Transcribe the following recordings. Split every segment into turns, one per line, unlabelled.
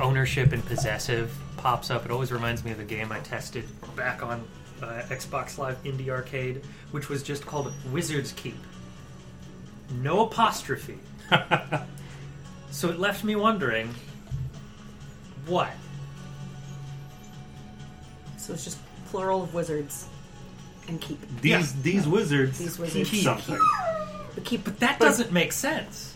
ownership and possessive pops up. It always reminds me of a game I tested back on uh, Xbox Live Indie Arcade, which was just called Wizard's Keep. No apostrophe. so it left me wondering what?
So it's just plural of wizards and keep.
These these wizards
These wizards.
keep something.
But keep,
But that doesn't make sense.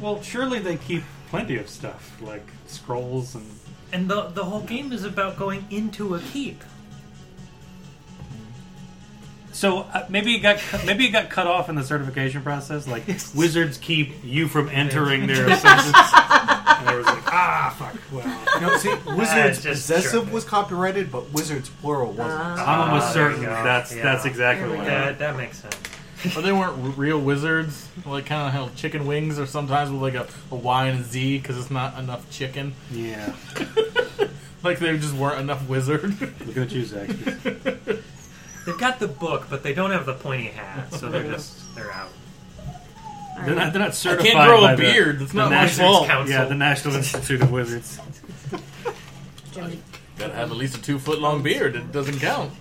Well, surely they keep plenty of stuff like scrolls and
And the, the whole game is about going into a keep.
So uh, maybe it got cu- maybe it got cut off in the certification process. Like wizards keep you from entering their ascensions. and there was like, ah, fuck. Well,
No, see, Wizards
just
Possessive
jerk.
was copyrighted, but Wizards Plural wasn't.
I'm almost
Ah, there
certain
you go.
that's
Yeah.
that's exactly
There we
what.
go.
happened.
That, that makes sense.
But they weren't r- real wizards. Like kind of how chicken wings are sometimes with like a, a Y and a Z because it's not enough chicken.
Yeah,
Like they just weren't enough wizard.
looking at you, Zach.
They've got the book, but they don't have the pointy hat, so they're just they're out.
They're not, they're not
I
certified.
can't grow
by
a
the-
beard. It's
the
not my
National-
fault.
Council.
Yeah, the National Institute of Wizards.
Jimmy,
Gotta have at least a two foot long beard. It doesn't count.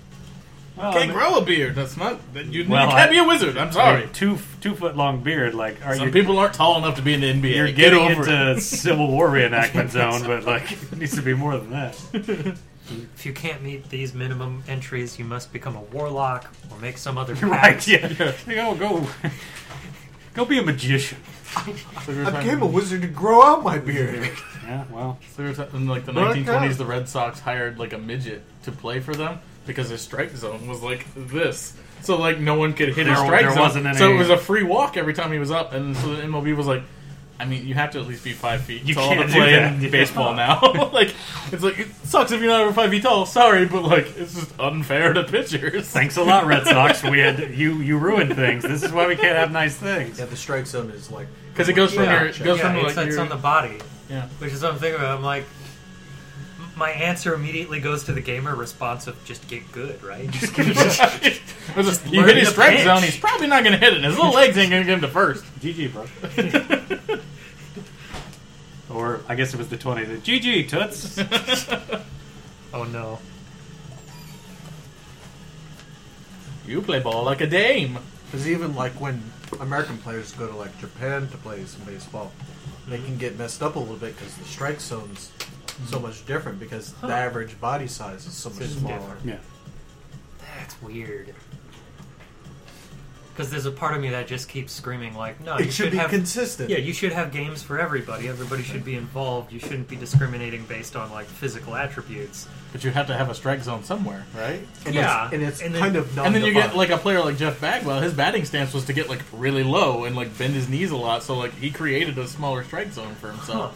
Well,
can't
I mean,
grow a beard. That's not. that- You,
Well,
you can't
I-
be a wizard. I'm
like,
sorry.
two two foot long beard. Like, are
Some
you?
people aren't tall enough to be in the NBA.
You're
Get
getting
over it.
into Civil War reenactment zone, but like, it needs to be more than that.
If you can't meet these minimum entries, you must become a warlock or make some other
Right?
pact.
Yeah. Like, oh, go, go be a magician.
So we were
I
talking-
became a wizard to grow out my beard.
Yeah. Well.
So we were talking- in like the
Look
1920s,
up.
the Red Sox hired like a midget to play for them because their strike zone was like this. So like no one could hit
There-
a strike
there
zone.
wasn't any-
So it was a free walk every time he was up, and so the MLB was like. I mean, you have to at least be five feet
You
tall to
can't do
play
that.
in baseball now. like, it's like it sucks if you're not over five feet tall. Sorry, but like, it's just unfair to pitchers.
Thanks a lot, Red Sox. We had you you ruined things. This is why we can't have nice things.
Yeah, the strike zone is like
Because it goes from
Yeah,
your it
check.
goes
Yeah,
from
it's,
like
it's
your,
on the body,
yeah.
which is what I'm thinking about. I'm like, m- my answer immediately goes to the gamer response of just get good, right?
It was just- you hit
learn
his
to
strike
pitch.
zone, he's probably not going to hit it. His little legs ain't going to get him to first.
GG, bro. or I guess it was the twenties. GG, toots.
oh no.
You play ball like a dame.
Because even like when American players go to like Japan to play some baseball, they can get messed up a little bit because the strike zone's so much different because the average body size is so much
It's
smaller.
different.
Yeah.
That's weird. Because there's a part of me that just keeps screaming like, no, you
It should be
have
consistent.
Yeah, you should have games for everybody. Everybody should be involved. You shouldn't be discriminating based on like physical attributes.
But you have to have a strike zone somewhere, right?
and
yeah,
it's, and it's
and then-
kind of non
And then you get like a player like Jeff Bagwell. His batting stance was to get like really low and like bend his knees a lot. So like he created a smaller strike zone for himself.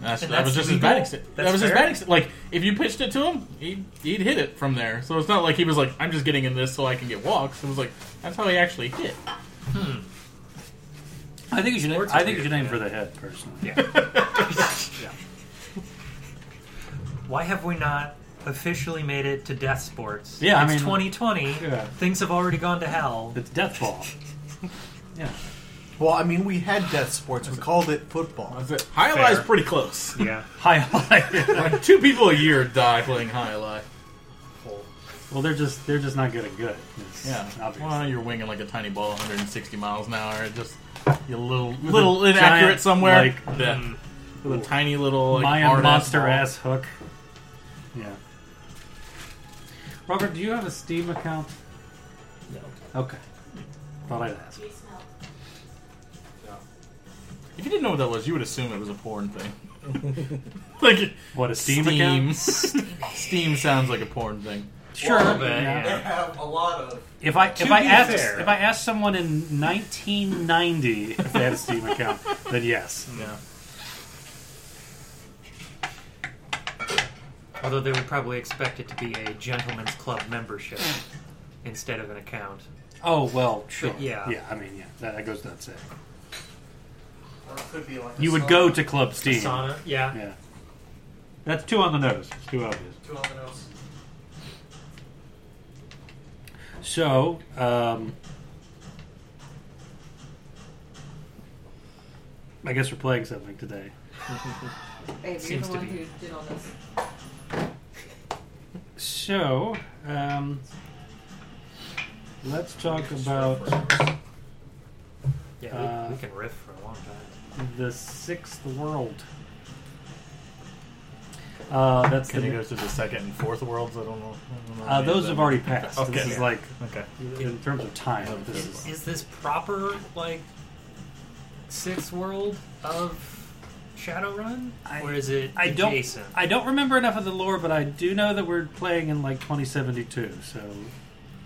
That's,
And
that was
that's
just his
legal?
batting. Sta- that
That's
was his
fair?
batting. Sta- like if you pitched it to him, he'd, he'd hit it from there. So it's not like he was like, "I'm just getting in this so I can get walks." It was like that's how he actually hit.
I think you should.
Sports
I
are
think you should aim
weird,
for the head, personally.
Why have we not officially made it to death sports?
Yeah, I
it's
mean-
2020.
Yeah.
Things have already gone to hell.
It's death ball. Yeah.
well, I mean, we had death sports. We called it football.
That's it. High
Fair.
lie's pretty close.
Yeah.
High high.
like two people a year die playing high lie.
well, they're just they're just not good at good. It's
Yeah,
Obvious.
well, you're winging like a tiny ball, 160 miles an hour. It Just you little little inaccurate
giant,
somewhere.
like,
yeah. With a tiny little like,
Mayan
hard-ass
monster
ball.
ass hook. Yeah. Robert, do you have a Steam account? No. Okay. Thought I'd ask.
If you didn't know what that was, you would assume it was a porn thing. like
What a Steam,
Steam.
account?
Steam sounds like a porn thing.
Sure,
but yeah.
have a lot of.
If I
To
if I
be
asked
fair.
if I asked someone in 1990 if they had a Steam account, then yes.
Yeah.
Although they would probably expect it to be a gentleman's club membership instead of an account.
Oh well, sure.
But yeah.
yeah. I mean, yeah, that, that goes without saying.
Could be like
You would go to Club Steam.
Sauna. Yeah.
Yeah, that's too on the nose. It's too obvious. So, um, I guess we're playing something today.
Babe, you're
Seems
the
to
one
be.
who did all this.
So, um, let's talk about
Yeah,
Uh,
we, we can riff for a long time.
the sixth world. Uh, that's
Can
the,
you go to the second and fourth worlds? I don't know. I don't know
uh, those have already passed.
Okay.
This is
Yeah.
like
Okay.
in terms of time. This is
Is this proper like sixth world of Shadowrun,
I-
or is it
I don't.
adjacent?
I don't remember enough of the lore, but I do know that we're playing in like 2072. So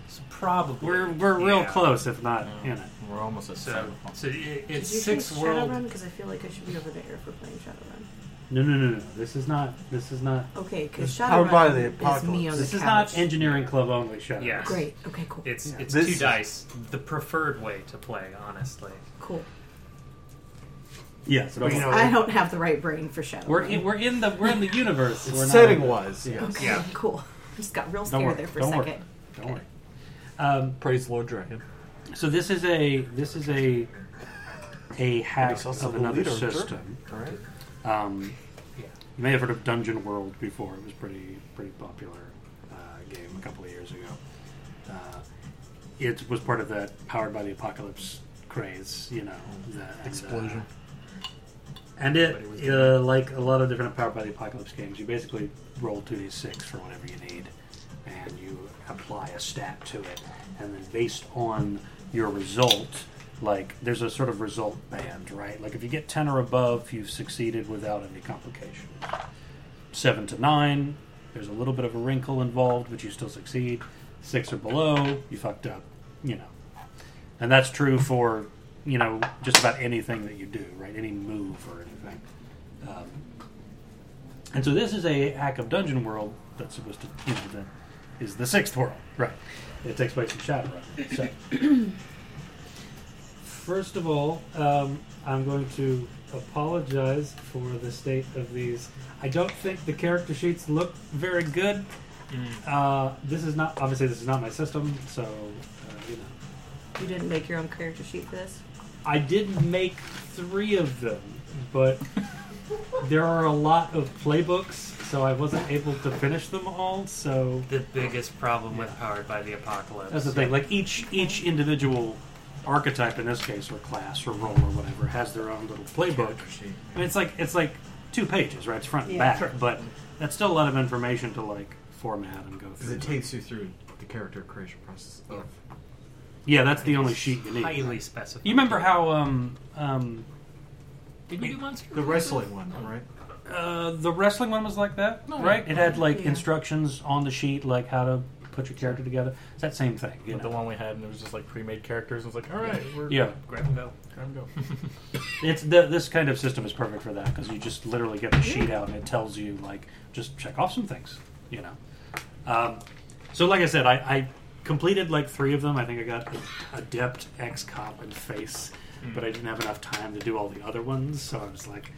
It's probably
we're we're real
Yeah.
close, if not in it.
We're almost at
So,
seven.
so it,
Did
it's
you
sixth
say
world.
Shadowrun? Because I feel like I should be over there for playing Shadowrun.
No, no, no, no. This is not. This is not.
Okay, because
It's powered by
Shadowrun
the
is me on
apocalypse.
the
This is
couch.
not engineering club only. Shut
Yeah.
Great. Okay. Cool.
It's
Yeah.
it's
This-
two dice, the preferred way to play, honestly.
cool.
Yes.
But, you know,
I don't have the right brain for Shadowrun.
We're in, we're in the we're in the universe. We're not
setting
in the-
wise, yes.
Okay.
Yeah.
Cool. Just got real
Don't
scared
worry.
there for
Don't
a
worry.
second.
Don't worry. Um,
Praise Lord Dragon.
so this is a this is a a hack
He's also
of
the
another
leader of
system.
All right.
Um,
Yeah.
You may have heard of Dungeon World before. It was pretty pretty popular uh, game a couple of years ago. Uh, it was part of that powered by the apocalypse craze, you know, the, and, uh,
Explosion.
and
But it was
it, uh, like a lot of different Powered by the Apocalypse games, you basically roll 2d6 for whatever you need, and you apply a stat to it. And then based on your result, like, there's a sort of result band, right? Like, if you get 10 or above, you've succeeded without any complications. 7 to 9, there's a little bit of a wrinkle involved, but you still succeed. 6 or below, you fucked up, you know. And that's true for, you know, just about anything that you do, right? Any move or anything. Um, and so this is a hack of Dungeon World that's supposed to, you know, the, is the sixth world, right? It takes place in Shadowrun. So, first of all, um, I'm going to apologize for the state of these. I don't think the character sheets look very good. Uh, this is not obviously this is not my system, so uh, you know.
You didn't make your own character sheet for this.
I did make three of them, but there are a lot of playbooks, so I wasn't able to finish them all. So
The biggest problem with Powered by the Apocalypse.
that's the thing. Like each each individual archetype in this case, or class, or role, or whatever, has their own little playbook. I mean, it's like it's like two pages, right? It's front and
Yeah.
back, but that's still a lot of information to like format and go
Because
through.
it takes you through the character creation process of
yeah, that's the only sheet you need.
highly specified.
You remember how um um
Did we do Monster?
the wrestling one, right?
Uh, the wrestling one was like that, right? It had like
Oh, Yeah.
instructions on the sheet, like how to put your character together. It's that same thing, you
But the
know.
one we had, and it was just like pre-made characters. And it was like, all right, we're
Yeah,
Grab and go.
time to go.
it's th this kind of system is perfect for that because you just literally get the sheet out and it tells you like just check off some things, you know. Um, so, like I said, I, I completed like three of them. I think I got adept, ex cop, and face, but I didn't have enough time to do all the other ones. So I was like,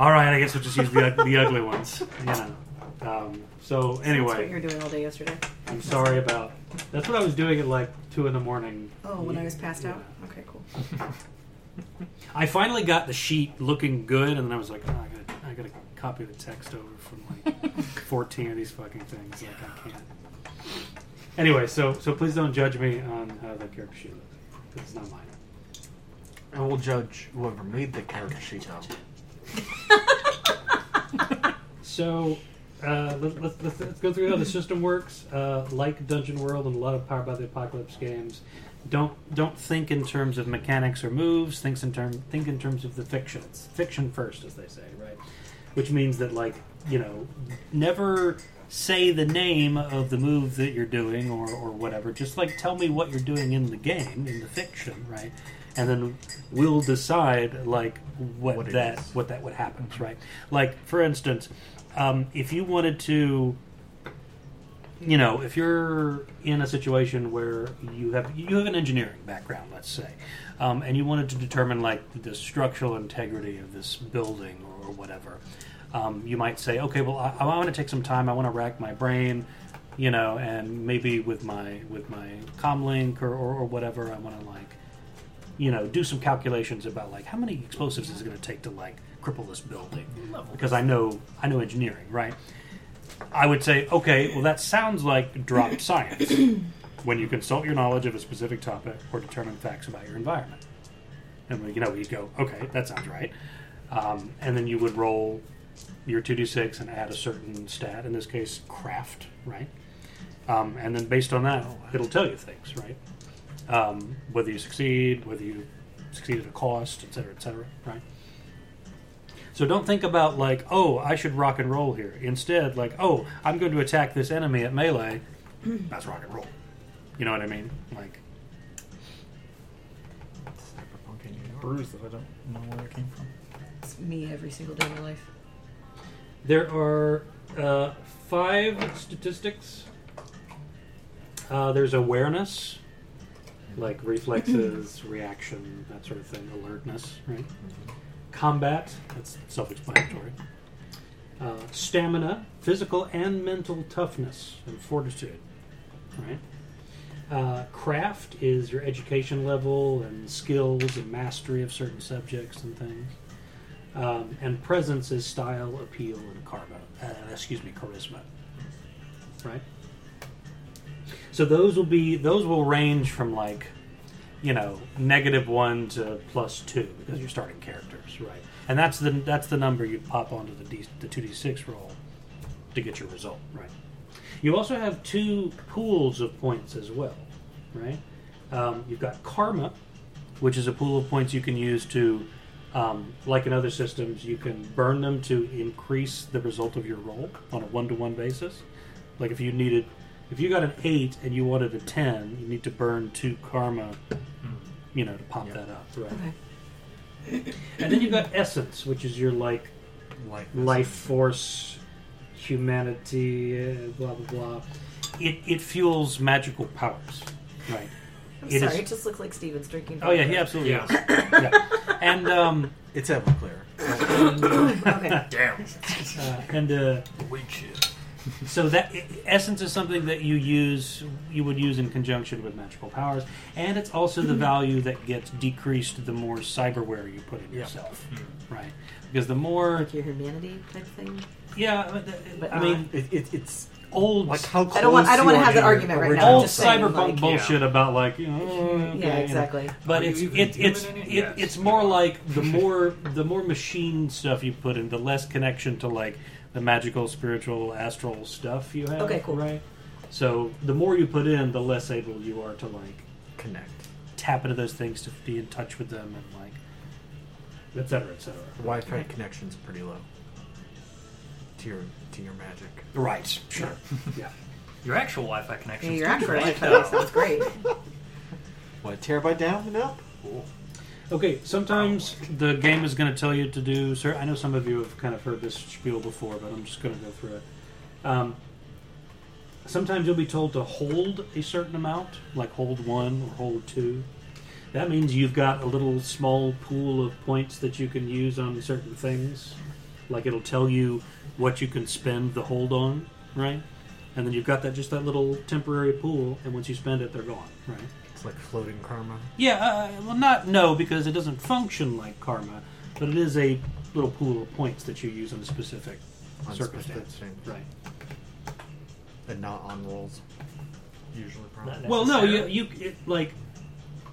all right, I guess we'll just use the, ug- the ugly ones, you know. Um, so
That's what
anyway,
you were doing all day yesterday.
I'm sorry about. That's what I was doing at like two in the morning.
Oh, when I was passed out. Okay, cool.
I finally got the sheet looking good, and then I was like, oh, I gotta, I gotta copy the text over from like 14 of these fucking things. Like I can't. Anyway, so so please don't judge me on how the character sheet looks. 'cause It's not mine.
I will judge whoever made the character sheet. Though.
So uh, let, let, let's, let's go through how the system works. Uh, like Dungeon World and a lot of Powered by the Apocalypse games, don't don't think in terms of mechanics or moves. Think in term think in terms of the fiction. It's fiction first, as they say, right? Which means that like you know, never say the name of the move that you're doing or, or whatever. Just like tell me what you're doing in the game in the fiction, right? And then we'll decide like what,
What it
that
is.
what that what happens, right? Like for instance, um, if you wanted to, you know, if you're in a situation where you have you have an engineering background, let's say, um, and you wanted to determine like the structural integrity of this building or, or whatever, um, you might say, okay, well, I, I want to take some time. I want to rack my brain. You know, and maybe with my with my comlink or, or, or whatever, I want to like you know, do some calculations about like how many explosives is it going to take to like cripple this building because I know I know engineering, right? I would say, okay, well that sounds like drop science when you consult your knowledge of a specific topic or determine facts about your environment. And we, you know, we'd go, okay, that sounds right. Um, and then you would roll your 2d6 and add a certain stat, in this case, craft, right? Um, and then based on that, it'll tell you things, right? Um, whether you succeed, whether you succeed at a cost, et cetera, et cetera, right? So don't think about like, oh, I should rock and roll here. Instead, like, oh, I'm going to attack this enemy at melee. That's rock and roll. You know what I mean? Like,
Cyberpunk in New York. Bruise that I don't know where it came from.
It's me every single day of my life.
There are uh, five statistics.
uh, there's awareness, like reflexes, reaction, that sort of thing, alertness, right? Combat, that's self explanatory. Uh, stamina, physical and mental toughness, and fortitude, right? Uh, craft is your education level and skills and mastery of certain subjects and things. Um, and presence is style, appeal, and carbo, uh, excuse me, charisma, right? So those will be those will range from like, you know, negative one to plus two because you're starting characters, right? And that's the that's the number you pop onto the D, the two d six roll to get your result, right? You also have two pools of points as well, right? Um, you've got karma, which is a pool of points you can use to, um, like in other systems, you can burn them to increase the result of your roll on a one to one basis. Like if you needed, if you got an eight and you wanted a ten, you need to burn two karma, you know, to pop that up, right?
Okay.
And then you've got essence, which is your like
Like
life force, humanity, uh, blah blah blah. It it fuels magical powers, right?
I'm
It
sorry,
is-
it just looks like Steven's drinking.
Oh yeah, he absolutely
Yeah.
is. yeah. And um,
It's Everclear.
okay.
Damn.
uh, and uh,
Weak shit.
so that i- essence is something that you use you would use in conjunction with magical powers, and it's also
Mm-hmm.
the value that gets decreased the more cyberware you put in
Yeah.
yourself, right? Because the more,
Like your humanity type thing.
yeah, I mean,
But
I mean
It, it, it's
old
like how close
I don't want. I don't
you
want to
are
have that
your
argument right now.
original-
I'm
old
just saying,
cyberpunk
like-
bullshit about like you know, okay, you
Yeah,
know.
exactly.
But
Are you
it's
even
it,
human
it's
in
it,
it?
Yes.
it's more like the more the more machine stuff you put in, the less connection to like the magical, spiritual, astral stuff you have.
Okay, cool.
Right. So the more you put in, the less able you are to like
Connect.
tap into those things to be in touch with them and like et cetera, et cetera.
Wi-Fi connection's pretty low. To your to your magic.
Right. Sure. yeah.
Your actual Wi-Fi connection.
Yeah,
is
your
good,
actual
right?
life
Though.
sounds great.
What terabyte down and up?
Okay, sometimes the game is going to tell you to do. Sir, I know some of you have kind of heard this spiel before, but I'm just going to go through it. Um, sometimes you'll be told to hold a certain amount, like hold one or hold two. That means you've got a little small pool of points that you can use on certain things. Like it'll tell you what you can spend the hold on, right? And then you've got that just that little temporary pool, and once you spend it, they're gone, right?
It's like floating karma.
Yeah, uh, well, not no, because it doesn't function like karma, but it is a little pool of points that you use in a specific
On
circumstance.
circumstance.
Right.
And not on rolls. Usually probably.
Not
Well, no, you
necessarily.
you it, like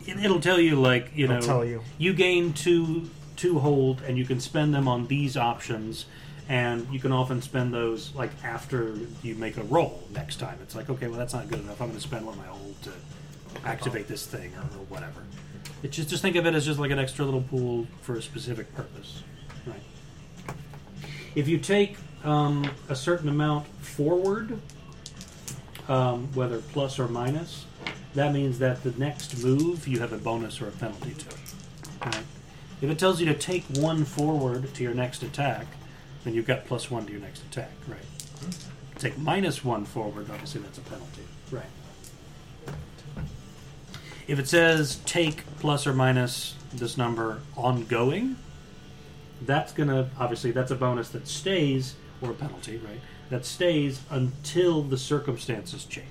it, it'll tell you like you know
It'll tell you.
gain two two hold and you can spend them on these options. And you can often spend those like after you make a roll next time. It's like, okay, well, that's not good enough. I'm going to spend one of my hold to activate this thing or, or whatever. It's just just think of it as just like an extra little pool for a specific purpose, right? If you take um, a certain amount forward, um, whether plus or minus, that means that the next move you have a bonus or a penalty to it. Right? If it tells you to take one forward to your next attack, then you've got plus one to your next attack, right? Take minus one forward, obviously that's a penalty, right? If it says take plus or minus this number ongoing, that's gonna obviously that's a bonus that stays or a penalty, right? That stays until the circumstances change,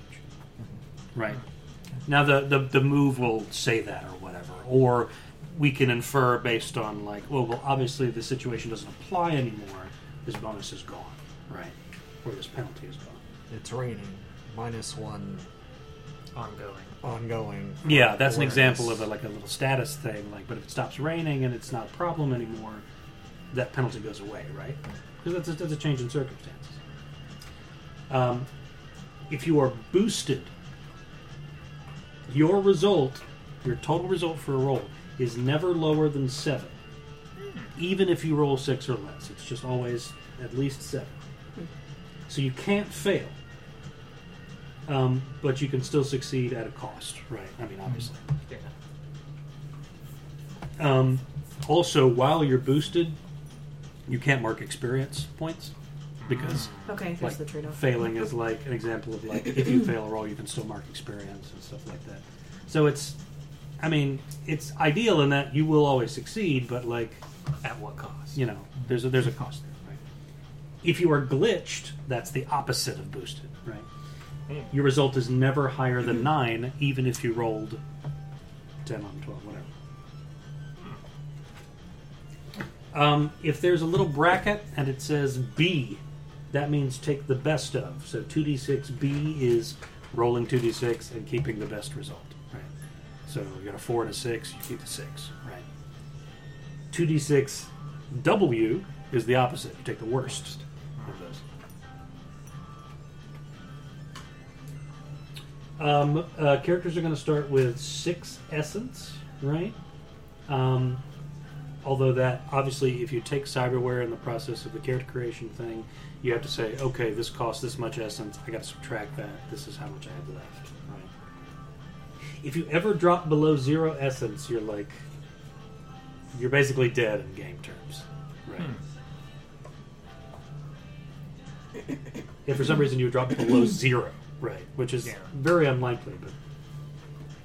right? Now the, the the move will say that or whatever, or we can infer based on like, well, well, obviously the situation doesn't apply anymore. This bonus is gone, right? Or this penalty is gone.
It's raining. Minus one
ongoing.
ongoing.
Yeah, that's an
awareness.
example of a, like a little status thing. Like, but if it stops raining and it's not a problem anymore, that penalty goes away, right? Because that's, a- that's a change in circumstances. Um, if you are boosted, your result, your total result for a roll, is never lower than seven, even if you roll six or less. It's just always at least seven. So you can't fail, um, but you can still succeed at a cost, right? I mean, obviously.
Yeah.
Um, also, while you're boosted, you can't mark experience points because
Okay, here's
like,
the trade off.
failing is like an example of like if you fail a roll, you can still mark experience and stuff like that. So it's, I mean, it's ideal in that you will always succeed, but like
At what cost?
you know, there's a, there's a cost there. Right? If you are glitched, that's the opposite of boosted, right?
Mm.
Your result is never higher than nine, even if you rolled ten on twelve, whatever. Um, if there's a little bracket and it says B, that means take the best of. So two d six B is rolling two d six and keeping the best result. Right. So you got a four and a six, you keep the six. Right. 2d6 W is the opposite. You take the worst of those. Um, uh, characters are going to start with six essence, right? Um, although that obviously, if you take cyberware in the process of the character creation thing, you have to say, okay, this costs this much essence. I got to subtract that. This is how much I have left, right? If you ever drop below zero essence, you're like, you're basically dead in game terms. Right. if for some reason you drop below zero, right, which is
Yeah.
very unlikely, but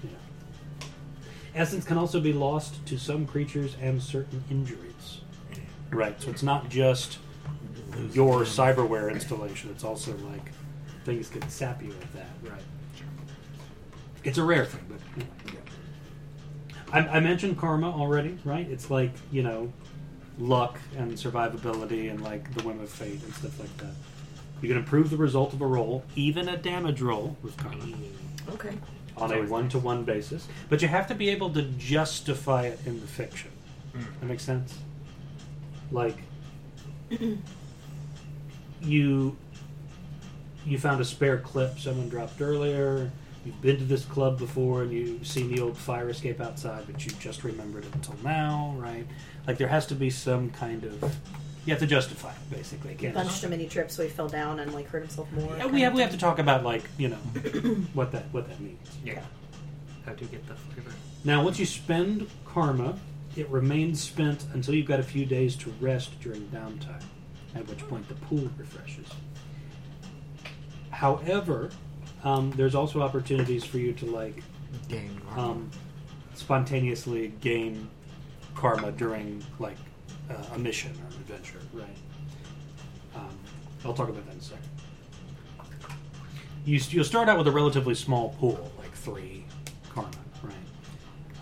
you know. Essence can also be lost to some creatures and certain injuries. Right. So it's not just your cyberware installation, it's also like things can sap you at that, right? It's a rare thing, but you know, yeah. I, I mentioned karma already, right? It's like you know, luck and survivability and like the whim of fate and stuff like that. You can improve the result of a roll, even a damage roll with karma,
Okay.
on a one-to-one basis. But you have to be able to justify it in the fiction. That makes sense. Like you, you found a spare clip someone dropped earlier. You've been to this club before, and you've seen the old fire escape outside, but you just remembered it until now, right? Like there has to be some kind of you have to justify it, basically. You can't
Punched him and he tripped, so he fell down and like hurt himself more.
yeah, we have we have to talk about like you know what that what that means.
Yeah. How do you get the flavor?
Now, once you spend karma, it remains spent until you've got a few days to rest during downtime, at which point the pool refreshes. However, um, there's also opportunities for you to like
Game.
um, spontaneously gain karma during like uh, a mission or an adventure, right? Um, I'll talk about that in a second. You, you'll start out with a relatively small pool, like three karma, right?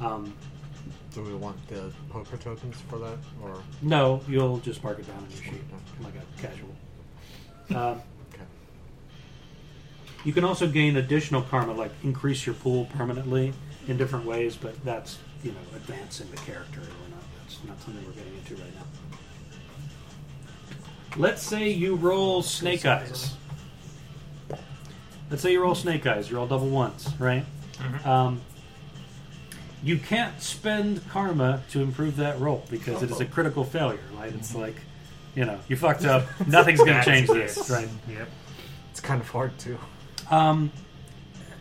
Um,
Do we want the poker tokens for that, or
no, you'll just mark it down on your sheet, like a casual. Uh,
okay?
You can also gain additional karma, like increase your pool permanently in different ways, but that's you know advancing the character. We're not, that's not something we're getting into right now. Let's say you roll snake eyes. Let's say you roll snake eyes. You roll double ones, right? Um, you can't spend karma to improve that roll because it is a critical failure. Right? It's like, you know, you fucked up. Nothing's going to
That's
change
it.
this, right?
Yep.
It's kind of hard too.
Um,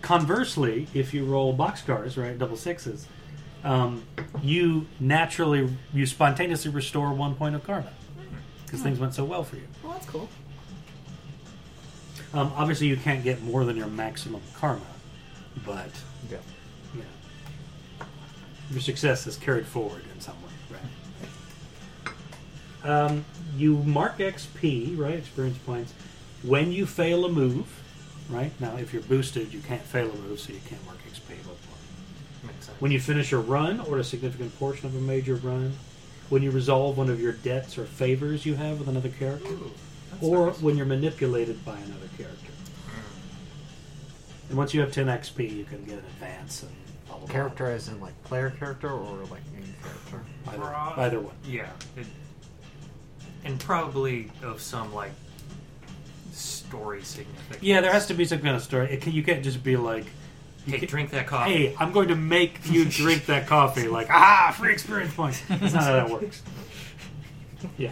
conversely, if you roll boxcars, right, double sixes, um, you naturally, you spontaneously restore one point of karma because things went so well for you.
Well, that's cool.
Um, obviously, you can't get more than your maximum karma, but
Yeah.
you know, your success is carried forward in some way, right? Um, you mark XP, right, experience points, when you fail a move, right? Now, if you're boosted, you can't fail a move, so you can't mark XP. Blah, blah.
Makes sense.
When you finish a run or a significant portion of a major run, when you resolve one of your debts or favors you have with another character,
Ooh, that's
or
nice.
when you're manipulated by another character. And once you have 10 XP, you can get an advance and blah, blah, blah.
Character as in like player character or like main character?
Right.
Either, either one.
Yeah. It, and probably of some, like, story significance.
Yeah, there has to be some kind of story. It can, you can't just be like, you
Hey,
can't-
drink that coffee.
hey, I'm going to make you drink that coffee. Like, ah, free experience points. That's not how that works. Yeah.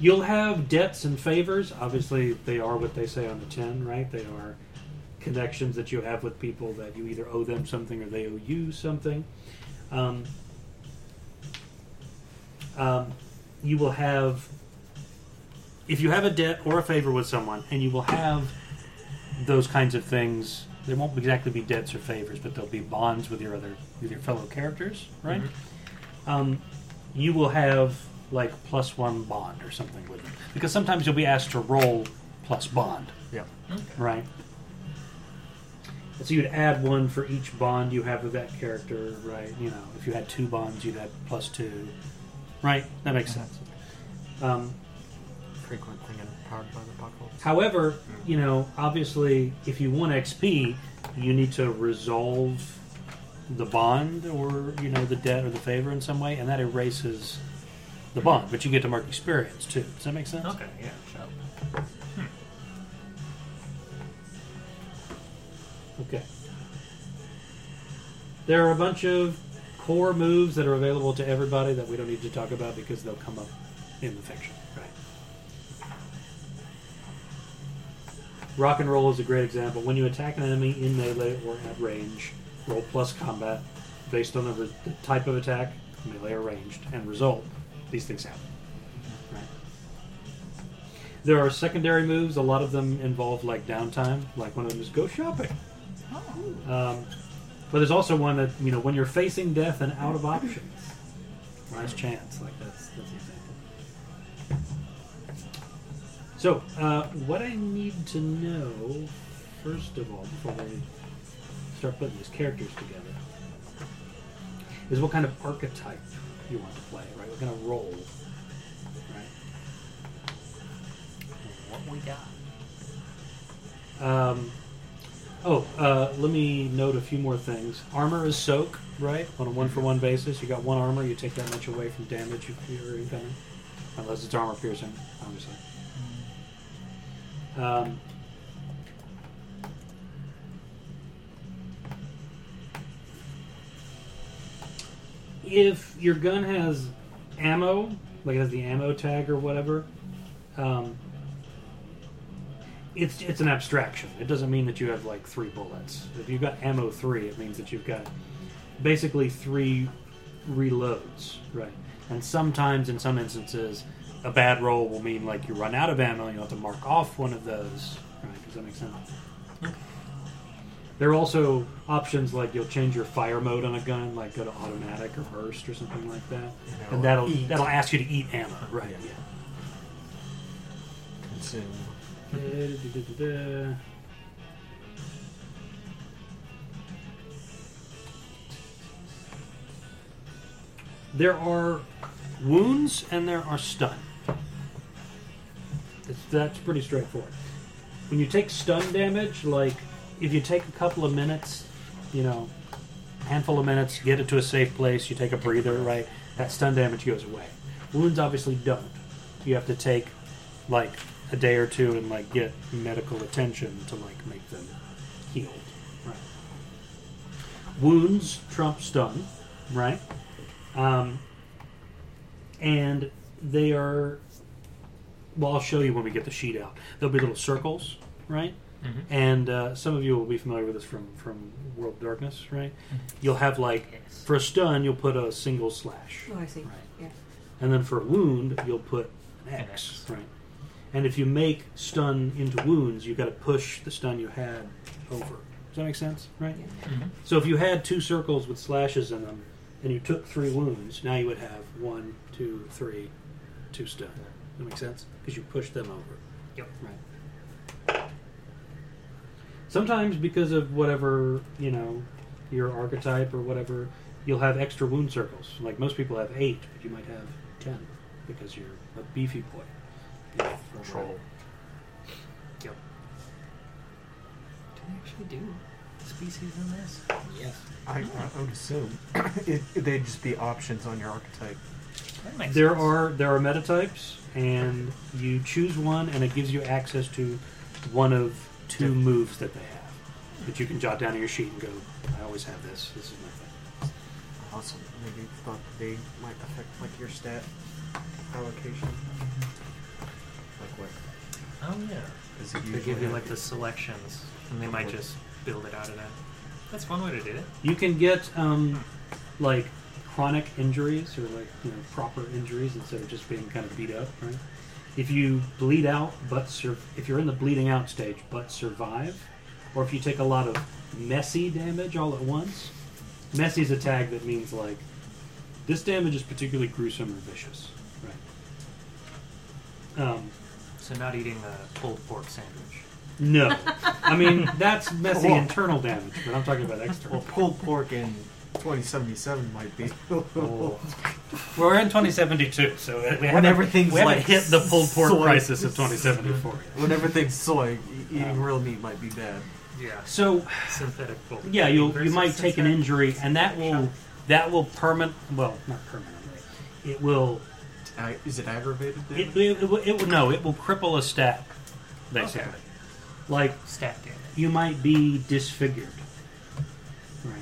You'll have debts and favors. Obviously, they are what they say on the tin, right? They are connections that you have with people that you either owe them something or they owe you something. Um, um, you will have, if you have a debt or a favor with someone, and you will have those kinds of things. They won't exactly be debts or favors, but they'll be bonds with your other with your fellow characters, right? Um, you will have like plus one bond or something with them because sometimes you'll be asked to roll plus bond,
Yeah.
right? So you'd add one for each bond you have with that character, right? You know, if you had two bonds, you'd add plus two, right? That makes sense. Um,
Frequent thing and powered by the apocalypse.
However, you know, obviously, if you want XP, you need to resolve the bond or you know the debt or the favor in some way, and that erases the bond. But you get to mark experience too. Does that make sense?
Okay, yeah.
Okay. There are a bunch of core moves that are available to everybody that we don't need to talk about because they'll come up in the fiction. Right. Rock and roll is a great example. When you attack an enemy in melee or at range, roll plus combat based on the, re- the type of attack, melee or ranged, and result. These things happen. Right. There are secondary moves. A lot of them involve like downtime. Like one of them is go shopping. Um, but there's also one that you know when you're facing death and out of options, last chance. Like that's that's the example. So uh, what I need to know first of all before we start putting these characters together is what kind of archetype you want to play, right? What kind of role, right?
What we got?
Um, oh, uh, let me note a few more things. Armor is soak, right? On a one for one basis, you got one armor, you take that much away from damage if you're incoming, unless it's armor piercing, obviously. Um, if your gun has ammo, like it has the ammo tag or whatever, um, it's it's an abstraction. It doesn't mean that you have like three bullets. If you've got ammo three, it means that you've got basically three reloads, right? And sometimes, in some instances, a bad roll will mean like you run out of ammo. and You have to mark off one of those, right? Does that make sense? There are also options like you'll change your fire mode on a gun, like go to automatic or burst or something like that, and that'll
eat.
that'll ask you to eat ammo, right?
Yeah.
yeah.
Consume.
Da-da-da-da-da. There are wounds and there are stun. It's, that's pretty straightforward. When you take stun damage, like if you take a couple of minutes, you know, handful of minutes, get it to a safe place, you take a breather, right? That stun damage goes away. Wounds obviously don't. You have to take like a day or two and like get medical attention to like make them healed. Right. Wounds trump stun, right? Um, and they are. Well, I'll show you when we get the sheet out. There'll be little circles, right?
Mm-hmm.
And uh, some of you will be familiar with this from from World of Darkness, right? You'll have like
Mm-hmm. Yes.
for a stun, you'll put a single slash.
Oh, I see.
Right.
Yeah.
And then for a wound, you'll put an
An
X.
X.
Right. And if you make stun into wounds, you've got to push the stun you had over. Does that make sense? Right? So if you had two circles with slashes in them and you took three wounds, now you would have one, two, three, two stun. That make sense? Because you pushed them over.
Yep.
Right. Sometimes because of whatever, you know, your archetype or whatever, you'll have extra wound circles. Like most people have eight, but you might have ten because you're a beefy boy. You know, or
Troll.
Yep. Do they actually do species in this?
Yes.
I, I would assume it, they'd just be options on your archetype.
That makes
There
sense.
are there are metatypes, and you choose one, and it gives you access to one of two moves that they have that you can jot down on your sheet and go. I always have this. This is my thing.
Also, maybe thought they might affect like your stat allocation. Like what?
Oh yeah.
Is it
They give you like
the
the selections, and they might just build it out of that. That's one way to do it.
You can get um, like chronic injuries or like you know proper injuries instead of just being kind of beat up, right? If you bleed out but sur- if you're in the bleeding out stage but survive, or if you take a lot of messy damage all at once, messy is a tag that means like this damage is particularly gruesome or vicious, right? Um,
So not eating a pulled pork sandwich.
no, I mean that's messy
Well-
internal damage, but I'm talking about
Well,
external.
pulled pork in 2077 might be.
Oh. We're in 2072, so we
When everything's
we haven't
like
hit the pulled pork
soy.
crisis of 2074. yet.
when everything's soy, e- eating real meat might be bad.
Yeah.
So
Synthetic pulled.
yeah, you you
versus
might take an
synthetic.
injury, and that will that will permanent well not permanently. It will
Ag- Is it aggravated? Then?
it, it, it will it will no it will cripple a stat basically.
Okay.
Like
Stat damage.
you might be disfigured, right?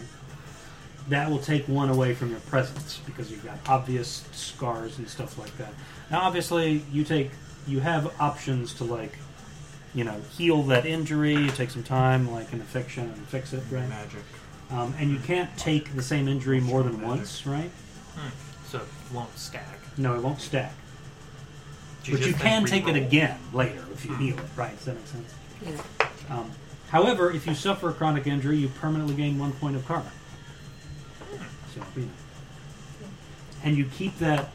That will take one away from your presence because you've got obvious scars and stuff like that. Now, obviously, you take you have options to like, you know, heal that injury. You take some time, like an infection, and fix it, right?
magic.
Um, and you can't take the same injury more than once, right?
So it won't stack.
No, it won't stack. but
just
you
then
can take it
re-roll.
again later if you heal it, right? Does that make sense?
Yeah.
Um, however, if you suffer a chronic injury, you permanently gain one point of karma. So, you know. And you keep that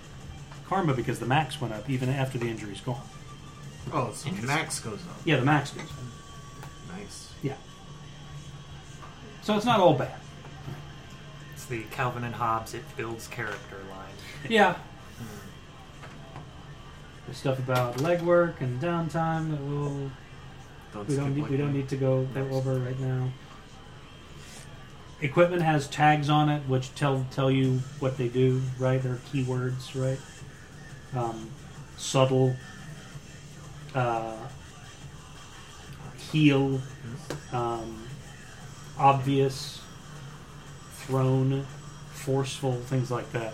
karma because the max went up even after the injury's gone.
Oh, so
Interesting.
max goes up.
Yeah, the max goes. up.
Nice.
Yeah. So it's not all bad.
It's the Calvin and Hobbes. It builds character line.
Yeah. There's stuff about legwork and downtime that we'll,
Don't
we don't
skip
need we
like
don't
me.
need to go go
Next.
over right now. Equipment has tags on it which tell tell you what they do, right? They're keywords, right? Um, subtle, uh, heal, um, obvious, thrown, forceful, things like that.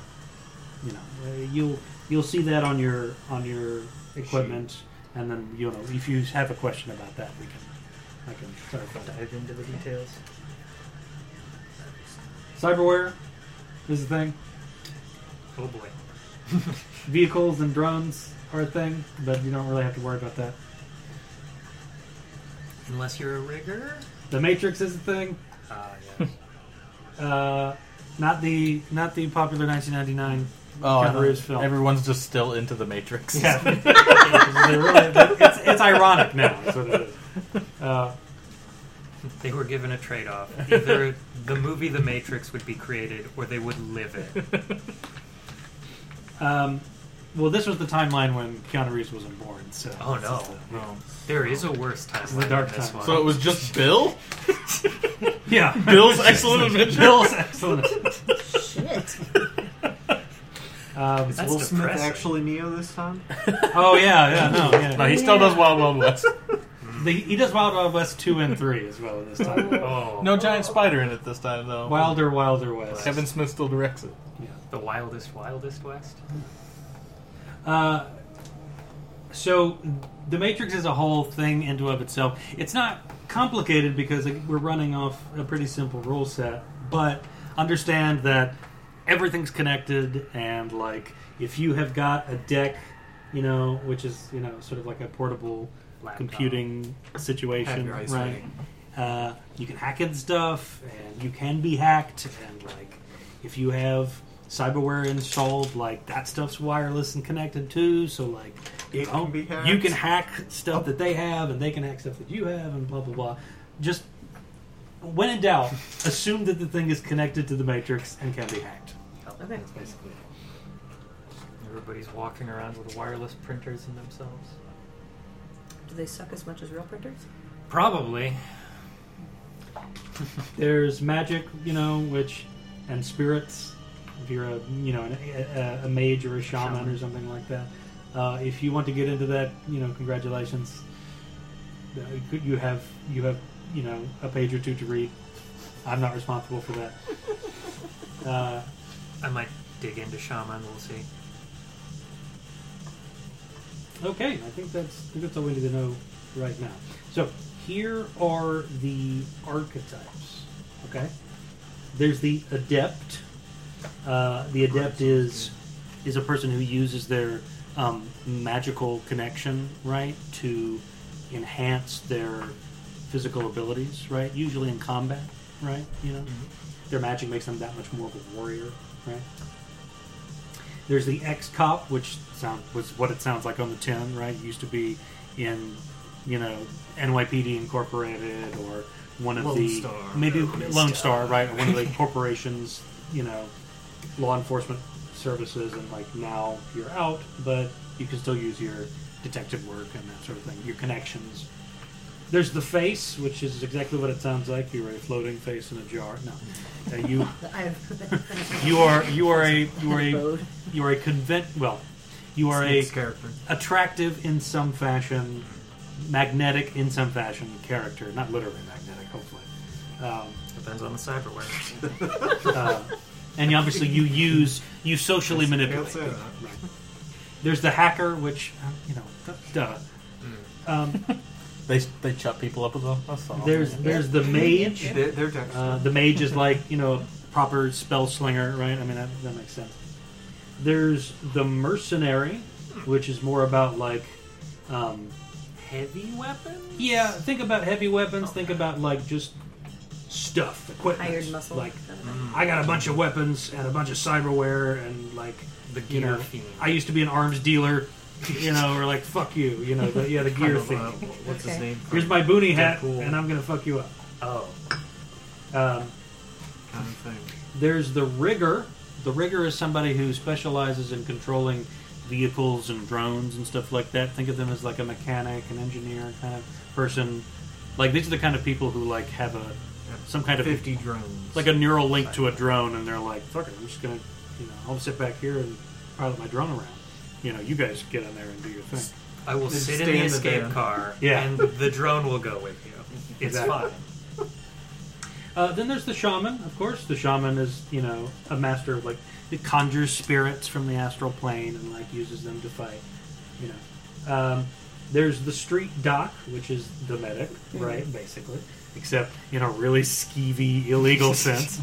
You know, uh, you'll you'll see that on your on your equipment, and then you know if you have a question about that, we can I can clarify that.
Dive into the details.
Cyberware is a thing.
Oh boy.
Vehicles and drones are a thing, but you don't really have to worry about that.
Unless you're a rigger.
The Matrix is a thing.
Ah yes.
Uh, not the not the popular 1999
Oh,
Cabarets film.
everyone's just still into the Matrix.
Yeah. They really- it's, it's ironic now. Is what it is. Uh,
They were given a trade off. Either the movie The Matrix would be created or they would live it.
um, well, this was the timeline when Keanu Reeves wasn't born, so.
Oh no.
Oh.
There is a worse time
the dark
than this
time.
one.
So it was just Bill?
Yeah.
Bill's Excellent Adventure?
Bill's excellent.
Shit.
Um,
That's
Will Smith
depressing.
actually Neo this time?
oh, yeah, yeah, no. Yeah.
No, he still does Wild Wild West.
The, he does Wild Wild West 2 and 3 as well this time.
Oh,
No giant spider in it this time, though.
Wilder, Wilder West.
Kevin Smith still directs it.
Yeah.
the wildest, wildest west.
Uh, so the matrix is a whole thing into of itself it's not complicated because we're running off a pretty simple rule set but understand that everything's connected and like if you have got a deck you know which is you know sort of like a portable
Laptop.
computing
Have
situation
your eyes
right uh, you can hack in stuff and you can be hacked and like if you have cyberware installed like that stuff's wireless and connected too so like
It
you know,
can be hacked.
you can hack stuff that they have and they can hack stuff that you have and blah blah blah just when in doubt, assume that the thing is connected to the matrix and can be hacked.
Okay.
That's basically it.
Everybody's walking around with wireless printers in themselves.
Do they suck as much as real printers?
Probably.
There's magic, you know, which and spirits. If you're a you know an, a, a mage or a shaman,
Shaman.
or something like that, uh, if you want to get into that, you know, congratulations. Uh, could- You have you have you know a page or two to read. I'm not responsible for that. Uh,
I might dig into shaman. We'll see.
Okay, I think that's I think that's all we need to know right now. So here are the archetypes. Okay, there's the adept. Uh, the adept is is a person who uses their um, magical connection right to enhance their physical abilities. Right, usually in combat. Right, you know,
Mm-hmm.
their magic makes them that much more of a warrior. Right. There's the ex cop, which sound was what it sounds like on the tin, right? It used to be in, you know, NYPD Incorporated or one of
Lone
the
Star.
maybe
Lone
Lone Star,
Star.
right? Or one of the corporations, you know, law enforcement services, and like now you're out, but you can still use your detective work and that sort of thing, your connections. There's the face, which is exactly what it sounds like. You're a floating face in a jar. No, Uh, you
I have.
you are you are a you are a
Abode.
you are a convent well you are a
Snake's character.
attractive in some fashion magnetic in some fashion character not literally magnetic hopefully um,
Depends on the cyberware.
uh, and you- obviously you use you socially
Yes, uh,
manipulate
can't say
people, right. there's the hacker which uh, you know duh um,
They they chop people up with them. That's all.
there's there's the mage
They're, they're Dexter.
Uh, the mage is like you know a proper spell slinger, right? I mean that, that makes sense. There's the mercenary, which is more about like, um,
Heavy weapon?
yeah, think about heavy weapons. Think about like just stuff, equipment,
Hired muscle.
Like
Hmm.
Okay.
I got a bunch of weapons and a bunch of cyberware and like
The
you
gear
know
fiend.
I used to be an arms dealer, you know, or like fuck you, you know, the, yeah, the
I
gear
don't know, uh,
thing.
what's his
Okay.
name?
Here's my boonie hat,
Deadpool.
and I'm gonna fuck you up.
Oh.
Um,
kind of thing.
There's the rigger. The rigger is somebody who specializes in controlling vehicles and drones and stuff like that. Think of them as like a mechanic, an engineer kind of person. Like these are the kind of people who like have a some kind of
Fifty drones.
like a neural link to a drone, and they're like, "Fuck it, I'm just gonna, you know, I'll sit back here and pilot my drone around." You know, you guys get in there and do your thing.
I will
Just
sit in
stay
the
in the
escape
van.
car,
Yeah.
and the drone will go with you. It's
Exactly.
fine.
Uh, then there's the shaman, of course. The shaman is, you know, a master of like it conjures spirits from the astral plane and like uses them to fight. You know, um, there's the street doc, which is the medic, right? Basically, except in a really skeevy illegal sense.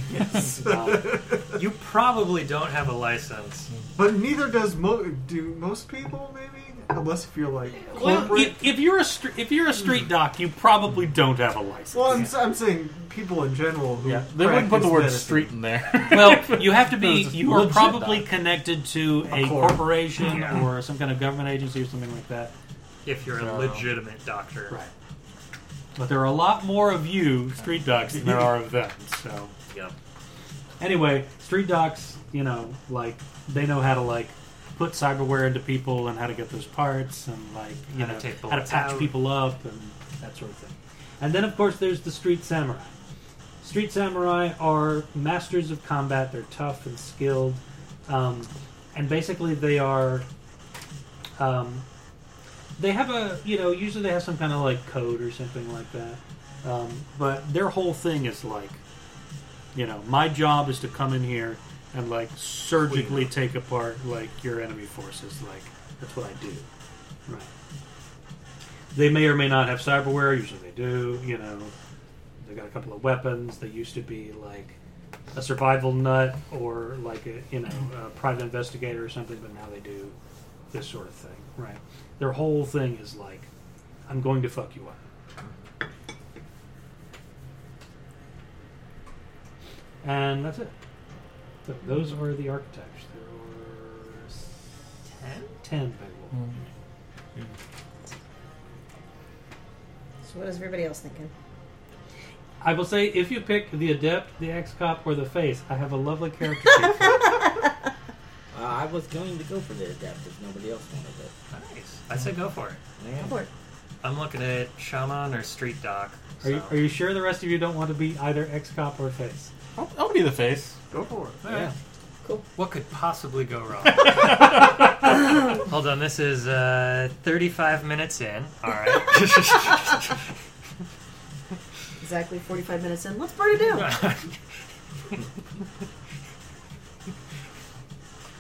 Um, yes.
You probably don't have a license.
But neither does mo- do most people, maybe, unless if you're like
well,
corporate.
if, if you're a str- if you're a street doc, you probably don't have a license.
Well, I'm, s am saying people in general who
yeah. They wouldn't put the
practice medicine.
word street in there.
well, you have to be.
Those
You are
legit
probably
docs.
connected to a,
A corp.
corporation or some kind of government agency or something like that.
If you're a
So-
legitimate doctor.
Right. But there are a lot more of you street docs than there are of them. So
Yep.
anyway, street docs, you know, like they know how to like put cyberware into people and how to get those parts and like you
How to
know
take
how to
bullets
patch
out.
people up and that sort of thing. And then of course there's the street samurai. Street samurai are masters of combat. They're tough and skilled, um, and basically they are. Um, they have a you know usually they have some kind of like code or something like that, um, but their whole thing is like, you know, my job is to come in here and like surgically take apart like your enemy forces. Like that's what I do, right? They may or may not have cyberware. Usually they do. You know, they got a couple of weapons. They used to be like a survival nut or like a you know a private investigator or something, but now they do this sort of thing, right? Their whole thing is like, I'm going to fuck you up. And that's it. So those are the archetypes. There are s-
Ten?
ten, by the way.
Mm-hmm.
So what is everybody else thinking?
I will say, if you pick the adept, the ex cop, or the face, I have a lovely character sheet. for you.
Uh, I was going to go for the adept if nobody else wanted it.
Nice. I say go for it.
Yeah.
Or-
I'm looking at shaman or street doc.
Are you,
so-
are you sure the rest of you don't want to be either ex cop or face?
I'll, I'll be the face.
Go for it.
All right.
Yeah.
What could possibly go wrong? Hold on, this is uh, 35 minutes in. All right.
exactly 45 minutes in. Let's burn it down.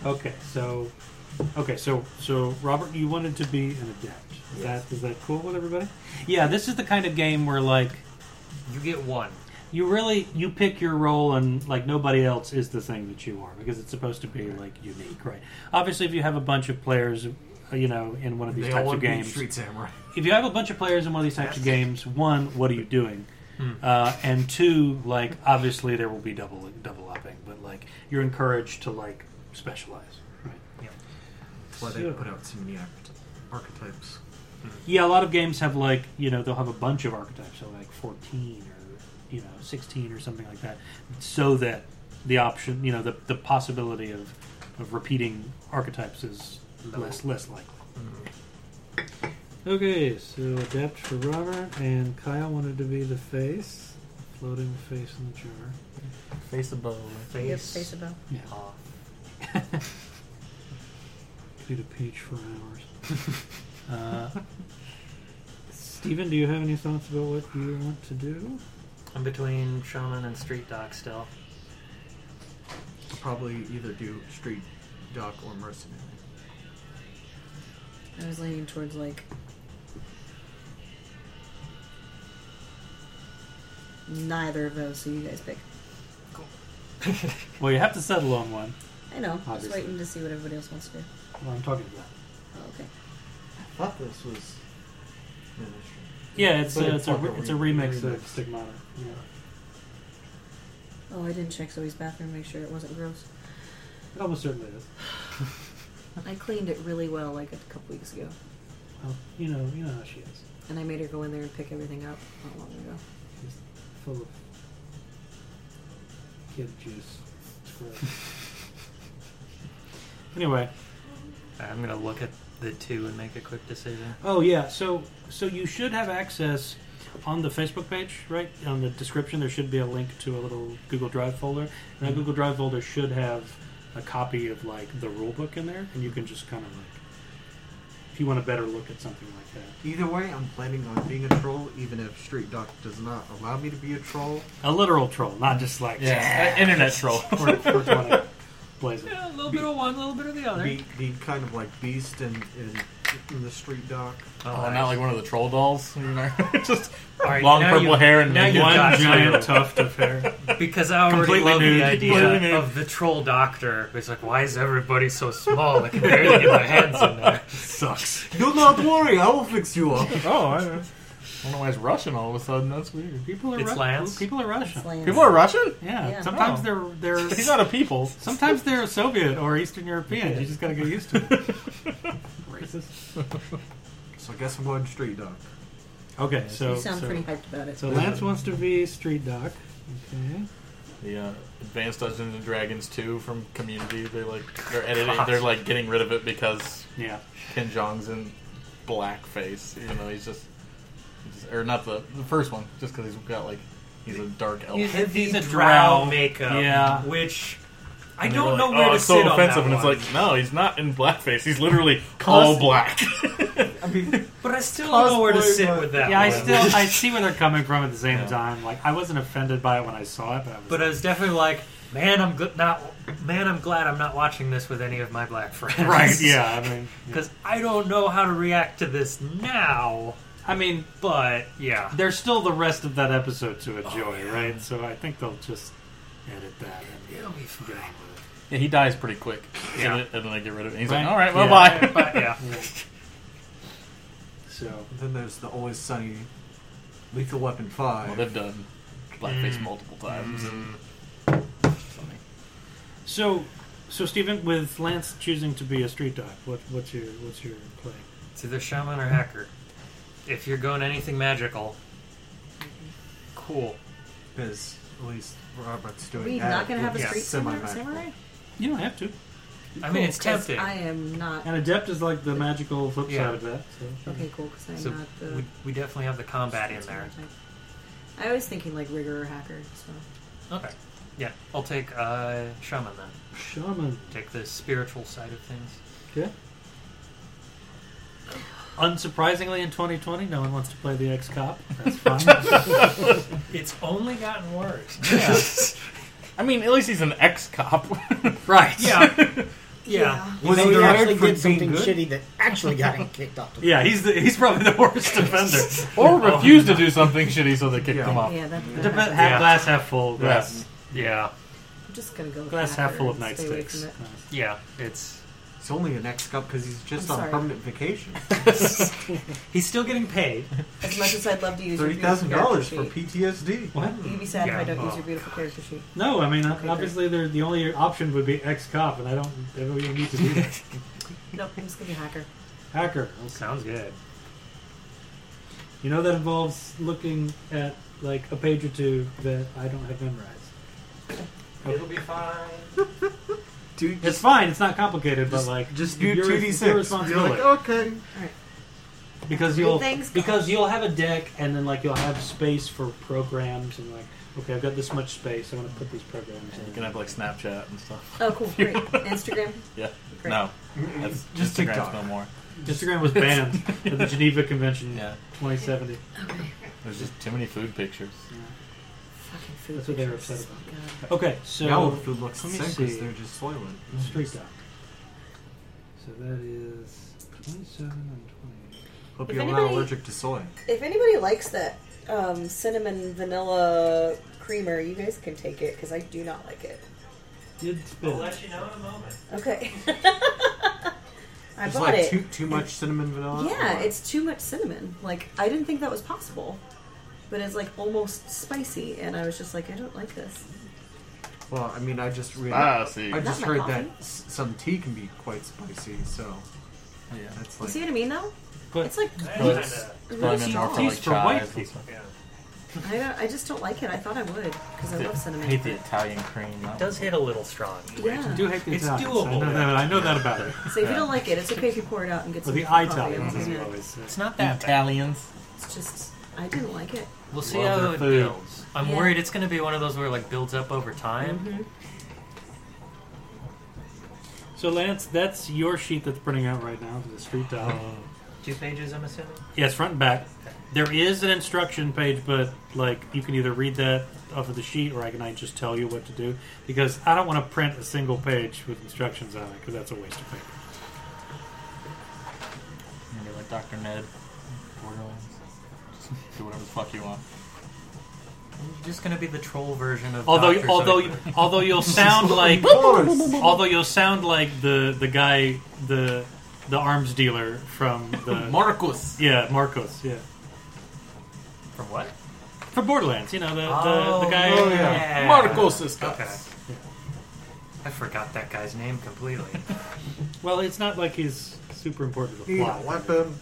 Okay, so okay, so so Robert, you wanted to be an adept. Is that is that cool with everybody? Yeah, this is the kind of game where like
you get one.
you really you pick your role and like nobody else is the thing that you are because it's supposed to be like unique, right? Obviously, if you have a bunch of players, uh, you know, in one of these
They all
types
want
of
to be
games,
Street Samurai.
if you have a bunch of players in one of these types of games, one, what are you doing?
Hmm.
Uh, and two, like obviously there will be double double upping, but like you're encouraged to like specialize. Right?
That's why they
So-
put out so many archety- archetypes.
Yeah, a lot of games have like you know they'll have a bunch of archetypes, so like fourteen or you know sixteen or something like that, so that the option you know the, the possibility of of repeating archetypes is less less likely.
Mm-hmm. Okay, so adept for Robert, and Kyle wanted to be the face. Floating face in the jar.
Face above.
You have to face about.
Yeah,
off.
Eat a peach for hours. uh, Steven, do you have any thoughts about what you want to do?
I'm between shaman and street doc still.
I'll probably either do Street Doc or Mercenary.
I was leaning towards like. Neither of those, so you guys pick.
well you have to settle on one.
I know. Just
Obviously.
waiting to see what everybody else wants to do.
Well, I'm talking about.
Oh, okay.
I thought this was Ministry.
Yeah, it's
But
a,
it's
it's a
like
re-
a
it's a
re-
remix of
remix.
Stigmata. Yeah.
Oh, I didn't check Zoe's bathroom, make sure it wasn't gross.
It almost certainly is.
I cleaned it really well like a couple weeks ago,
Well, you know, you know how she is.
and I made her go in there and pick everything up not long ago.
She's full of kid juice. It's gross. anyway,
I'm gonna look at the two and make a quick decision.
oh yeah, so so you should have access on the Facebook page, right? On the description, there should be a link to a little Google Drive folder, and that
Mm-hmm.
Google Drive folder should have a copy of like the rule book in there, and you can just kind of like, if you want a better look at something like that,
Either way, I'm planning on being a troll, even if Street Doc does not allow me to be a troll.
a literal troll, not just like
Yeah, internet troll.
we're, we're gonna blaze it.
Yeah, a little bit of one, a little bit of the other.
Be, be kind of like Beast in, in, in the Street Doc.
Oh, not like one of the troll dolls. You know? just
All right,
long
now
purple
you-
hair and
now
big
you've
one
got
giant
me.
tuft of hair.
Because I already
Completely
love
nude.
the idea
Completely nude.
of the troll doctor. It's like, why is everybody so small? I can barely get my hands in there.
Sucks.
Do not worry, I will fix you up.
Oh, I, I don't know why it's Russian all of a sudden. That's weird.
People are
It's
Ru-
Lance.
People are Russian.
Slams.
People are Russian?
Yeah,
Yeah.
sometimes
Oh.
they're they're
He's not a people.
sometimes they're Soviet or Eastern European. You just gotta get used to it. Racist.
So I guess I'm going Street Doc.
Okay, so
you sound
so,
pretty hyped about it.
So Lance wants to be street doc. Okay.
The uh, Advanced Dungeons and Dragons 2 from Community, they like they're editing, they're like getting rid of it because
yeah,
Ken Jong's in blackface, even though he's just, just- or not the the first one, just because he's got like he's a dark elf.
He's,
He's
he's
a
a drow
drow.
makeup.
Yeah.
Which I
And they
don't
were
know
like,
where
oh,
to
it's
sit
so offensive,
on that
and
one.
it's like no, he's not in blackface. He's literally all black.
I mean,
but I still don't know where to
Cosplay,
sit
but-
with that.
yeah. I
one.
still I see where they're coming from at the same
Yeah.
time. Like I wasn't offended by it when I saw it, but I was.
But I was definitely like, man, I'm gl- not. Man, I'm glad I'm not watching this with any of my black friends.
right? Yeah, I mean, yeah.
Because I don't know how to react to this now.
I mean,
But yeah,
there's still the rest of that episode to enjoy, right? So I think they'll just edit that. And
it'll be fine.
yeah, he dies pretty quick.
Yeah.
And, then- and then they get rid of him. He's
Right.
like, all right, well,
Yeah.
bye.
But yeah,
So
then there's the Always Sunny Lethal Weapon 5.
well, they've done blackface
Mm.
multiple times.
so so Stephen, with Lance choosing to be a street doc, what what's your what's your play?
it's either shaman or hacker. If you're going anything magical, cool.
Because at least Robert's doing
we
that.
not gonna have a
Yeah.
street samurai?
Semi-magical.
samurai?
You don't have to.
I mean, it's
'Cause
tempting.
I am not.
An adept is like the magical flip
Yeah.
side of that. So.
Okay, cool. Because I'm
So
not the.
we, we definitely have the combat in there.
stereotype. I was thinking like rigor or hacker. So
Okay. Yeah, I'll take uh, shaman then.
Shaman.
Take the spiritual side of things.
Okay. Unsurprisingly, in 2020, no one wants to play the ex cop. That's fine.
It's only gotten worse.
I mean, at least he's an ex cop.
right.
Yeah. yeah. Yeah.
You know,
he
he
fired
actually
for being
did something
good?
shitty that actually got him kicked off the
Yeah, he's the, he's probably the worst offender.
or refused to do something shitty, so they kicked
Yeah.
him off.
yeah, that, that
Dep- half
happens.
Yeah.
glass half full. Glass,
Yes.
Yeah.
I'm just gonna go. With
glass half
hacker
full of
and stay away from
nightsticks.
it.
It's
It's only an ex cup because he's just
I'm
on
sorry.
permanent vacation.
he's still getting paid.
As much as I'd love to use your
Thirty
beautiful
thousand dollars for
character sheet.
PTSD.
What?
You'd be sad if I
Yeah.
don't use your beautiful character sheet.
No, I mean
Okay,
obviously they're, the only option would be ex cop, and I don't I don't even need to do that.
Nope, I'm just gonna be a hacker.
Hacker.
Sounds good.
You know that involves looking at like a page or two that I don't have memorized.
It'll be fine.
Dude,
It's fine. It's not complicated,
just-
but like
just
your-
do two d
your
six.
responsibility.
okay.
because you'll
Thanks, God.
because you'll have a deck and then like you'll have space for programs and like okay I've got this much space I'm gonna put these programs
You
in.
can have like Snapchat and stuff.
Oh, cool, great. Instagram.
Yeah.
Great.
No. That's
Just
Instagram's
TikTok.
no more.
Instagram was banned at the Geneva Convention
Yeah.
2070.
Okay.
There's just too many food pictures.
Fucking food.
That's what they were
pictures.
upset
God.
Okay, so
Now food looks
let me
sick because
see.
they're just soiling.
street doc. So that is 27 and 28.
Hope
If
you're not
anybody-
allergic to soy.
If anybody likes that um, cinnamon vanilla creamer, you guys can take it because I do not like it.
Did spill.
you know in a moment.
Okay. I
It's
bought
like
it.
too too much cinnamon vanilla.
yeah,
or-
it's too much cinnamon. Like I didn't think that was possible, but it's like almost spicy, and I was just like, I don't like this.
Well, I mean, I just read.
Ah, see.
I just
my
heard
coffee.
that s- some tea can be quite spicy, so
Yeah.
that's
You
like
see what I mean, though?
But-
it's like
But it's
really
probably meant more for
strong.
like
These for white
chives and
people.
stuff.
I don't. I just don't like it. I thought I would because I
Yeah.
love cinnamon.
I hate the Italian cream.
It does hit a little strong.
Yeah.
Do hate the
It's
Italians. I
doable.
know, that, I know that about it.
So if you don't like it, it's okay if you pour it out and get
Or
some
the
coffee.
Italians, as we
Yeah.
always say.
It's not that bad.
Italians.
It's just I didn't like it.
We'll see
Love
how
their
it
food.
builds. Mm-hmm. I'm
Yeah.
worried it's going to be one of those where it like builds up over time.
So, Lance, that's your sheet that's printing out right now for the street doc.
Two pages, I'm assuming.
Yes, front and back. There is an instruction page, but like you can either read that off of the sheet, or I can I just tell you what to do because I don't want to print a single page with instructions on it because that's a waste of paper.
Maybe like Dr. Ned. Borderlands. Just do whatever the fuck you want.
You're just going to be the troll version of.
Although,
Dr.
although,
Zoidberg.
although you'll sound like, although you'll sound like the the guy, the the arms dealer from the
Marcus.
Uh, yeah Marcos, yeah
from what?
from Borderlands. You know the the,
Oh,
the guy.
yeah.
Marcos is
Okay. I forgot that guy's name completely.
Well, it's not like he's super important to the
need
plot.
a weapon.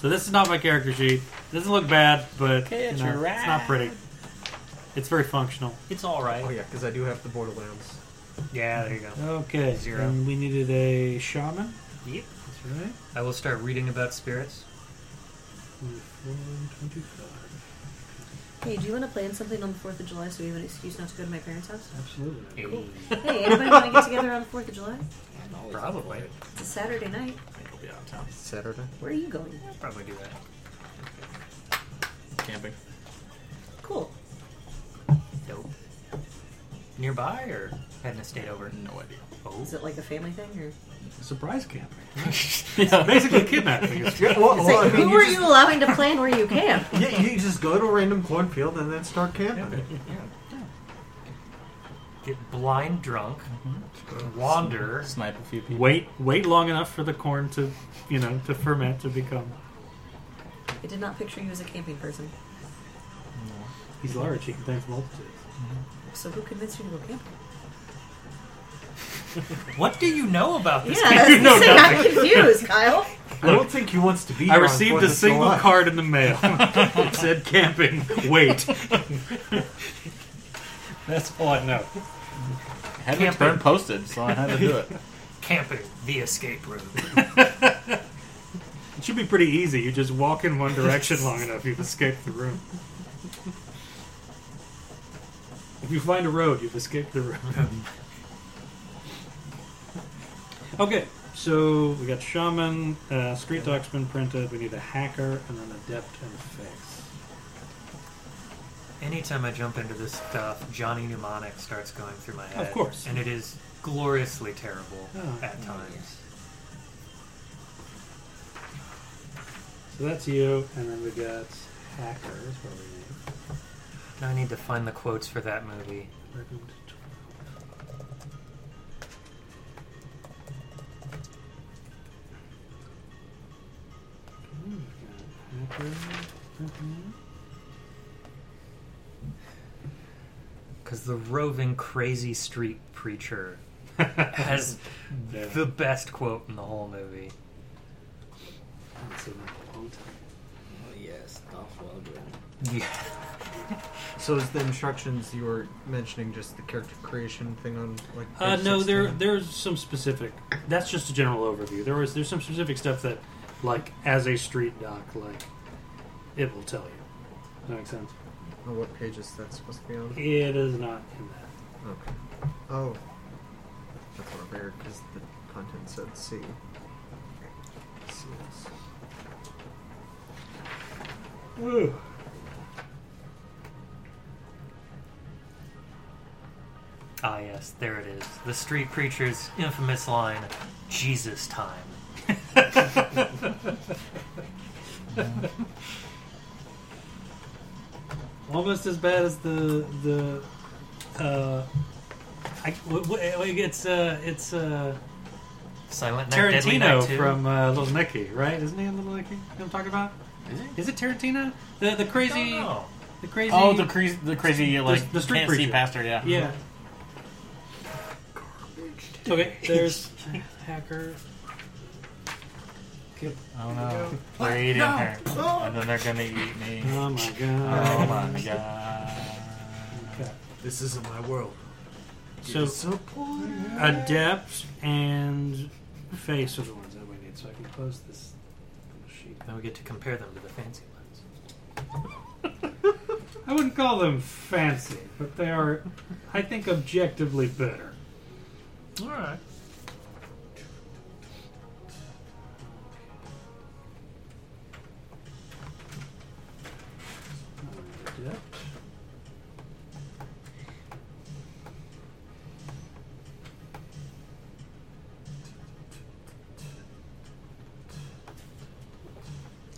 So this is not my character sheet. doesn't look bad, but you
Catch
know,
a
it's not
rat.
pretty. It's very functional.
it's all right.
Oh yeah, because I do have the Borderlands.
Yeah, there you go.
Okay.
Zero.
And we needed a shaman.
Yep.
That's right.
I will start reading about spirits.
Hey, do you want to plan something on the Fourth of July so we have an excuse not to go to my parents' house?
Absolutely.
Hey, anybody want to get together on the Fourth of July?
I'm always-
Probably.
It's a Saturday night.
I think I'll be out of town.
Saturday.
Where are you going?
Probably do that.
Camping.
Cool.
Dope. Nearby or heading a state over?
No idea.
Oh.
Is it like a family thing or?
Surprise camping.
yeah,
Basically kidnapping. It's-
Yeah, well,
It's
well, I
like,
mean,
who are
you,
you allowing to plan where you camp?
just, yeah, you just go to a random cornfield and then start camping.
Get blind drunk. Wander.
Snipe a few people.
wait, wait long enough for the corn to, you know, to ferment to become.
I did not picture you as a camping person.
He's large. He contains multitudes.
So who convinced you to go camping?
What do you know about this?
Yeah, I was gonna say, I'm confused, Kyle.
I don't think he wants to be.
I
here on
received
4th
a
of
single
July.
card in the mail. it said camping. Wait. That's all I know.
Hadn't
Camping.
been posted, so I had to do it.
Camping, the escape room.
It should be pretty easy. You just walk in one direction long enough, you've escaped the room. If you find a road, you've escaped the room. okay, so we got shaman, uh, street dog's been printed. We need a hacker and an adept and fix.
Anytime I jump into this stuff, Johnny Mnemonic starts going through my head.
course.
And it is gloriously terrible
Oh,
at
oh,
times.
So that's you, and then we got hacker. Is what we need.
Now I need to find the quotes for that movie.
Record to
Because the roving crazy street preacher has
Yeah.
the best quote in the whole movie.
That's in a long time.
Oh, yes, Dolph Lundgren.
Yeah.
So is the instructions you were mentioning just the character creation thing on like?
Uh,
page
no, there
16?
there's some specific. That's just a general overview. There was there's some specific stuff that, like as a street doc, like it will tell you. Does that make sense?
Or Oh, what page is that supposed to be on?
It is not in that.
Okay. Oh, that's what I read because the content said C. C is-
Woo.
Ah, yes, there it is. The street preacher's infamous line Jesus time.
Almost as bad as the the. Uh, I, w- w- like it's uh, it's uh,
Silent Night, Deadly
Tarantino
Night 2.
from uh, Little Nicky, right? Isn't he in Little Nicky? You know what I'm talking about?
Is he?
Is it Tarantino? The the crazy,
Don't know.
the crazy.
Oh, the crazy, the crazy,
The-
like
the street
can't see
preacher.
pastor. Yeah.
Yeah. Okay, there's hacker.
Oh no, they're eating her,
Oh.
and then they're gonna eat me.
Oh my
Oh
god.
my god.
Okay.
This isn't my world.
So
Disappointed.
adept and face are the ones that we need, so I can close this sheet.
Now we get to compare them to the fancy ones.
I wouldn't call them fancy, but they are, I think, objectively better.
Alright.
Adept.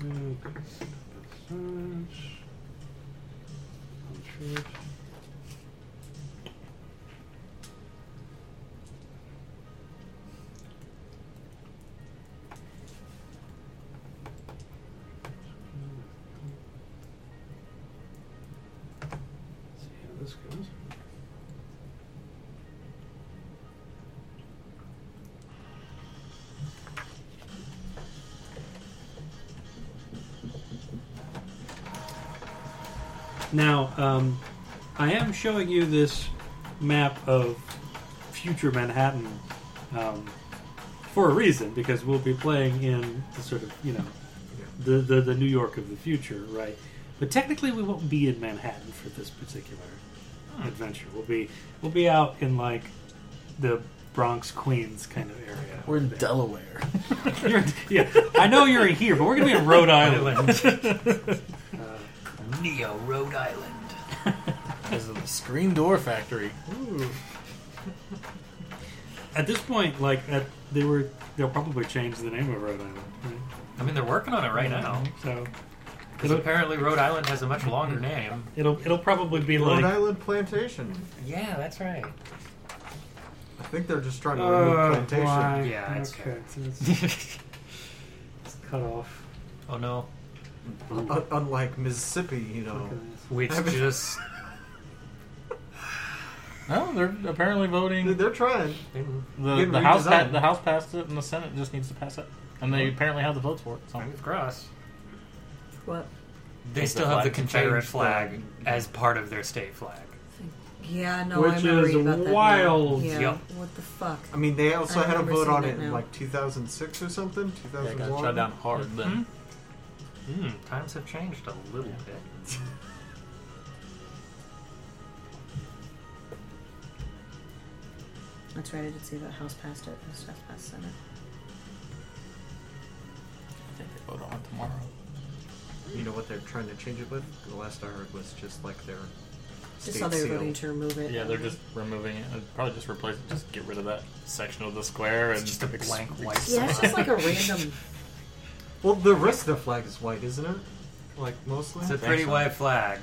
Okay. Search. Unsure. see how this goes. Now, um, I am showing you this map of future Manhattan um, for a reason, because we'll be playing in the sort of, you know, the, the, the New York of the future, right? But technically, we won't be in Manhattan for this particular adventure. We'll be we'll be out in like the Bronx, Queens kind of area.
We're in Delaware.
You're in- yeah, I know you're in here, but we're gonna be in Rhode Island.
Neo Rhode Island.
Because of the screen door factory.
At this point, like at, they were, they'll probably change the name of Rhode Island. Right?
I mean, they're working on it right now.
So
Because apparently Rhode Island has a much longer name.
it'll it'll probably be
Rhode
like
Island Plantation.
Yeah, that's right.
I think they're just
Oh,
trying to remove plantation.
Oh, why?
Yeah, it's
okay. So it's, it's cut off.
Oh no.
Un-
Oh.
unlike Mississippi, you know.
Look
Which
at this.
I mean-
just
No, they're apparently voting. The,
They're trying.
the,
getting
House pa-
redesigned.
the House passed it, and the Senate just needs to pass it. And they apparently have the votes for it. So.
Fingers crossed.
What?
They
Is
still
the
have the
flag
Confederate
changed?
flag as part of their state flag.
Yeah, no, I
Which
remember
is
reading about that. now.
wild.
Yeah.
Yep.
What the fuck?
I mean, they also
I
had a
remember
vote
seeing
on
that
it in
now.
like 2006 or something.
Yeah, it
2001.
got shut down hard then.
Hmm, times have changed a little bit.
That's right. I did see that House passed it. House passed past Senate.
I think they vote on it tomorrow.
You know what they're trying to change it with? The last I heard was just like their
Just
state
saw they were
seal.
voting to remove it.
Yeah, they're just removing it. I'd probably just replace it. Just get rid of that section of the square and
It's just a
ex-
blank white
Yeah, it's just like a random.
Well, the rest of the flag is white, isn't it? Like mostly
It's a pretty
so.
white flag.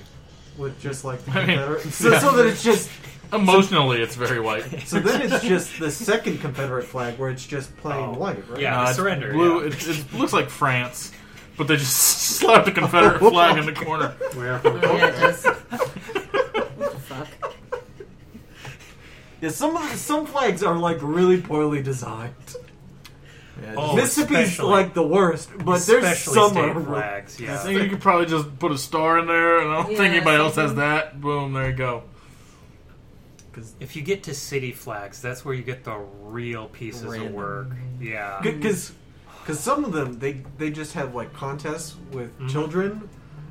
with just like the
I mean,
Confederate. so,
yeah.
so then it's just
Emotionally, it's very white.
so then it's just the second Confederate flag where it's just plain
Oh,
white, right?
yeah.
Nah, it's
surrender,
Blue.
yeah.
It, it looks like France, but they just slapped a Confederate flag in the corner.
Where?
Oh, yeah, it does. what the fuck?
Yeah, some of the, some flags are like really poorly designed.
Oh,
Mississippi's
especially-
like the worst, but there's
Especially
some
state
are-
flags.
I
Yeah,
think you could probably just put a star in there, and I don't
Yeah,
think anybody else has
something.
that. Boom, there you go.
if you get to city flags, that's where you get the real pieces of
Random.
work. Yeah,
because because some of them they they just have like contests with children,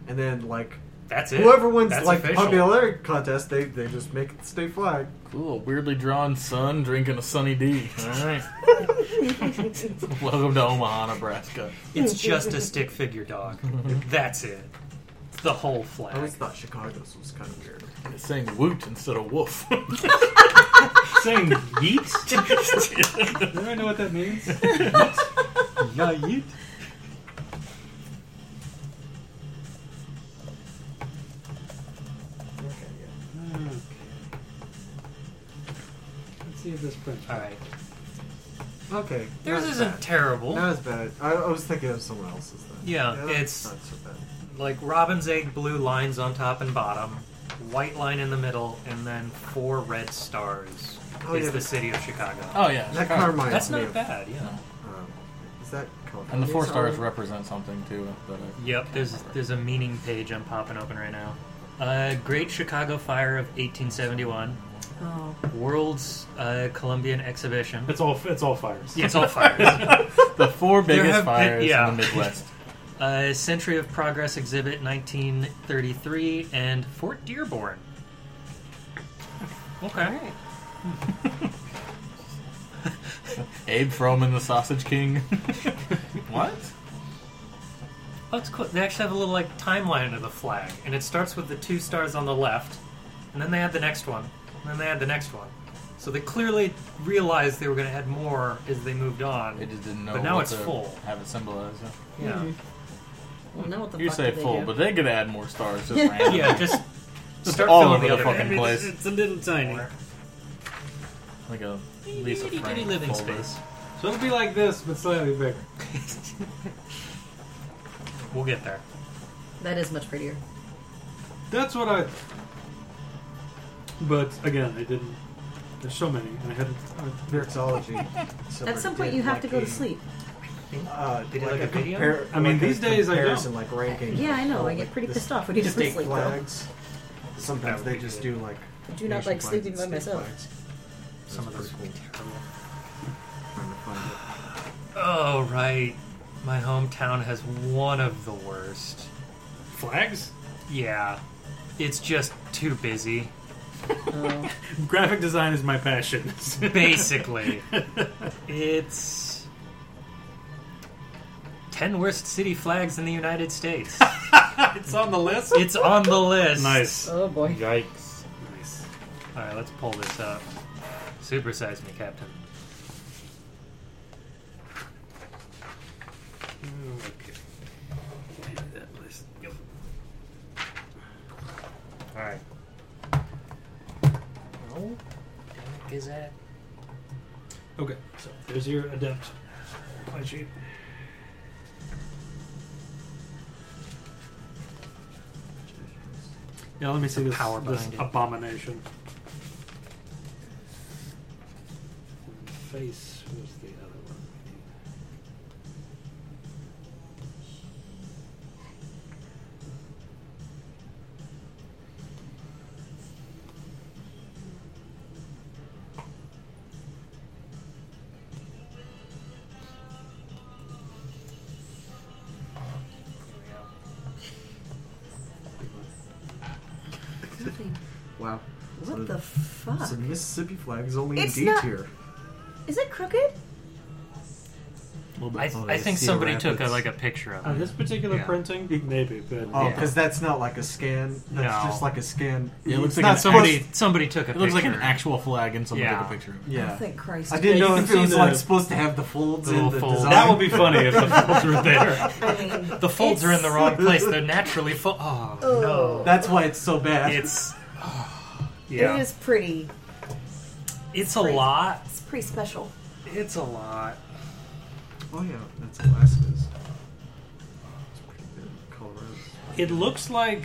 and then like
Mm-hmm. that's it.
whoever wins
That's
like
official.
popularity contest, they they just make it the state flag.
Cool. Weirdly drawn sun drinking a sunny D. All right. Welcome to Omaha, Nebraska.
It's just a stick figure dog. that's it. It's the whole flag.
I always thought Chicago's was kind of weird.
It's saying woot instead of woof.
Saying yeet? Do I know what that means?
Yeah, you.
Okay. Hmm. Let's see if this prints.
All right,
Okay,
theirs
not
isn't
bad.
terrible.
Not as bad. I, I was thinking of someone else's then.
Yeah,
that's
it's-
not so bad.
Like robin's egg, blue lines on top and bottom, white line in the middle, and then four red stars.
Oh,
is
yeah.
the city of Chicago.
Oh yeah.
That car reminds
that's
me.
not
of,
bad. Yeah.
Um, is that car?
And the four stars represent something too. That I
Yep, there's there's a meaning page I'm popping open right now. Uh, Great Chicago Fire of 1871,
Oh,
World's uh, Columbian Exhibition.
It's all it's all fires.
Yeah, it's all fires.
the four biggest
have been-
fires
yeah.
in the Midwest.
uh, Century of Progress Exhibit 1933 and Fort Dearborn. Okay.
Abe Froman, the Sausage King. what?
Oh, it's cool. They actually have a little like timeline of the flag, and it starts with the two stars on the left, and then they add the next one, and then they add the next one. So they clearly realized they were going to add more as they moved on.
I just didn't know.
But now
what
it's
to
full.
Have it symbolize. yeah.
yeah.
Mm-hmm.
well, now what the
You
fuck
say
did they
full,
do?
but they could add more stars. Just randomly.
Yeah, just
Just
start
all
filling
over the
other
fucking
end.
place.
It's a little tiny.
like a Lisa
Itty bitty
Frank
living
folder.
space.
So it'll be like this, but slightly bigger.
We'll get there.
That is much prettier.
That's what I. But again, I didn't. There's so many, and I uh, hadn't. I-
Mixology.
At some point, you have to go to sleep.
Uh,
They did like a video?
I mean,
like a
these days I
comparison, like ranking.
Yeah, I know. I get
like,
pretty
the
pissed off when you just
state
sleep. Though.
flags. Sometimes
That would
they
be
just
good.
do like.
I do not like
nation flags
sleeping
and
by
state
myself.
flags.
Some of
That's
those are
pretty
terrible.
cool. Trying to find it.
Oh right, my hometown has one of the worst.
flags?
Yeah, it's just too busy.
Graphic design is my passion.
Basically, it's ten worst city flags in the United States.
it's on the list.
it's on the list.
Nice.
Oh boy.
Yikes. Nice.
All right, let's pull this up. Supersize me, Captain. All right. No. Damn it, Gazette.
Okay, so there's your adept play sheet. Yeah, let me see this,
power
this
behind it.
abomination.
face was the other one. we needed?
Wow.
What the fuck?
So the Mississippi flag is only
It's
in D
not-
tier.
Is it crooked?
I,
oh,
I think somebody took a, like a picture of
Oh,
On
it.
this particular
Yeah.
printing, maybe, but
Oh, because that's not like a scan. That's
No.
just like a scan.
Yeah, it looks
It's
like
not
an
supposed-
actual-
Somebody, somebody took a
It looks like an
picture.
actual flag, and someone
Yeah.
took a picture of it.
Yeah.
Oh, thank Christ.
I didn't
Yeah,
know
you can
if it
see
was
the-
like supposed to have the folds
the
in
little
the
folds.
design.
that would be funny if the folds were there.
I mean,
The folds are in the
it's-
wrong place. They're naturally fo- Oh, no.
That's why it's so bad.
It's.
It
yeah.
is pretty.
It's a
crazy.
lot.
It's pretty special.
It's a lot.
oh yeah, that's Alaska's. It's pretty good. Colorado's.
It looks like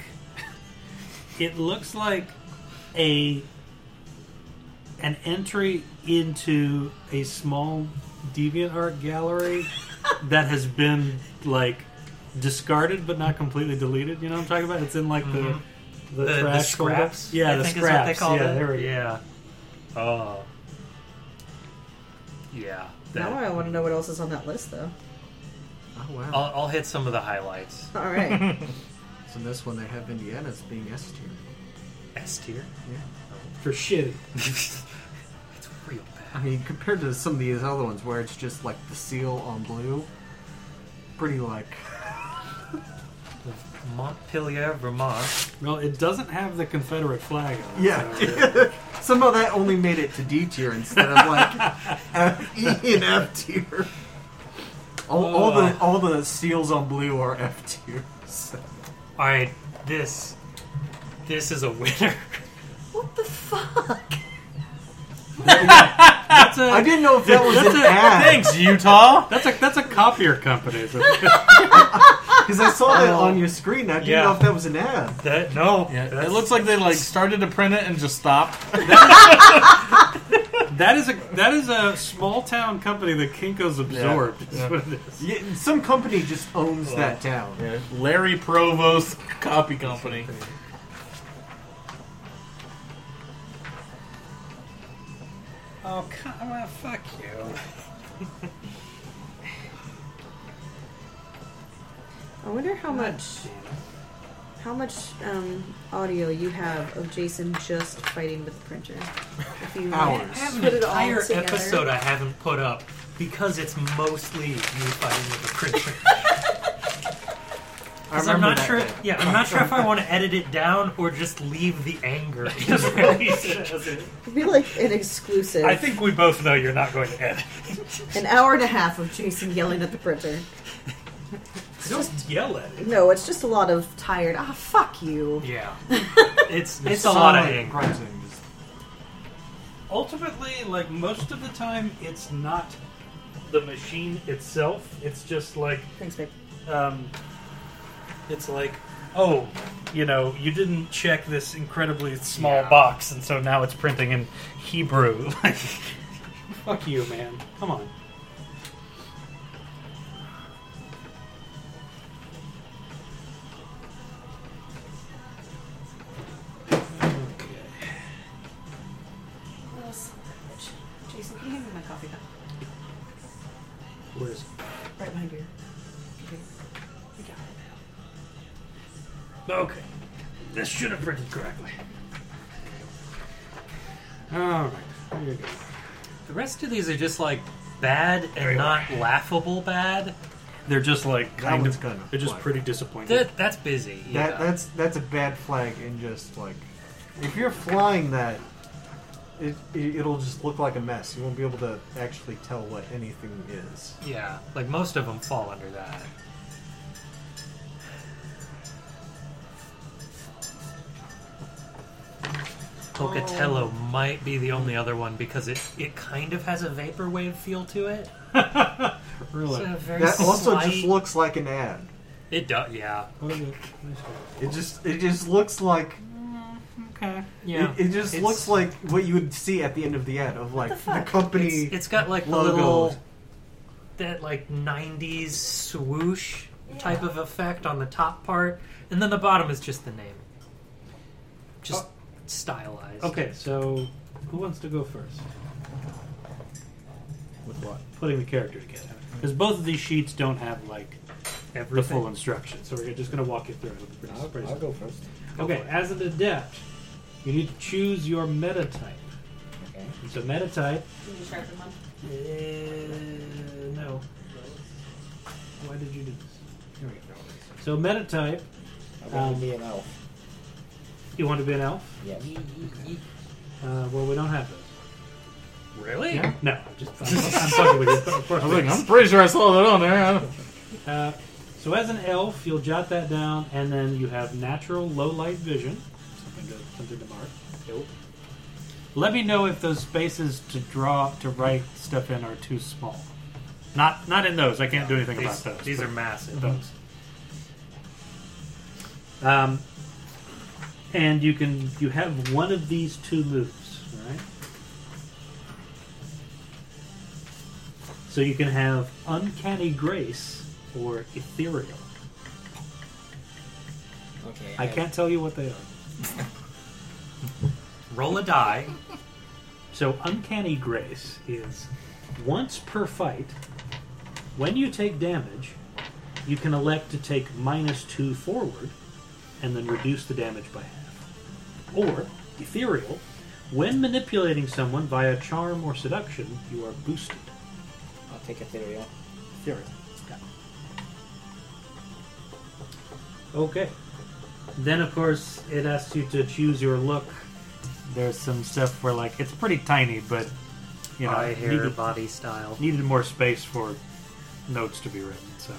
it looks like a an entry into a small deviant art gallery that has been like discarded but not completely deleted. You know what I'm talking about? It's in like
Mhm.
the the,
The- the
trash folder.
scraps,
Yeah,
I
the
think is what
scraps.
they called
yeah,
it.
there we go.
Yeah. Oh. Yeah. that-
Now I want to know what else is on that list, though.
Oh wow.
I'll, I'll hit some of the highlights.
All right.
So in this one, they have Indiana as being S tier.
S tier.
For shitty.
it's real bad.
I mean, compared to some of these other ones where it's just like the seal on blue, pretty like
Montpelier, Vermont.
Well, it doesn't have the Confederate flag on it.
yeah. Somehow that only made it to D tier instead of like F, E and F tier. All, all the all the seals on blue are F tier. So.
All right, this this is a winner.
what the fuck?
That's a,
I didn't know if that was an ad
Thanks, Utah.
that's a that's a copier company. It's a-
because I saw that on your screen. I didn't
Oh. Yeah.
know if that was an ad.
That no,
Yeah,
that's-
it looks like they like started to print it and just stopped.
That is a that is a small town company that Kinko's absorbed. is what it is.
Yeah, some company just owns that town.
Larry Provost Copy Company.
oh come on, fuck you.
I wonder how much how much um, audio you have of Jason just fighting with the printer. If you
I
Hours.
have an
Put it all
entire
together.
episode I haven't put up because it's mostly you fighting with a creature.
I
I'm
remember
not
that
sure.
day.
Yeah, I'm not sure if I want to edit it down or just leave the anger. in there.
It'd be like an exclusive,
I think we both know you're not going to edit.
an hour and a half of Jason yelling at the printer.
Just yell at it.
No, it's just a lot of tired. Ah, fuck you.
Yeah, it's it's, a lot of
Silent
anger.
grunting. Just-
Ultimately, like most of the time, it's not the machine itself. It's just like
Thanks, babe.
um, it's like oh, you know, you didn't check this incredibly small box, and so now it's printing in Hebrew. Like, fuck you, man. Come on.
Jason, can you hand me my coffee cup?
Where is
Right behind you.
Okay. This should have printed correctly. Alright, here you go.
The rest of these are just like bad and not laughable bad.
They're just like
That
kind
one's
of
kind of
they're just
like-
pretty disappointing.
That that's busy. Yeah.
That that's that's a bad flag and just like if you're flying that it, it it'll just look like a mess. You won't be able to actually tell what anything is.
yeah, like most of them fall under that. Pocatello might be the only other one because it, it kind of has a vaporwave feel to it.
really.
It's a very
That also
slight-
just looks like an ad.
It does, yeah.
What is it?
It just it just looks like
Okay.
Yeah.
It, it just
It's-
looks like what you would see at the end of the ad of like
the
the,
fuck?
company.
It's, it's got like the
Logos.
little that like '90s swoosh type of effect on the top part, and then the bottom is just the name,
Oh.
just stylized.
Okay, so who wants to go first?
with what?
Putting the character together. Because both of these sheets don't have, like, the
Everything.
full instructions. So we're just going to walk you through it. It'll be pretty-
I'll,
pretty
I'll
simple.
go first.
Okay, as an adept, you need to choose your meta type.
Okay.
The meta type
Can you sharpen one?
Uh, no. Why did you do this?
Here we go.
So metatype,
I want
Um,
to be an elf.
you want to be an elf?
Yeah.
Uh, well, we don't have those.
Really?
Yeah? No, I'm just I'm, I'm talking with you. Of course.
I was like, I'm pretty sure I saw that on there. I don't-
Uh, so as an elf, you'll jot that down, and then you have natural low light vision. Something to, something to mark. Nope. Let me know if those spaces to draw to write stuff in are too small. Not not in those. I can't do anything
These,
about those.
these
but-
are massive.
those. Um, and you can you have one of these two moves, all right? So you can have uncanny grace or ethereal.
Okay.
I can't tell you what they are.
Roll a die.
So, Uncanny Grace is once per fight, when you take damage, you can elect to take minus two forward and then reduce the damage by half. Or, Ethereal, when manipulating someone via charm or seduction, you are boosted.
I'll take ethereal.
Ethereal. Okay. Then, of course, it asks you to choose your look. There's some stuff where, like, it's pretty tiny, but, you know,
Eye,
it
hair,
needed,
body style.
needed more space for notes to be written, so.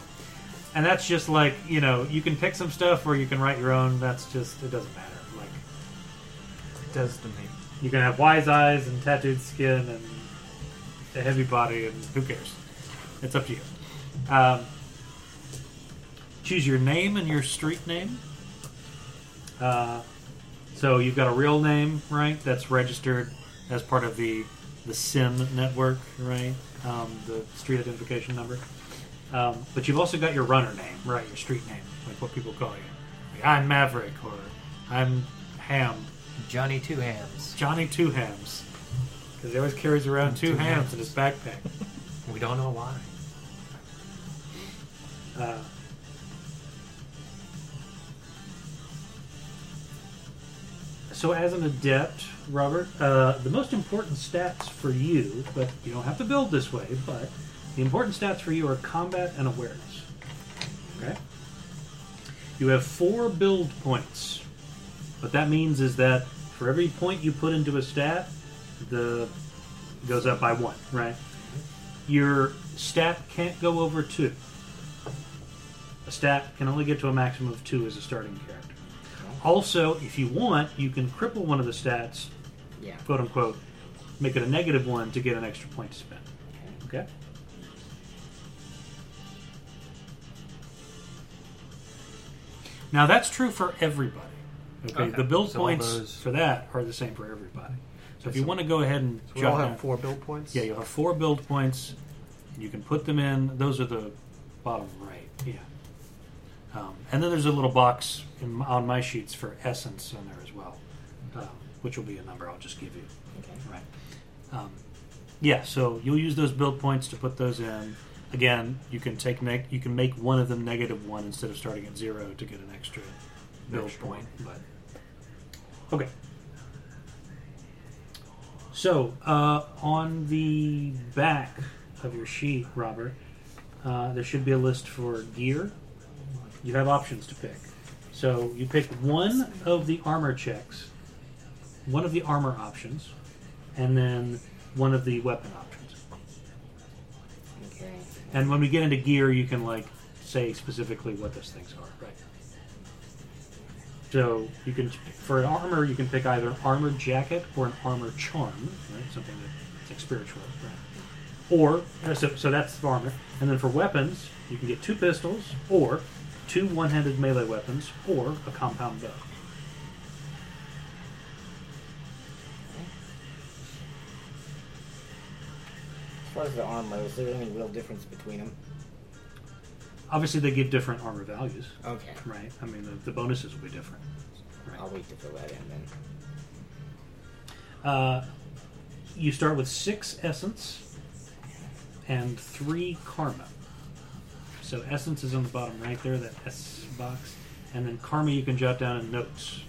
And that's just like, you know, you can pick some stuff or you can write your own. That's just, it doesn't matter. Like,
It does to me.
you can have wise eyes and tattooed skin and a heavy body, and who cares? It's up to you. Um, choose your name and your street name. Uh, so you've got a real name, right? That's registered as part of the the SIM network, right? Um, the street identification number. Um, but you've also got your runner name, right? Your street name, like what people call you. Like, I'm Maverick, or I'm Ham,
Johnny Two Hands.
Johnny Two Hams. Because he always carries around two, hams, in his backpack.
We don't know why.
Uh, so, as an adept, Robert, uh, the most important stats for you, but you don't have to build this way, but the important stats for you are combat and awareness. Okay? You have four build points. What that means is that for every point you put into a stat, the goes up by one, right? Your stat can't go over two. A stat can only get to a maximum of two as a starting character. Also, if you want, you can cripple one of the stats,
Yeah.
quote unquote, make it a negative one to get an extra point to spend. Okay? Now that's true for everybody. Okay,
Okay.
the build
So all
points
those-
for that are the same for everybody. So if you want to go ahead and
So we
jot
all
down-
have four build points.
yeah, you have four build points. You can put them in. Those are the bottom right. Yeah. Um, and then there's a little box in, on my sheets for essence in there as well, um, which will be a number I'll just give you.
Okay.
Right. Um, yeah. So you'll use those build points to put those in. Again, you can take neg you can make one of them negative one instead of starting at zero to get an extra build point. But okay. So uh, on the back of your sheet, Robert, uh, there should be a list for gear. You have options to pick. So you pick one of the armor checks, one of the armor options, and then one of the weapon options.
Okay.
And when we get into gear, you can like say specifically what those things are. Right. So you can for an armor, you can pick either an armored jacket or an armor charm, right? Something that's like spiritual. Right? Or uh, so, so that's the armor. And then for weapons, you can get two pistols or two one-handed melee weapons or a compound bow.
far as the armor, is there any real difference between them?
Obviously, they give different armor values,
Okay.
right? I mean, the, the bonuses will be different.
I'll wait to fill that in then.
Uh, you start with six essence and three karma. So essence is on the bottom right there, that S box, and then karma you can jot down in notes.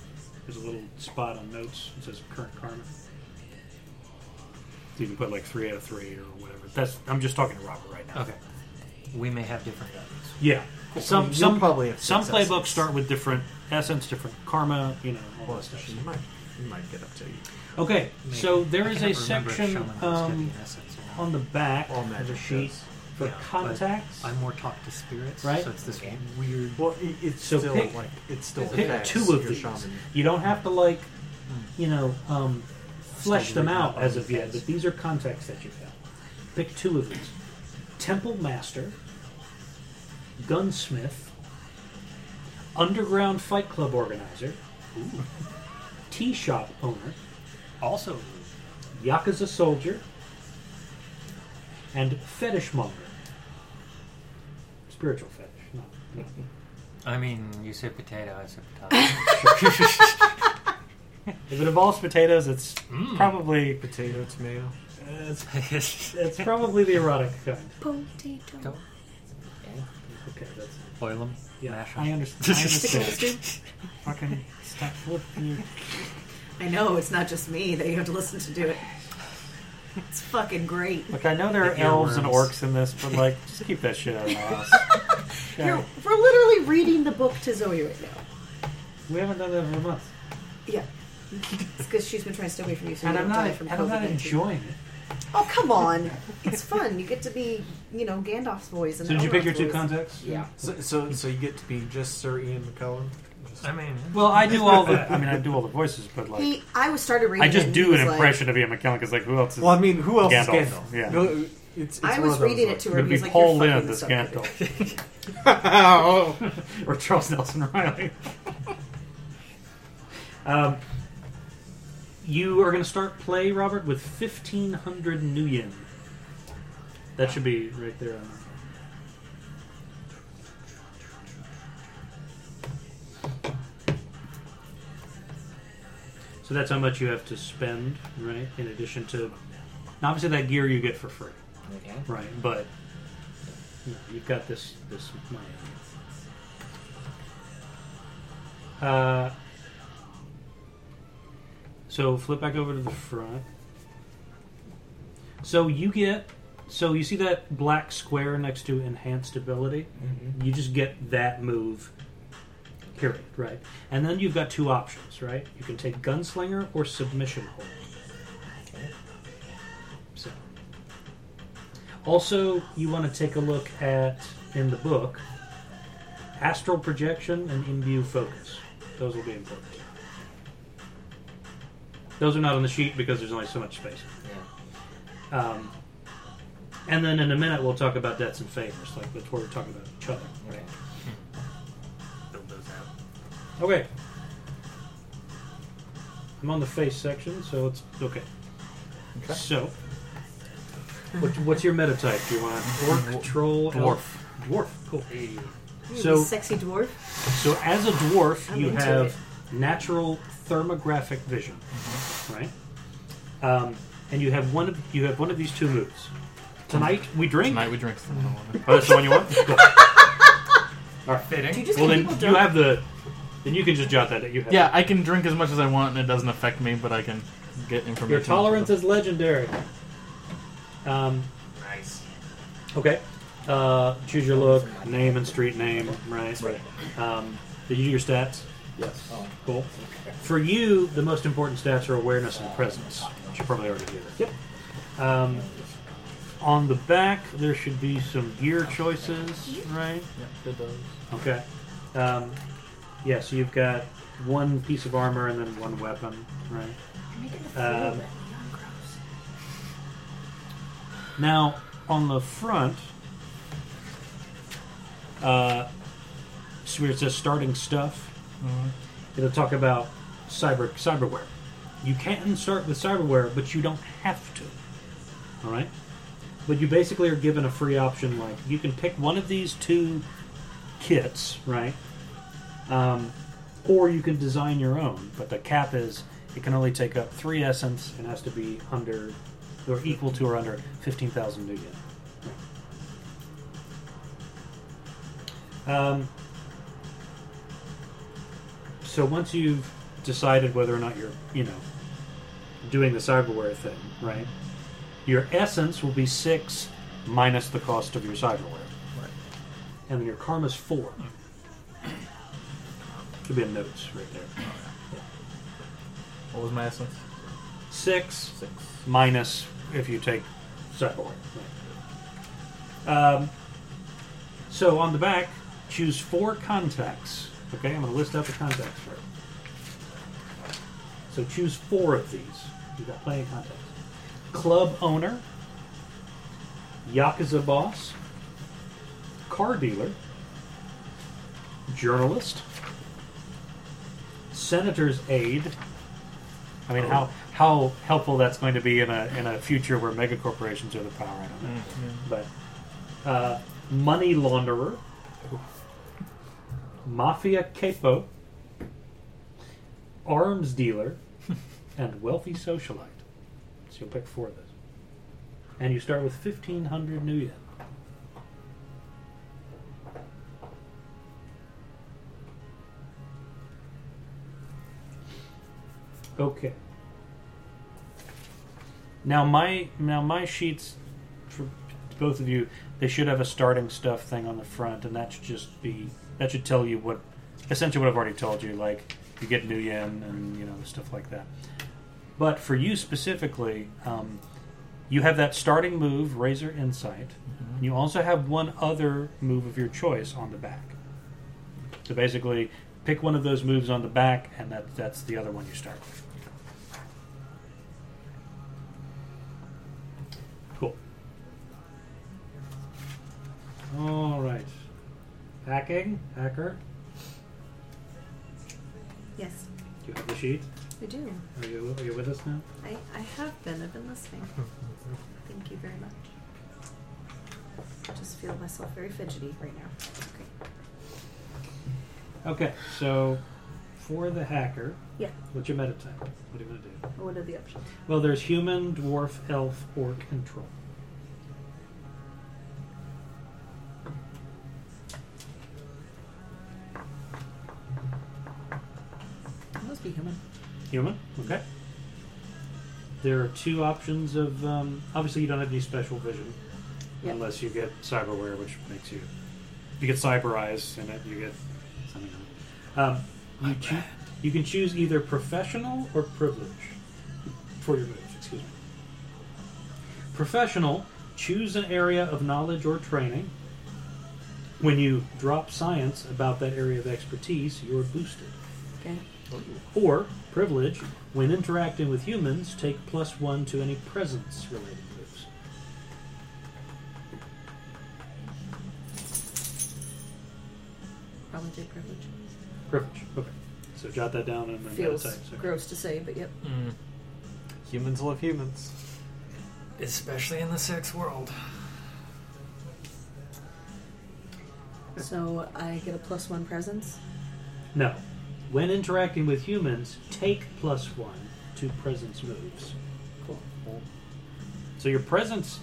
There's a little spot on notes that says current karma.
You can put like three out of three or whatever. That's I'm just talking to Robert right now.
Okay. We may have different guns.
Yeah. Some
You'll
some
probably have
some
six
playbooks
essence.
start with different essence, different karma, you know, all
Well,
that stuff.
especially you might, you might get up to
Okay, so there
I
is
cannot remember
a
if
section
Shaman was
um,
heavy in essence or not.
on the back
all
of
magic
the sheet
does.
for
Yeah, but
contacts.
I more talk to spirits,
Right?
So it's this
Okay.
weird.
Well, it, it's
So
still
pick-
like it's still
Pick
affects
two of
your
these.
shaman.
You don't have to like,
Hmm.
you know, um, flesh them out as of yet, but these are contacts that you have. Pick two of these: temple master, gunsmith, underground fight club organizer, tea shop owner,
Also,
yakuza soldier, and fetish monger. Spiritual fetish. No, no.
I mean, you said potato, I said potato.
If it involves potatoes, it's probably
Potato, tomato.
Mm. it's It's probably the erotic kind.
Don't
Okay, that's
boil them.
yeah.
Mash 'em.
I understand. I understand.
Stupid.
Fucking stop flipping your
I know it's not just me that you have to listen to do it. It's fucking great.
Look, I know there are
The
elves and
earworms.
orcs in this, but like, just keep that shit out of my house. Okay.
You're, we're literally reading the book to Zoe right now.
We haven't done that for months,
Yeah. It's because she's been trying to stay away from you. So
and
you
I'm
haven't done
not.
it from
And I'm not
COVID-19.
enjoying it.
Oh come on! It's fun. You get to be, you know, Gandalf's voice. And
So did you pick
Elrond's
your two
voice.
contacts?
Yeah.
So, so so you get to be just Sir Ian McCollum.
I mean,
Well, I do all the. I mean, I do all the voices, but like,
He, I was started reading.
I
it
just
and
do
he
an
was like-
impression of Ian McKellen because like, who else is?
Well, I mean, who else
Gandalf,
is Gandalf?
yeah.
No, it's, it's
I
one
was
of those,
reading
like-
it to her.
It
and
would be
He was like,
Paul
"You're
Lynn,
fucking
this
stuck with it."
Gandalf, or Charles Nelson Riley. um, you are going to start play, Robert, with fifteen hundred new yen. That should be right there. On so that's how much you have to spend, right? In addition to, now obviously that gear you get for free.
Okay.
Right, but you know, you've got this this money. Uh, so flip back over to the front. So you get so you see that black square next to enhanced ability. You just get that move. Period. Right, and then you've got two options. Right, you can take gunslinger or submission hold. So. Also, you want to take a look at in the book astral projection and imbue focus. Those will be important. Those are not on the sheet because there's only so much space.
Yeah.
Um, and then in a minute, we'll talk about debts and favors, like that's where we're talking about each other.
Okay.
build those out.
Okay. I'm on the face section, so it's okay.
Okay.
So, what, what's your meta type? Do you want orc, troll, elf? dwarf? Cool.
You
So-
sexy dwarf.
So as a dwarf,
I'm
you
into
have
it.
natural thermographic vision, Mm-hmm. right? Um, and you have one of you have one of these two moves. Tonight we drink.
Tonight we drink some.
Oh, that's the one you want. Cool.
Do you just
Well,
get
then
people
you
drunk?
have the. Then you can just jot that. You have
Yeah, I can drink as much as I want and it doesn't affect me, but I can get information.
Your tolerance is legendary. Um,
Nice.
okay. Uh, choose your look, name and street name, right? Um, did you do your stats?
Yes.
Oh.
Cool. For you, the most important stats are awareness and presence. You should probably already do that. Yep. Um, on the back, there should be some gear choices, right?
It does.
Okay. Um, yeah, so you've got one piece of armor and then one weapon, right? Um, now, on the front, uh, so where it says starting stuff, it'll talk about cyber cyberware. You can start with cyberware, but you don't have to. All right. but you basically are given a free option. Like you can pick one of these two kits, right? Um, or you can design your own. But the cap is it can only take up three essence and has to be under or equal to or under fifteen thousand new yen. Um, so once you've decided whether or not you're, you know, doing the cyberware thing, right? Your essence will be six minus the cost of your cyberware. Right. And then your karma's four. Should be a notice right there.
What was my essence?
Six
Six.
minus if you take cyberware. Um, so on the back, choose four contacts. Okay, I'm going to list out the contacts first. So choose four of these. You've got plenty of contacts. Club owner, Yakuza boss, car dealer, journalist, senator's aide. I mean, how how helpful that's going to be in a in a future where mega corporations are the power. I don't know, but uh, money launderer, mafia capo, arms dealer, and wealthy socialite. So you'll pick four of those, and you start with fifteen hundred new yen. Okay. Now my now my sheets for both of you they should have a starting stuff thing on the front, and that should just be that should tell you what essentially what I've already told you, like you get new yen and you know stuff like that. But for you specifically, um, you have that starting move, Razor Insight. And you also have one other move of your choice on the back. So basically, pick one of those moves on the back, and that, that's the other one you start with. Cool. All right. Hacking, hacker.
Yes,
Do you have the sheet?
I do.
Are you, are you with us now?
I, I have been. I've been listening. Thank you very much. I just feel myself very fidgety right now. It's great.
Okay, so for the hacker,
Yeah.
what's your meta type? What are you going to do?
What are the options?
Well, there's human, dwarf, elf, orc, and troll.
must be human.
Human, okay. There are two options of. Um, obviously, you don't have any special vision
Yeah.
unless you get cyberware, which makes you. You get cyber eyes, and it, you get something else. Um, you, choo- you can choose either professional or privilege for your moves, excuse me. Professional, choose an area of knowledge or training. When you drop science about that area of expertise, you're boosted.
Okay.
Or, privilege, when interacting with humans, take plus one to any presence related moves.
Probably did privilege.
Privilege. Okay. So jot that down and then
Feels
meta types. Okay.
gross to say, but yep.
Humans love humans.
Especially in the sex world.
Hmm.
So I get a plus one presence.
No. When interacting with humans, take plus one to presence moves.
Cool.
So your presence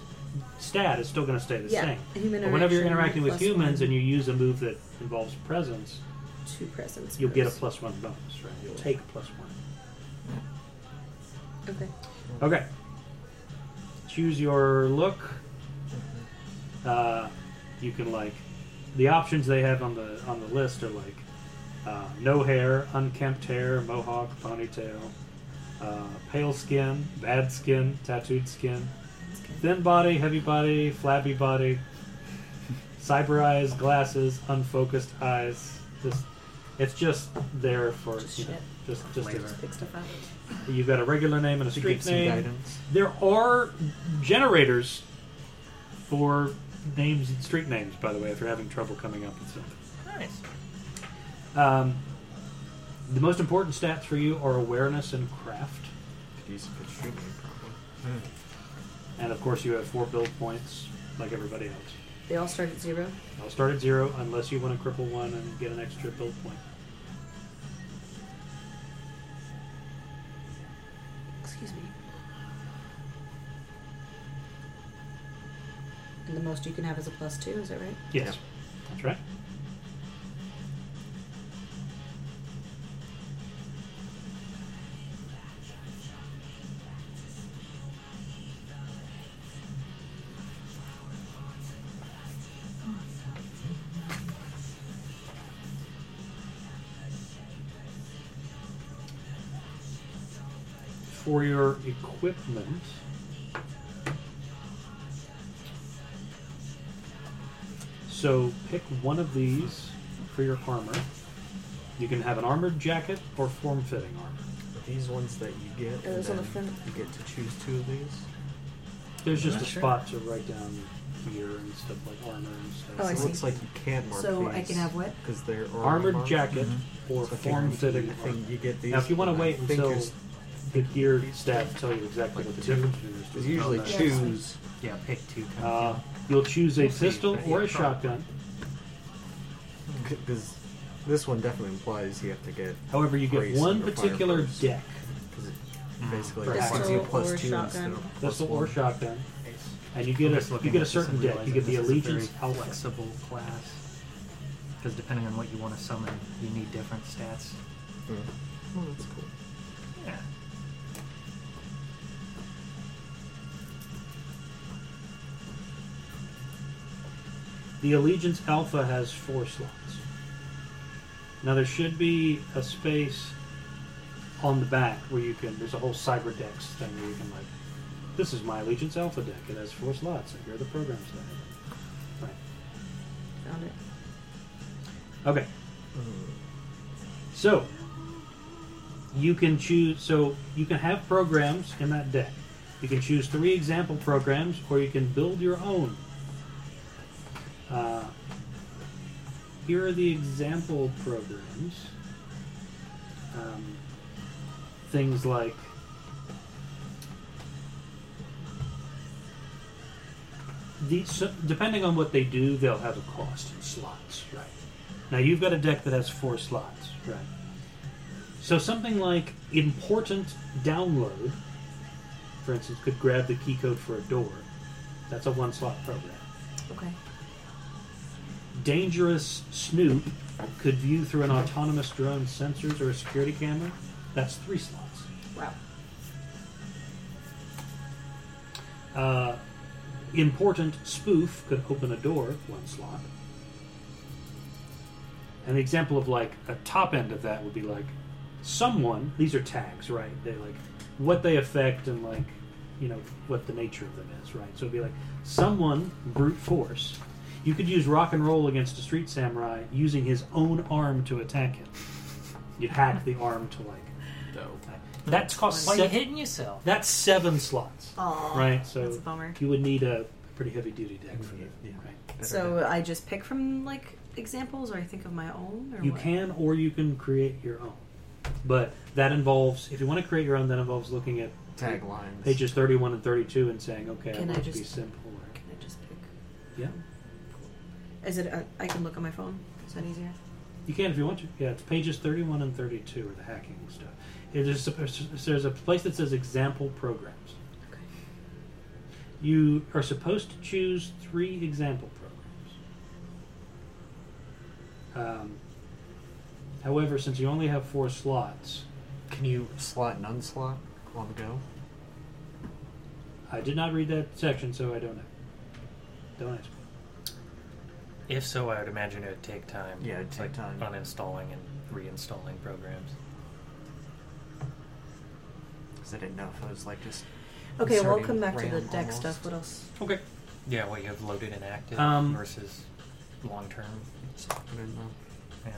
stat is still going to stay the
yeah.
same.
Human
But whenever you're
interaction,
interacting with
plus
humans
one,
and you use a move that involves presence,
two presence,
you'll get a
moves.
plus one bonus, right? You'll take plus one.
Okay.
Okay. Choose your look. Uh, you can like the options they have on the on the list are like uh, no hair, unkempt hair, mohawk, ponytail, uh, pale skin, bad skin, tattooed skin, thin body, heavy body, flabby body, cyber eyes, glasses, unfocused eyes. Just it's just there for
Just
you know,
shit.
just just
Flavor.
Pick stuff out.
You've got a regular name and a
To
street
give some
name.
guidance.
There are generators for names and street names, by the way, if you're having trouble coming up with something.
Nice.
Um, the most important stats for you are awareness and craft.
Could use it for street name, probably.
and of course you have four build points like everybody else.
They all start at zero.
I'll start at zero unless you want to cripple one and get an extra build point.
Excuse me. And the most you can have is a plus two, is that right?
Yes, that's right. For your equipment, so pick one of these for your armor. You can have an armored jacket or form-fitting armor.
These ones that you get,
It was
and
on the front.
then you get to choose two of these.
There's just
Not
a
sure.
spot to write down gear and stuff like armor and stuff.
Oh, I
it
see.
looks like you can't mark
So I can have what?
because they're already
Armored
marked.
jacket or
So I think
form
you-
fitting
I think you get these.
Now, if you want to
and I
wait
think
until
yours-
the gear staff tell you exactly what the
two.
difference between those two
Because
is,
you usually
they'll know.
choose.
Yeah, pick two.
Uh, you'll choose a
see,
pistol
but
or
yeah,
a shotgun.
Because this one definitely implies you have to get
However, you get
Grace
one
under fire
particular
first.
deck.
because it basically
Pistol
wants you plus
or
two
shotgun.
instead of plus
Mm. Pistol or
one.
shotgun. And you get
I'm just
a you
looking
get a
at this and
certain deck. You
realizing
get the
this is a
allegiance
very
alpha.
flexible class because depending on what you want to summon, you need different stats.
Mm. Oh, that's cool.
Yeah.
The allegiance alpha has four slots. Now there should be a space on the back where you can. There's a whole cyberdex thing where you can like. This is my allegiance alpha deck. It has four slots, and here are the programs that I have. Right.
Found it.
Okay. So you can choose. So you can have programs in that deck. You can choose three example programs, or you can build your own. Uh, here are the example programs. Um, things like. These, so depending on what they do, they'll have a cost in slots, right? Now you've got a deck that has four slots, right? So something like important download, for instance, could grab the key code for a door. That's a one slot program.
Okay.
Dangerous snoop could view through an autonomous drone sensors or a security camera. That's three slots.
Wow.
Uh, important spoof could open a door, one slot. An example of like a top end of that would be like someone. These are tags, right? They like what they affect and like you know what the nature of them is, right? So it'd be like someone brute force. You could use rock and roll against a street samurai using his own arm to attack him. You'd hack the arm to like.
Dope.
That's cost.
Why are you
Seven,
hitting yourself?
that's seven slots.
Aw,
Right, so
that's a bummer.
you would need a pretty heavy duty deck for that.
Yeah.
Right.
So I just pick from like examples, or I think of my own, or
You
what?
can, or you can create your own. But that involves, if you want to create your own, that involves looking at
Taglines.
pages 31 and 32 and saying, okay, I
Can
want
I
it to be
just-
simple. Or,
Can I just pick?
yeah,
Is it? Uh, I can look on my phone. Is that easier?
you can if you want to. Yeah, it's pages 31 and 32 are the hacking stuff. It is, there's a place that says example programs.
Okay.
You are supposed to choose three example programs. Um, however, since you only have four slots,
Can you slot and unslot on the go?
I did not read that section, so I don't know. Don't ask.
If so, I would imagine it would take time.
Yeah, it'd take
like
time.
Uninstalling and reinstalling programs.
Because I didn't know if it was like just.
Okay, we'll
inserting
come back to the
RAM
deck
almost.
stuff. What else?
Okay.
Yeah, what you have loaded and active
Um,
versus long term.
I uh, didn't know.
Yeah.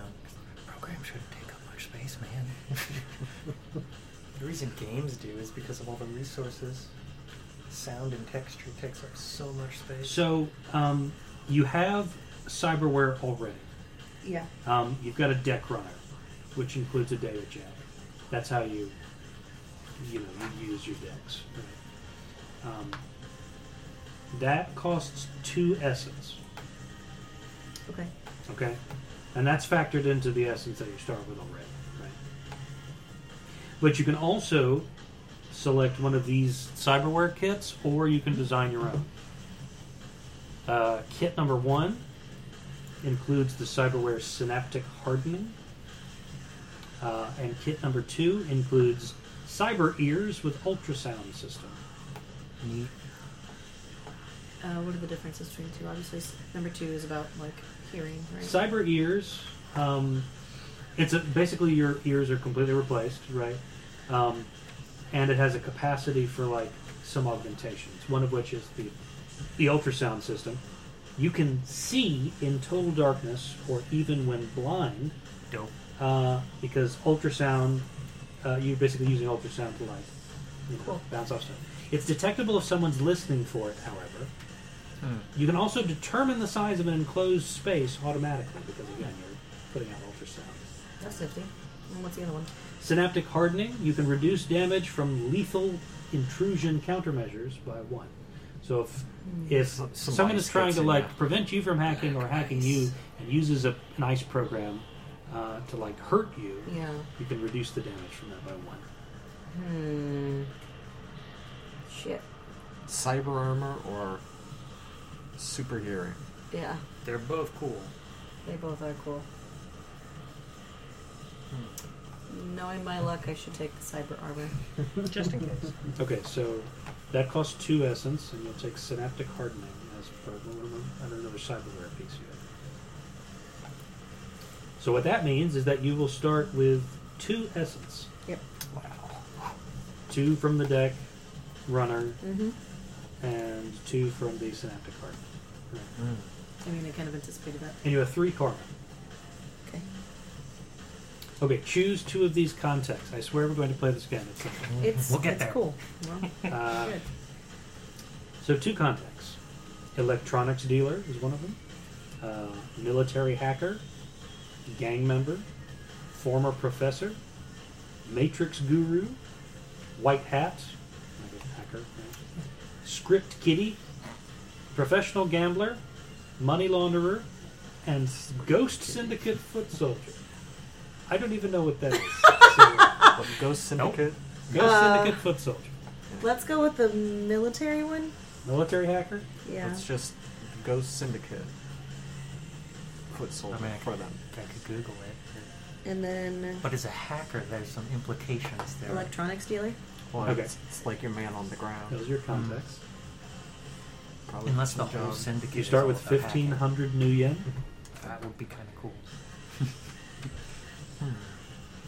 Program shouldn't take up much space, man. the reason games do is because of all the resources. Sound and texture takes up so much space.
So um, you have cyberware already.
Yeah.
Um, you've got a deck runner, which includes a data jack. That's how you, you know, you use your decks. right? Um, That costs two essence.
Okay.
Okay? And that's factored into the essence that you start with already, right? But you can also select one of these cyberware kits or you can design your own. Uh, kit number one includes the cyberware synaptic hardening. Uh, and kit number two includes cyber ears with ultrasound system.
Uh, what are the differences between the two? Obviously, s- number two is about like hearing, right?
Cyber ears. Um, it's a, basically your ears are completely replaced, right? Um, and it has a capacity for like some augmentations. One of which is the the ultrasound system. You can see in total darkness, or even when blind,
Dope.
uh, because ultrasound. Uh, you're basically using ultrasound to like you know,
Cool.
bounce off stuff. It's detectable if someone's listening for it, however. You can also determine the size of an enclosed space automatically because again you're putting out ultrasound.
That's nifty. And what's the other one?
Synaptic hardening, you can reduce damage from lethal intrusion countermeasures by one. So if if
Some- some
someone
ice
is trying
hits
to
in
like
ya.
prevent you from hacking or hacking you and uses a, an ice program uh, to like hurt you,
Yeah.
you can reduce the damage from that by one.
Hmm. Shit.
Cyber armor or super hearing?
Yeah.
They're both cool.
They both are cool. Knowing my luck, I should take the cyber armor.
Just in case.
Okay, so that costs two essence, and you'll take synaptic hardening as per under another cyberware piece you have. So what that means is that you will start with two essence.
Yep.
Wow. Two from the deck runner
Mm-hmm.
and two from the synaptic hardening.
I mean, I kind of anticipated that.
And you have three karma.
Okay.
Okay, choose two of these contexts. I swear we're going to play this again. It's simple.
It's
We'll get
it's
there.
cool. Well,
Uh,
good.
So two contacts. Electronics dealer is one of them. Uh, military hacker, gang member, former professor, matrix guru, white hat, like a hacker, right? script kitty, professional gambler, money launderer, and s- ghost syndicate foot soldier. I don't even know what that is.
What, Ghost Syndicate?
So, ghost syndicate foot soldier,
Let's go with the military one.
military hacker.
Yeah.
It's just Ghost Syndicate. Foot soldier
I mean, I
for them.
I could Google it.
And then
But as a hacker, there's some implications there.
electronics dealer.
Well,
Okay.
it's, it's like your man on the
Those
ground.
are your contacts.
Probably
Unless
some
the whole
job.
syndicate.
You
is
start
all
with
about hacking.
fifteen hundred new yen,
That would be kind of cool.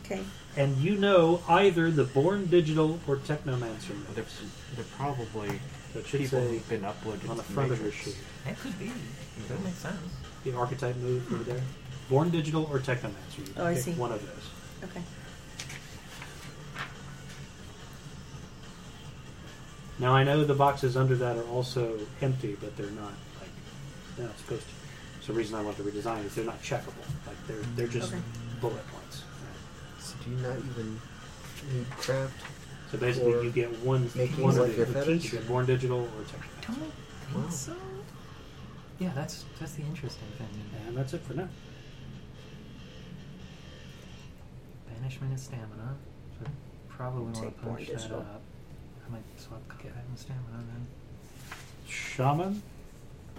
Okay.
and you know either the Born Digital or Technomancer.
But They're,
mode.
they're probably
So it should
people
say
who've been uploaded
on the
to the
front of your
Matrix.
sheet,
That could be. That makes sense.
the archetype move over there. Born Digital or Technomancer. You
Oh, I
pick
see.
One of those.
Okay.
Now I know the boxes under that are also empty, but they're not like they're not supposed to. So the reason I want to redesign is they're not checkable. Like they're they're just
Okay.
bullet points.
So do you not even need craft?
So basically,
Or
you get one
making
one
like
of
your
the- the keys.
feathers?
You get Born Digital or Technomancer,
Don't think
Wow.
so. Yeah, that's that's the interesting thing.
and that's it for now.
Banishment and stamina. So I probably want to
Take more
punch that
digital.
up. I might swap combat and stamina
Shaman,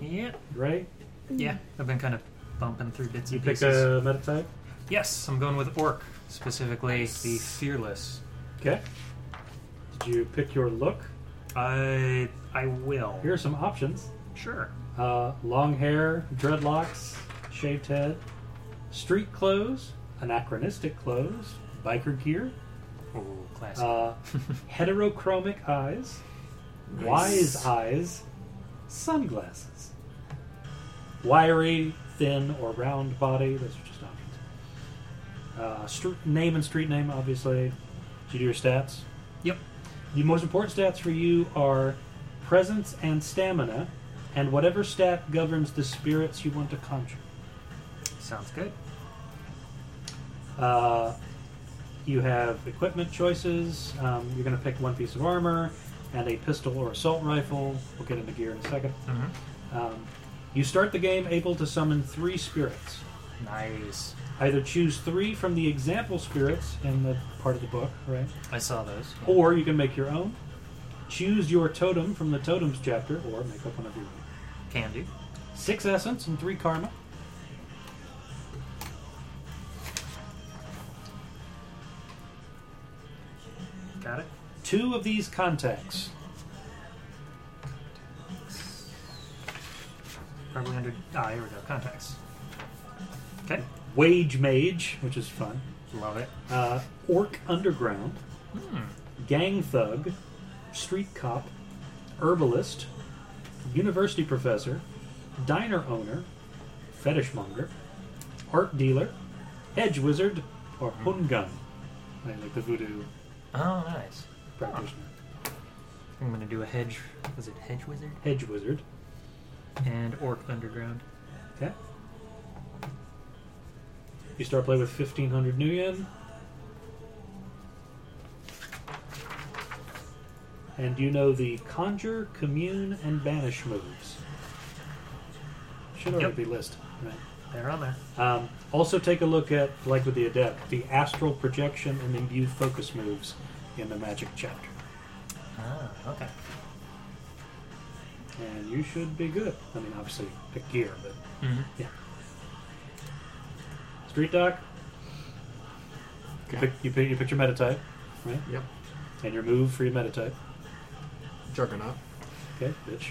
then. Yeah.
Ray,
Yeah. I've been kind of bumping through bits
you
and
pick
pieces.
a meta type.
Yes, I'm going with orc specifically the fearless.
Okay. Did you pick your look?
I I will.
Here are some options:
Sure.
uh, long hair, dreadlocks, shaved head, street clothes, anachronistic clothes, biker gear,
Ooh, classic.
uh, heterochromic eyes, wise eyes, sunglasses, wiry, thin, or round body. Those are just options. Uh, street name and street name, obviously. Did you do your stats?
yep.
The most important stats for you are presence and stamina, and whatever stat governs the spirits you want to conjure.
Sounds good.
Uh, you have equipment choices. Um, you're going to pick one piece of armor. and a pistol or assault rifle. We'll get into gear in a 2nd
Mhm.
Um, you start the game able to summon three spirits.
Nice.
Either choose three from the example spirits in the part of the book, right?
I saw those.
Or you can make your own. Choose your totem from the totems chapter, or make up one of your own.
Can do.
Six essence and three karma.
Got it.
Two of these contacts.
Probably under. Ah, here we go. Contacts. Okay.
Wage Mage, which is fun.
Love it.
Uh, Orc Underground.
Hmm.
Gang Thug. Street Cop. Herbalist. University Professor. Diner Owner. Fetishmonger. Art Dealer. Edge Wizard. Or Hungun. I like the voodoo
Oh, nice.
practitioner.
I'm going to do a hedge. Was it hedge wizard?
Hedge Wizard.
And orc underground.
Okay. You start play with 1500 new yen. And you know the conjure, commune, and banish moves. Should already
Yep.
be listed. Right.
They're on there.
Um, also, take a look at, like with the adept, the astral projection and imbue focus moves in the magic chapter.
Ah, okay.
And you should be good. I mean, obviously, pick gear, but
Mm-hmm.
yeah. Street doc. You, pick, you, pick, you pick your meta type, right?
Yep.
And your move for your meta type.
Juggernaut.
Okay, bitch.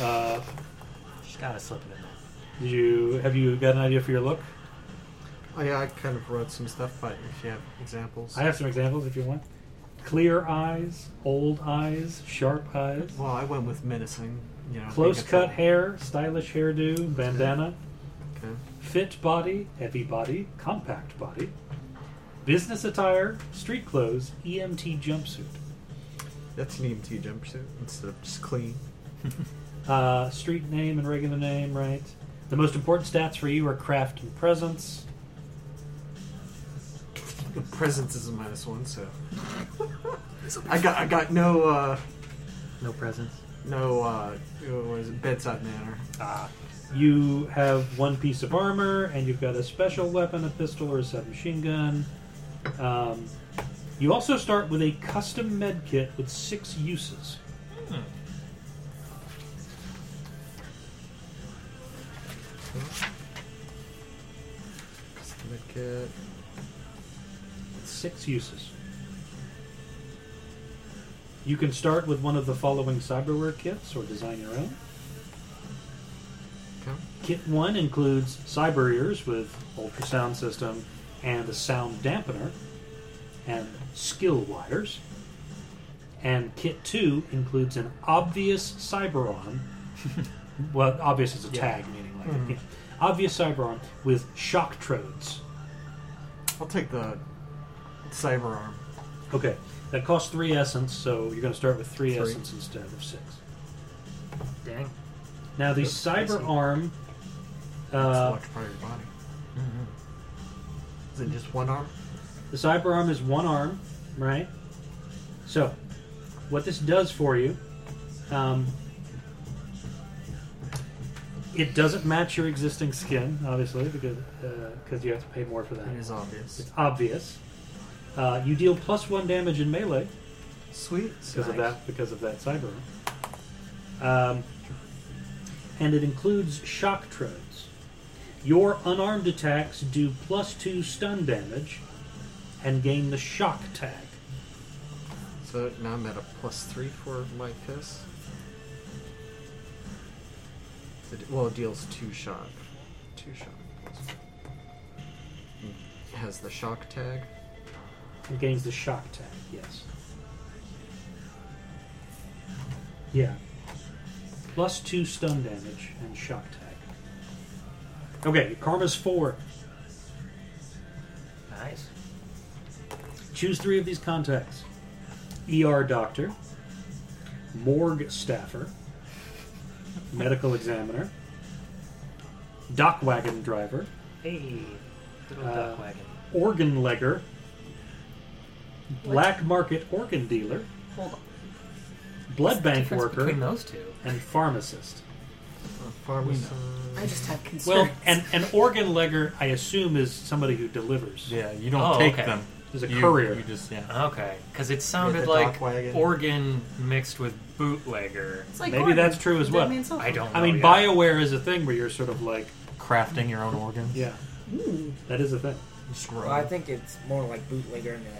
Uh,
Just gotta slip it in there.
did you have you got an idea for your look?
Oh yeah, I kind of wrote some stuff, but if you have examples,
I have some examples if you want. Clear eyes, old eyes, sharp eyes,
Well, I went with menacing. You know, being
close cut
controlled.
hair, stylish hairdo, bandana,
Okay.
fit body, heavy body, compact body, business attire, street clothes, EMT jumpsuit.
That's an EMT jumpsuit instead of just clean.
Uh, street name and regular name, right? The most important stats for you are craft and presence.
The presence is a minus one, so I got I got no uh,
No presence.
no uh, what is it bedside manner.
You have one piece of armor, and you've got a special weapon, a pistol, or a submachine gun. Um, you also start with a custom med kit with six uses.
Custom med kit.
Six uses. You can start with one of the following cyberware kits or design your own.
Okay.
Kit 1 includes cyber ears with ultrasound system and a sound dampener and skill wires. And Kit 2 includes an obvious cyber arm. well, obvious is a tag, meaning like,
Mm-hmm.
yeah. Obvious cyber arm with shock trodes.
I'll take the cyber arm.
Okay, that costs three essence, so you're going to start with three,
Three.
essence instead of six.
Dang.
Now, the
Yep, I see.
cyber arm.
It's a
Uh,
large part of your body. Is it just one arm?
The cyber arm is one arm, right? So, what this does for you, um, it doesn't match your existing skin, obviously, because because you have to pay more for that.
It is obvious.
It's obvious. Uh, you deal plus one damage in melee
Sweet.
because of
Nice.
that because of that cyber arm. Um, and it includes shock trodes. Your unarmed attacks do plus two stun damage and gain the shock tag.
So now I'm at a plus three for my fist. So it- well, it deals two shock. Two shock. It has the shock tag.
It gains the shock tag, yes. Yeah. Plus two stun damage and shock tag. Okay, Karma's four.
Nice.
Choose three of these contacts ER doctor, morgue staffer, medical examiner, dock wagon driver,
Hey. Little
Uh,
duck wagon.
organ legger, black market organ dealer,
Hold on.
blood bank
difference
worker
between those two?
and pharmacist.
Pharmacist.
I just have concerns.
Well, and an organ legger, I assume, is somebody who delivers.
Yeah, you don't
Oh,
take
okay.
them.
There's a
You-
courier.
You just yeah.
Okay, because it
Yeah,
sounded
the
like
dock wagon.
organ mixed with bootlegger.
It's like
Maybe
Gordon.
that's true as well.
Dead Man's Soul.
I don't. Know
I mean,
yet.
Bioware is a thing where you're sort of like
Crafting your own organs.
Yeah.
Hmm.
that is a thing.
Scroll.
Well, I think it's more like bootlegger in the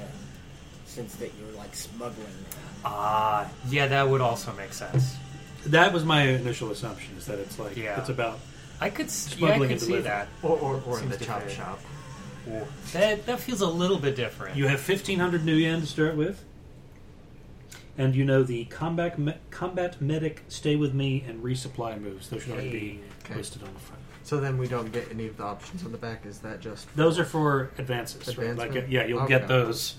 sense that you're like smuggling.
Ah, yeah, that would also make sense.
That was my initial assumption is that it's like
Yeah.
it's about
I could, s- yeah, I
Smuggling
could
and
see
delivery.
that.
Or, or, or in
Seems
the
to
chop
fit.
shop.
That that feels a little bit different.
you have fifteen hundred new yen to start with, and you know the combat me- combat medic stay with me and resupply moves. Those should already be
Okay.
listed on the front.
So then we don't get any of the options on the back. Is that just
Those are for advances. Right? Like
Advancement?
yeah, you'll
Okay.
get those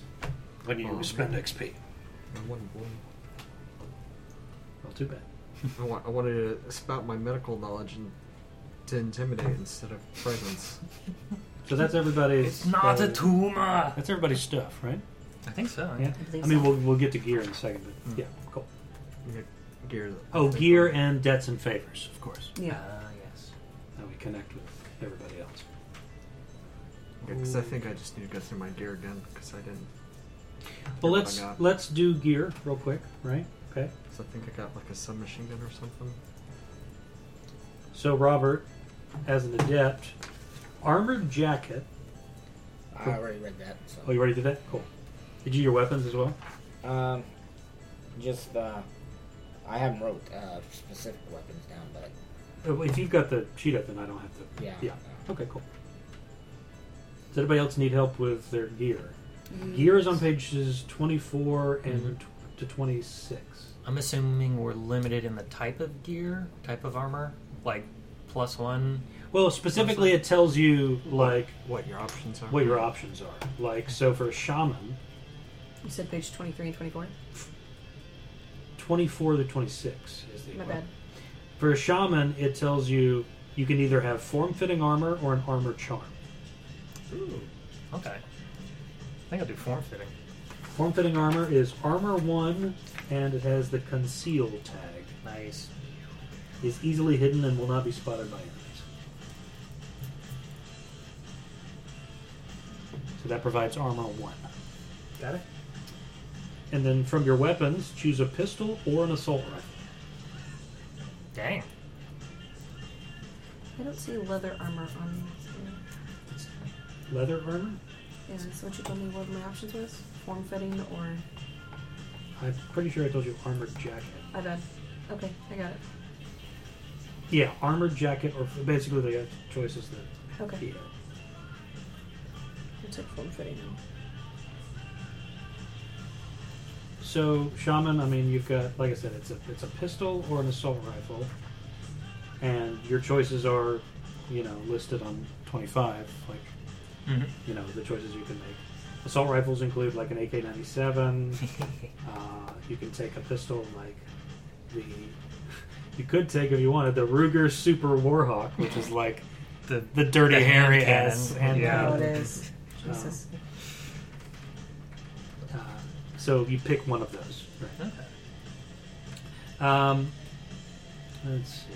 when you
Oh,
spend XP.
I wanted, one-
Well, too bad.
I, want, I wanted to spout my medical knowledge and to intimidate instead of presence.
So that's everybody's.
It's not
uh,
a tumor.
That's everybody's stuff, right?
I think so.
Yeah.
I believe
I mean,
so.
we'll, we'll get to gear in a second, but yeah, cool.
Ge- Gear.
Oh, gear and debts and favors, of course.
Ah,
Yeah.
yes.
How we connect with everybody else.
Because I think I just need to go through my gear again because I didn't.
Well,
Here,
let's
why not?
let's do gear real quick, right? Okay.
Because I think I got like a submachine gun or something.
So Robert, as an adept, armored jacket.
I already read that.
Oh,
So
you already did that? Cool. Did you your weapons as well?
um, just uh, I haven't wrote uh, specific weapons down, but
Oh, If you've got the sheet up, then I don't have to.
yeah.
Yeah. Okay, cool. Does anybody else need help with their gear?
Mm.
Gear is on pages twenty-four and tw- to twenty-six.
I'm assuming we're limited in the type of gear, type of armor, like plus one.
Well, specifically, it tells you like
What your options are?
what your options are. Like, so for a shaman,
You said page 23 and 24?
twenty-four to twenty-six is the.
My bad.
For a shaman, it tells you you can either have form-fitting armor or an armor charm.
Ooh. Okay. I think I'll do form fitting.
Form-fitting armor is armor one, and it has the conceal tag.
Nice.
Is easily hidden and will not be spotted by enemies. So that provides armor one.
Got it.
And then from your weapons, choose a pistol or an assault rifle.
Dang.
I don't see leather armor on
Leather armor?
here. Yeah, so what you told me what my options was? Form fitting or.
I'm pretty sure I told you armored jacket.
My bad. Okay, I got it.
Yeah, armored jacket, or basically the uh, choices that.
Okay.
Yeah.
I'll take form fitting now.
So shaman, I mean, you've got like I said, it's a it's a pistol or an assault rifle, and your choices are, you know, listed on twenty five. Like,
Mhm.
you know, the choices you can make. Assault rifles include like an AK ninety seven. Uh, you can take a pistol like the. You could take if you wanted the Ruger Super Warhawk, which is like
The
the dirty
The hand
hairy
cannon.
ass. hand
Yeah.
Oh,
cannon.
it is.
Um,
Jesus.
Uh, so you pick one of those. Right. Um, let's see.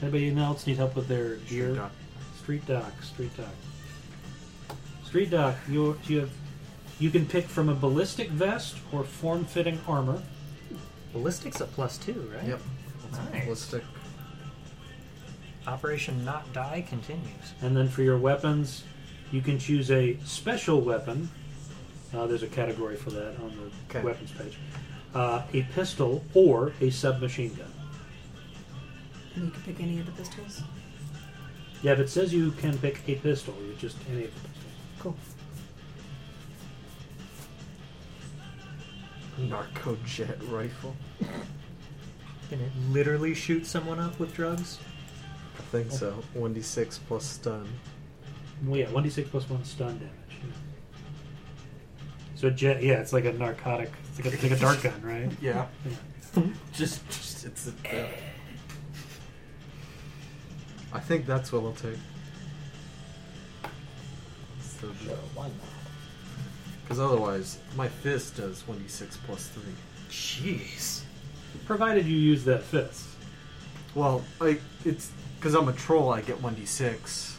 Anybody else need help with their gear?
Sure.
Street doc. Street doc. Street doc. You you have you can pick from a ballistic vest or form-fitting armor.
Ballistics a plus two, right?
Yep.
Nice.
Ballistic.
Operation Not Die continues.
And then for your weapons, you can choose a special weapon. Uh, there's a category for that on the
Okay.
weapons page. Uh, a pistol or a submachine gun.
And you can pick any of the pistols?
Yeah, if it says you can pick a pistol, you just any of the pistols.
Cool.
Narco jet rifle.
Can it literally shoot someone up with drugs?
I think so. 1d6 plus stun.
Well, yeah, one d six plus one stun damage. yeah. So jet, yeah, it's like a narcotic. It's like a, it's like a dart gun, right?
Yeah.
Yeah.
Just, just it's a, uh,
I think that's what I'll take. So,
Sure, why not?
Because otherwise, my fist does 1d6 plus 3.
Jeez.
provided you use that fist.
Well, like it's because I'm a troll. I get one d six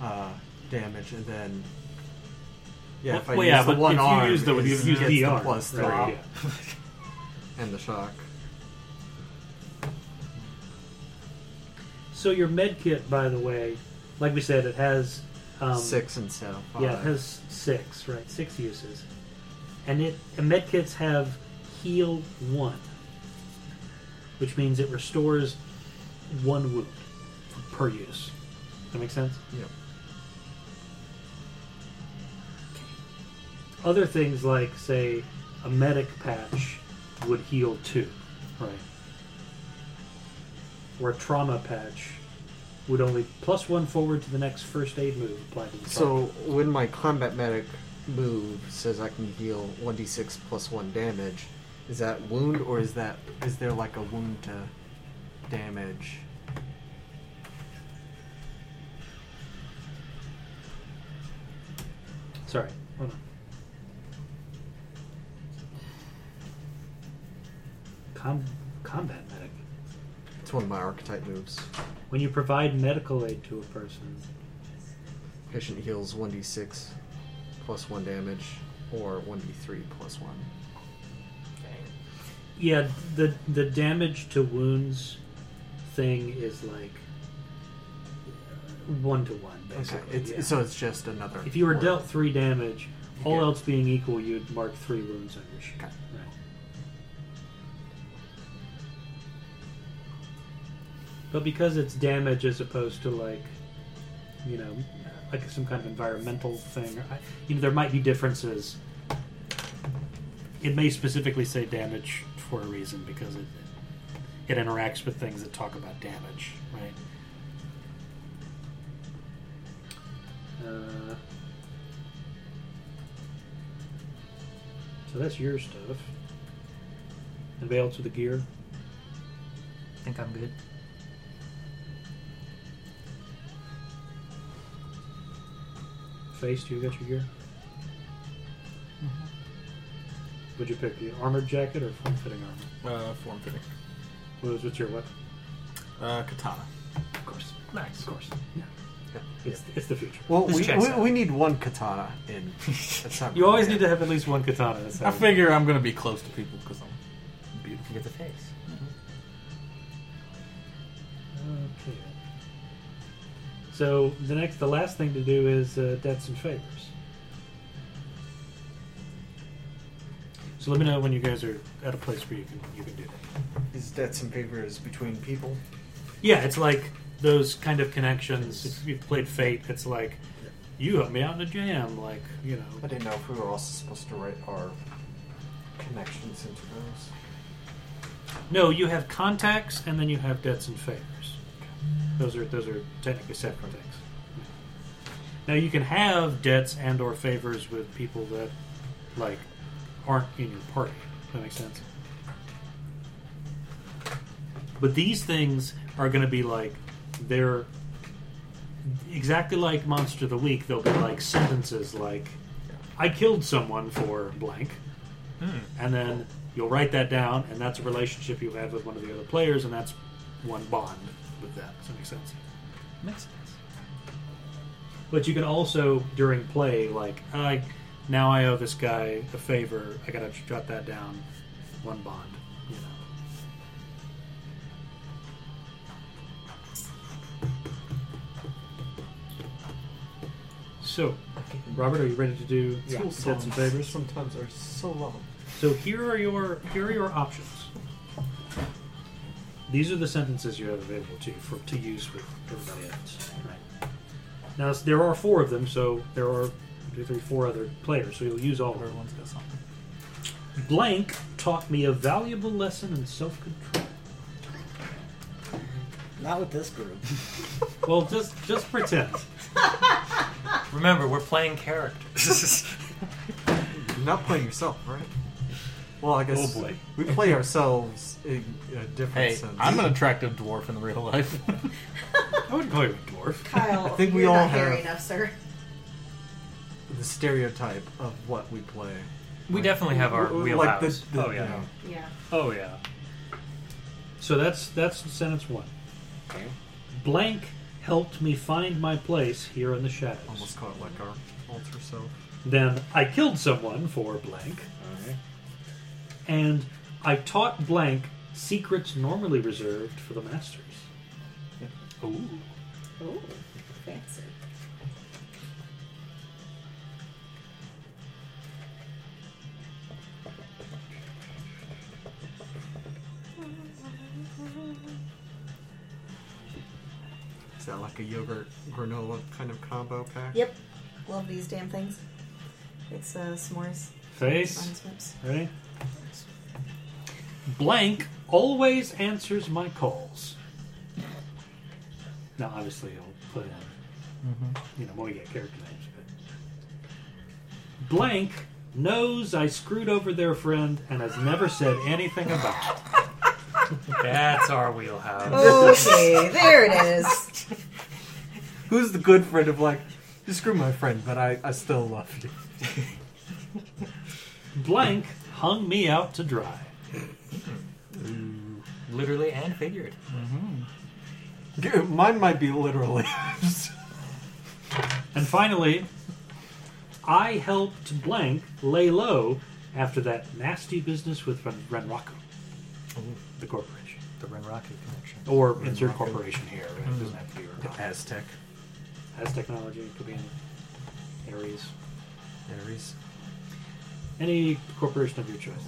uh, damage, and then yeah, if I
Well,
use
yeah,
the
but
one
if you
arm,
use the-
it
you
gets
use
the
the arm,
plus three
right,
and the shock.
So your med kit, by the way, like we said, it has um,
Six and so
Yeah, it
five.
has six, right? Six uses, and it and med kits have heal one, which means it restores one wound per use. That makes sense.
Yep.
Other things like say a medic patch would heal two, right? Or a trauma patch would only plus one forward to the next first aid move applied to the
So when my combat medic move says I can heal one d six plus one damage, is that wound or is that is there like a wound to damage?
Sorry, hold on. Com- combat medic.
It's one of my archetype moves.
When you provide medical aid to a person,
Patient heals 1d6 plus 1 damage or 1d3 plus 1.
yeah, the the damage to wounds thing is like uh, one to one
Okay.
basically.
It's,
yeah.
So it's just another.
if you were
word.
dealt three damage, all
Yeah.
else being equal, you'd mark three wounds on your sheet.
Okay.
Right. But because it's damage as opposed to like, you know, like some kind of environmental thing, or I, you know, there might be differences. It may specifically say damage for a reason because it it interacts with things that talk about damage, right? Uh, so that's your stuff. Anybody else with the gear?
think I'm good.
Face, do you got your gear? Would you pick the armored jacket or form fitting armor?
Uh, form fitting.
What is, what's your weapon?
Uh, katana.
Of course. Nice. Of course.
It's, it's the future.
Well,
This
we,
checks
we,
out.
we need one katana in. That's not
You always
really
need to have at least one katana. That's how
I
it-
figure I'm gonna be close to people because I'm beautiful.
Get the face.
Okay. So the next, the last thing to do is uh, debts and favors. So let me know when you guys are at a place where you can you can do that.
good. Is that some favors between people?
Yeah, it's like those kind of connections. If you played Fate, it's like you helped me out in a jam, like you
I
know.
didn't know if we were also supposed to write our connections into those.
No, you have contacts, and then you have debts and favors. Those are those are technically separate things. Now you can have debts and or favors with people that like aren't in your party. If that makes sense. But these things are going to be like they're exactly like Monster of the Week. They'll be like sentences like, "I killed someone for blank," and then you'll write that down, and that's a relationship you have with one of the other players, and that's one bond with that. Does that make sense?
Makes sense.
But you can also during play, like I now I owe this guy a favor. I gotta jot that down. One bond, you know. So, Robert, are you ready to do
Yeah.
debts and favors?
sometimes are so long.
So here are your here are your options. These are the sentences you have available to you for to use with everybody else. Right. Now s- there are four of them, so there are one, two, three, four other players, so you'll use all of them.
Everyone's got something.
Blank taught me a valuable lesson in self control.
Not with this group.
Well, just just pretend.
Remember, we're playing characters.
You're not playing yourself, right? Well, I guess
Oh, boy.
we play ourselves in a different
Hey,
sense.
I'm an attractive dwarf in real life.
I wouldn't call you a dwarf.
Kyle,
I think we
you're
all
not hairy
have-
enough, sir.
the stereotype of what we play.
We definitely have our
Like
wheelhouse.
the- the-
oh yeah.
Yeah.
Oh yeah. So that's that's sentence one.
Okay.
Blank helped me find my place here in the shadows.
Almost caught like our alter self.
Then I killed someone for blank,
Alright.
and I taught blank secrets normally reserved for the masters. Ooh.
Oh, fancy.
Is that like a yogurt granola kind of combo pack?
Yep. Love these damn things. It's uh, s'mores.
Face.
Bonus whips.
Ready? Blank always answers my calls. Now, obviously, he'll put in, you know, well, we get character names, but. Blank knows I screwed over their friend and has never said anything about it.
That's our wheelhouse.
Okay, there it is.
Who's the good friend of like, you screw my friend, but I, I still love you.
Blank hung me out to dry.
Literally and figured.
G- Mine might be literally.
And finally, I helped Blank lay low after that nasty business with Ren- Renraku, the corporation.
The Renraku connection.
Or insert corporation here. Right? It doesn't have to be Renraku.
Oh, Aztec.
Has technology, it could be any. Aries.
Aries.
Any corporation of your choice.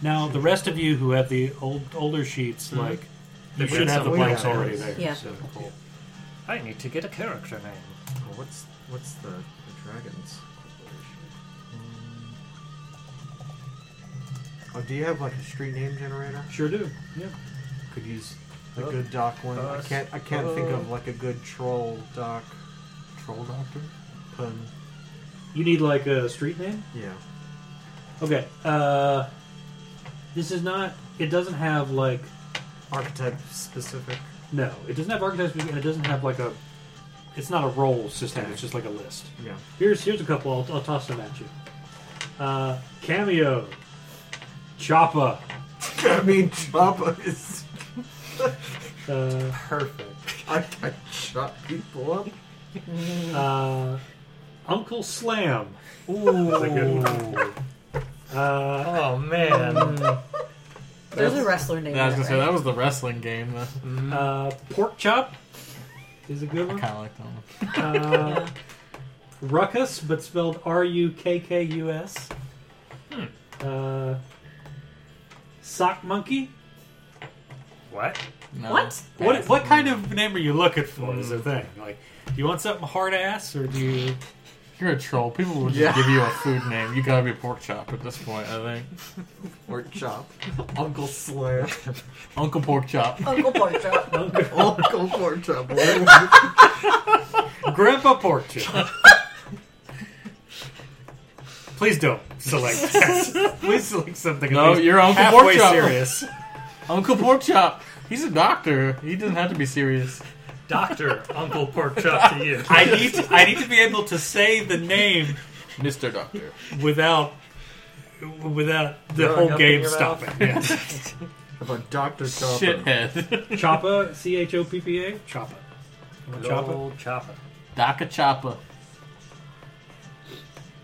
Now, the rest of you who have the old older sheets, like, you
Mm-hmm. They've
should
got
have the
some
blanks
wheelhouse.
already there.
Yeah.
So, cool.
I need to get a character name.
Well, what's what's the, the dragons? Oh, do you have like a street name generator?
Sure do. Yeah.
Could use the good doc one. I
Uh,
can't. I can't think of
uh,
like a good troll doc. Troll doctor. Pun.
You need, like, a street name?
Yeah.
Okay. Uh, this is not. It doesn't have like.
Archetype specific.
No, it doesn't have archetypes, and it doesn't have like a. It's not a roll system.
Tag.
It's just like a list.
Yeah.
Here's here's a couple. I'll, I'll toss them at you. Uh, cameo, Choppa,
I mean, Choppa is.
uh,
Perfect.
I can chop people up.
uh, Uncle Slam,
Ooh.
a good uh,
Oh man.
There's a wrestler named
Yeah, I was
that,
gonna say
right?
that was the wrestling game. That,
uh, Pork Chop is a good
I
one.
kind of like that one.
Uh,
Yeah.
Ruckus, but spelled R U K K U S. Uh, sock monkey.
what?
No.
What?
What what kind of name are you looking for? Is the thing like? Do you want something hard ass or do you?
You're a troll. People will just
Yeah.
give you a food name. You gotta be a pork chop at this point. I think
Or chop. Uncle Slam.
Uncle Pork Chop.
Uncle Pork Chop.
Uncle Pork Chop.
Grandpa Pork Chop. Please don't select. that. Please select something. at
No,
least
you're Uncle
halfway
Pork Chop.
serious.
Uncle Pork Chop. He's a doctor. He doesn't have to be serious.
Doctor Uncle Pork Chop to you.
I need to, I need to be able to say the name
Mr. Doctor.
without without the
Throwing
whole
up in
game
your mouth.
stopping. Yeah.
About Dr. Chopper.
Shithead.
Choppa, C H O P P A, Choppa. You want Choppa?
Old Choppa.
Daka Choppa.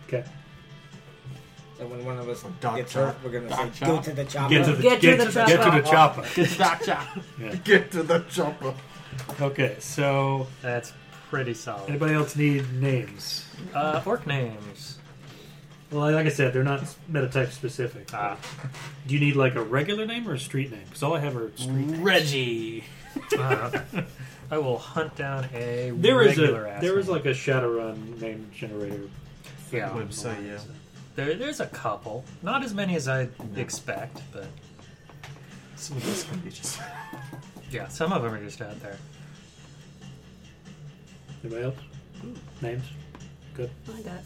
Okay.
So when one of us
Doc
gets
chop.
hurt, we're gonna
Doc
say,
chop.
"Go to the chopper."
Get to the
Get to the
to, get to the Choppa.
Doc Chop.
Get to the chopper.
Okay, so
That's pretty solid.
anybody else need names?
Uh, orc names.
Well, like I said, they're not metatype specific.
Ah.
Do you need like a regular name or a street name? Because all I have are street.
Reggie.
Uh, I will hunt down a
There is
regular
a
ass
there is
name.
like a Shadowrun name generator.
yeah.
Website, yeah.
There, there's a couple. Not as many as I'd expect, but
Some of this can be just.
yeah, some of them are just out there.
Anybody else? Names?
Oh
I got it.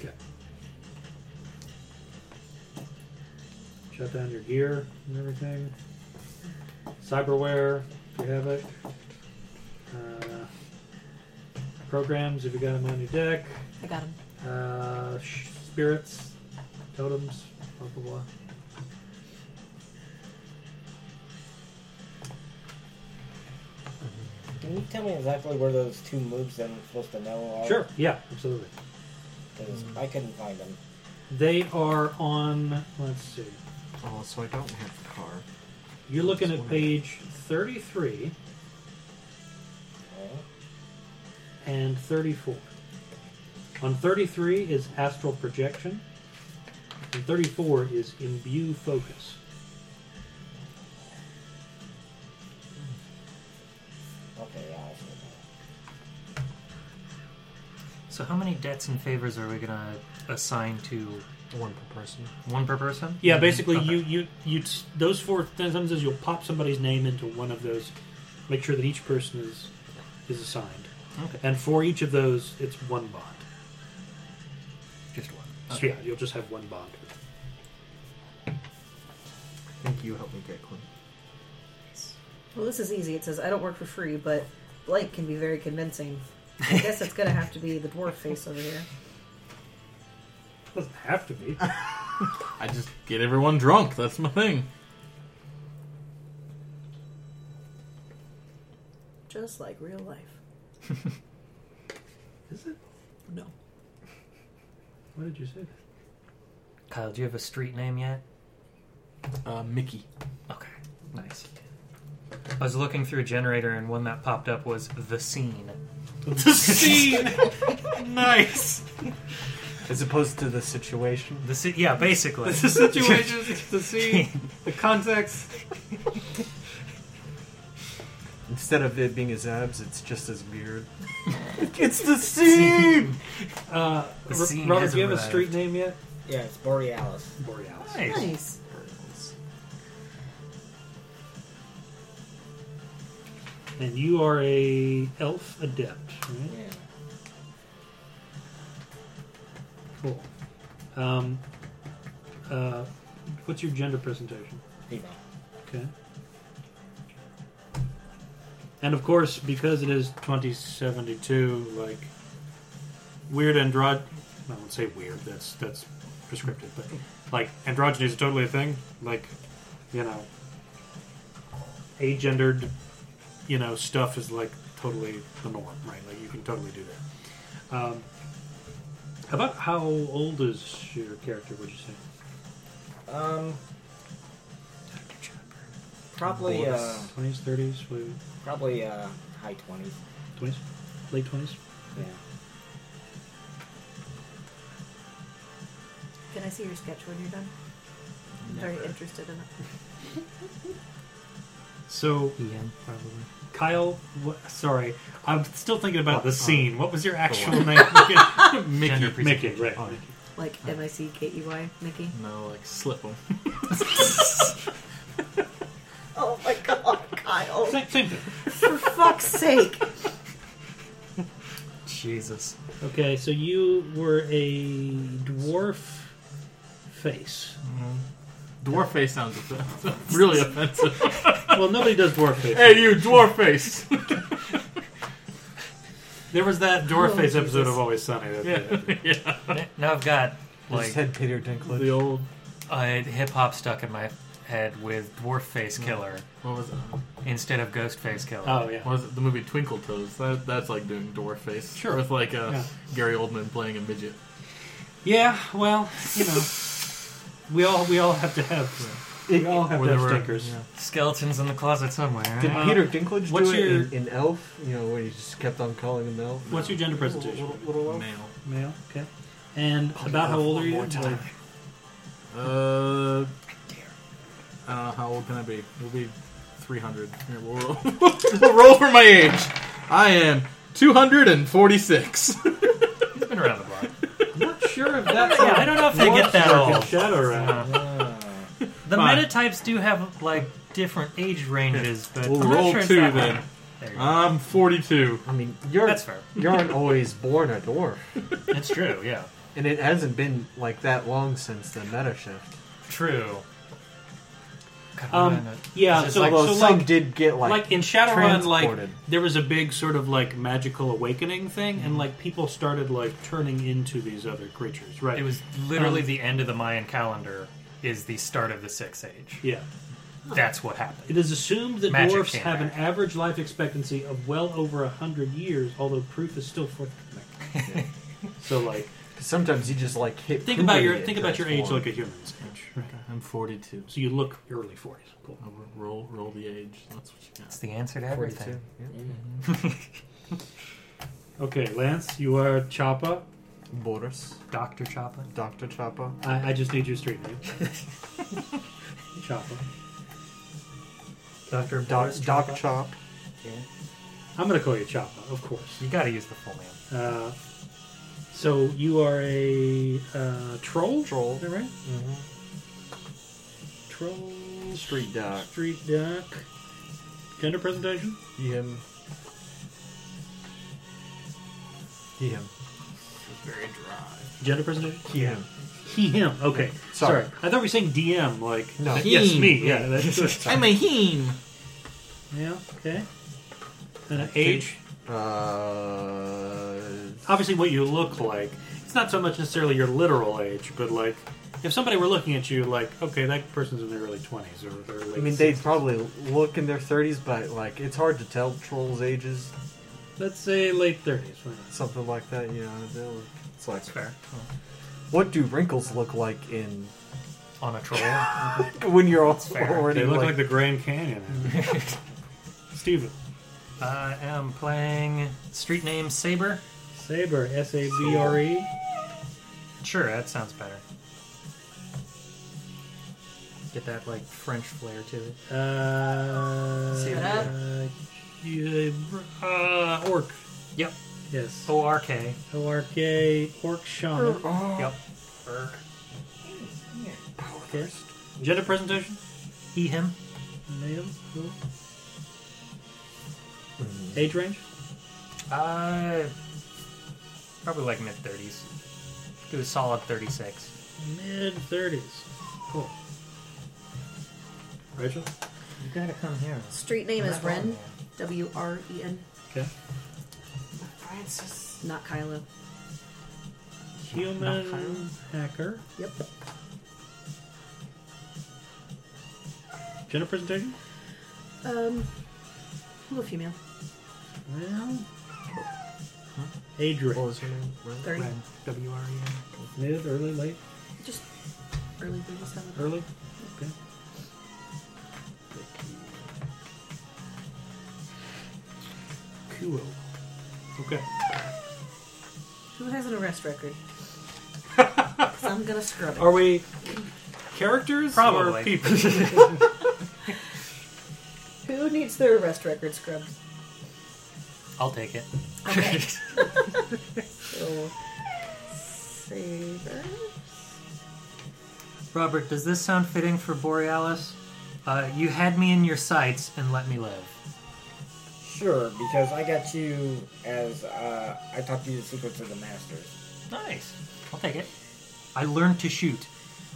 Okay. Shut down your gear and everything. Cyberware, if you have it. Uh, programs, if you got them on your deck.
I got him.
uh, sh- spirits, totems, blah blah blah.
Can you tell me exactly where those two moves that I'm supposed to know are?
Sure, yeah, absolutely.
'Cause I couldn't find them.
They are on. Let's see.
Oh, so I don't have the car.
You're looking
That's
at
one.
page 33
Okay.
and 34. On 33 is astral projection, and 34 is imbue focus.
Okay, yeah, I see
So how many debts and favors are we gonna assign to
One per person.
one per person?
Yeah, basically,
Mm-hmm. Okay.
you you you t- those four things is you'll pop somebody's name into one of those, make sure that each person is is assigned,
Okay.
and for each of those, it's one bond.
Just one.
So yeah, you'll just have one bond.
I think you helped me get Quinn.
Well, this is easy. It says, I don't work for free, but blank can be very convincing. I guess it's going to have to be the dwarf face over here.
Doesn't have to be.
I just get everyone drunk. That's my thing.
Just like real life.
is it?
No.
What did you say?
Kyle, do you have a street name yet?
Uh, Mickey.
Okay. Nice. I was looking through a generator, and one that popped up was the scene.
The scene.
nice.
As opposed to the situation.
The ci- yeah, basically.
the situation, the scene, the context.
Instead of it being his abs, it's just his beard. it's the scene!
Uh,
The
Ro-
scene
Robert,
has
do you have a
arrived.
street name yet?
that. Yeah, it's Borealis.
Borealis.
nice.
Nice.
And you are a elf adept, right?
Yeah.
Cool. Um, uh, what's your gender presentation?
Female.
Okay. And of course, because it is 2072, like weird androg I won't say weird. That's that's prescriptive, but like androgyny is totally a thing. Like, you know, agendered, you know, stuff is like totally the norm, right? Like you can totally do that. Um, how about how old is your character? Would you say?
Um, probably, uh,
Twenties, thirties,
probably, uh, high 20s.
twenties, late twenties.
Yeah.
Can I see your sketch when you're done? I'm very interested in it.
So
Ian, probably.
Kyle, wh- sorry, I'm still thinking about the scene. What was your actual
one.
name?
Gender
Mickey.
Mickey, right?
Oh, Mickey.
Like M I C K E Y, Mickey.
No, like slip him.
Oh my god, Kyle.
Same, same thing.
For fuck's sake.
Jesus.
Okay, so you were a dwarf face.
Dwarf face sounds offensive. really offensive.
Well, nobody does dwarf face.
hey, you dwarf face.
There was that dwarf
Oh,
face episode
Jesus.
of Always Sunny. That,
yeah. yeah.
Now I've got
His
like
head Peter Dinklage.
The old.
a hip hop stuck in my head with dwarf face killer
What was it?
instead of ghost face killer.
Oh yeah.
What was it? The movie Twinkle Toes. That, that's like doing dwarf face.
Sure.
With like uh,
Yeah.
Gary Oldman playing a midget.
Yeah. Well, you know, we all we all have to have
We all have
Or
have
there were-
stinkers.
Skeletons in the closet somewhere.
Did
right?
Peter Dinklage
what's
do
your-
it in, in Elf? You know, where he just kept on calling him Elf?
What's your gender presentation?
Little, little, little elf?
Male.
Male. Okay. And
Call me
about how
Elf
old
one
are you?
more time.
Like,
Uh, I don't know how old can I be? We'll be 300. Here, we'll roll. we'll roll for my age. I am
He's
246.
been around the block.
I'm not sure if that's.
Yeah, I don't know if they get that
Dark and
old.
Shadow Realm.
Uh,
The
Fine.
metatypes do have like different age ranges, but
we'll
I'm not
roll
sure it's
two
that one.
then.
There you go.
I'm 42.
I mean, you're,
That's fair.
you aren't always born a dwarf.
It's true. Yeah.
And it hasn't been like that long since the meta shift.
True.
Um, yeah, so like, so
some
like,
did get like,
like in Shadowrun, like
transported.
there was a big sort of like magical awakening thing, and like people started like turning into these other creatures, right?
It was literally
Um,
the end of the Mayan calendar is the start of the Sixth Age.
yeah.
That's what happened.
It is assumed that
Magic
dwarfs
came
have an
back.
average life expectancy of well over a hundred years, although proof is still forthcoming. so like,
'Cause sometimes you just like hit.
think about your
puberty
think
and
about your age
transform.
like a human's age.
I'm 42.
So you look early forties. Cool.
I'll Roll, roll the age. That's what you got.
It's the answer to everything.
Okay, Lance, you are Choppa.
Boris,
Dr. Choppa.
Doctor Choppa.
I, I just need your street name. Choppa.
Dr.
Doc,
Boris
Doc
Choppa.
Chop.
I'm going to call you Choppa, of course.
You gotta use the full name.
Uh, so you are a uh, troll. Troll, is that right? Troll.
Street duck.
Street duck. Gender presentation.
He him. He him.
Gender presentation.
He him.
He him. Okay. Sorry.
Sorry.
I thought we were saying DM. Like
No.
yes,
Heme.
me. Yeah. That's
I'm a heme.
yeah. Okay. And an age.
Uh,
obviously what you look like. It's not so much necessarily your literal age, but like if somebody were looking at you, like okay, that person's in their early twenties or their late.
I mean, they'd probably look in their 30s, but like it's hard to tell trolls' ages,
let's say late thirties.
something like that. You know, they'll- it's like
That's fair.
what do wrinkles look like in
On a troll. I
when you're all
fair.
already
They look like,
like
the Grand Canyon. Steven.
am playing street name Saber.
Saber, S A B R E.
Sure, that sounds better. Get that like French flair to it.
Uh,
Suit up.
uh, you- uh, orc.
Yep.
Yes.
O R K.
O R K. Orc shaman.
Yep.
Okay. Gender presentation.
He him.
Male. Cool. Age range.
Uh, probably like mid thirties. Do a solid thirty-six.
Mid thirties. Cool. Rachel.
You gotta come here.
Street name is Ren. W R E N.
Okay.
Francis.
Not Kylo.
Human hacker.
Yep.
Gender presentation.
Um, I'm a female.
Well. Age range.
What was her name? Ren?
30.
W R E N.
Mid, early, late,
Just early 37.
early. Okay. Kuo. Okay.
Who has an arrest record? 'Cause I'm gonna scrub it.
Are we characters
Probably.
or people?
Who needs their arrest record scrubbed?
I'll take it.
Okay. so, Saber.
Robert, does this sound fitting for Borealis? Uh, you had me in your sights and let me live.
Sure, because I got you as uh, I taught you the secrets of the masters.
Nice. I'll take it. I learned to shoot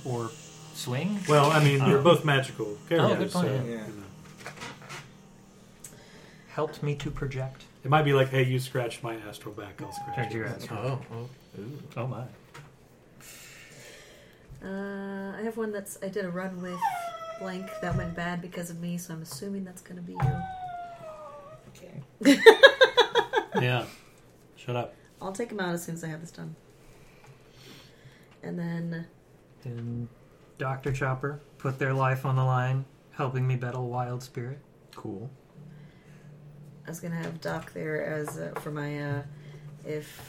or swing.
well, I mean, you're both magical characters.
Oh. good point,
so,
yeah.
Yeah.
you know.
Helped me to project.
It might be like, hey, you scratched my astral back, I'll scratch
Turned
your
your ass.
oh, oh,
Oh my.
Uh, I have one that's I did a run with blank that went bad because of me, so I'm assuming that's gonna be you.
Okay.
yeah. Shut up.
I'll take him out as soon as I have this done. And then
Then Dr. Chopper put their life on the line, helping me battle Wild Spirit.
cool.
I was gonna have Doc there as uh, for my uh, if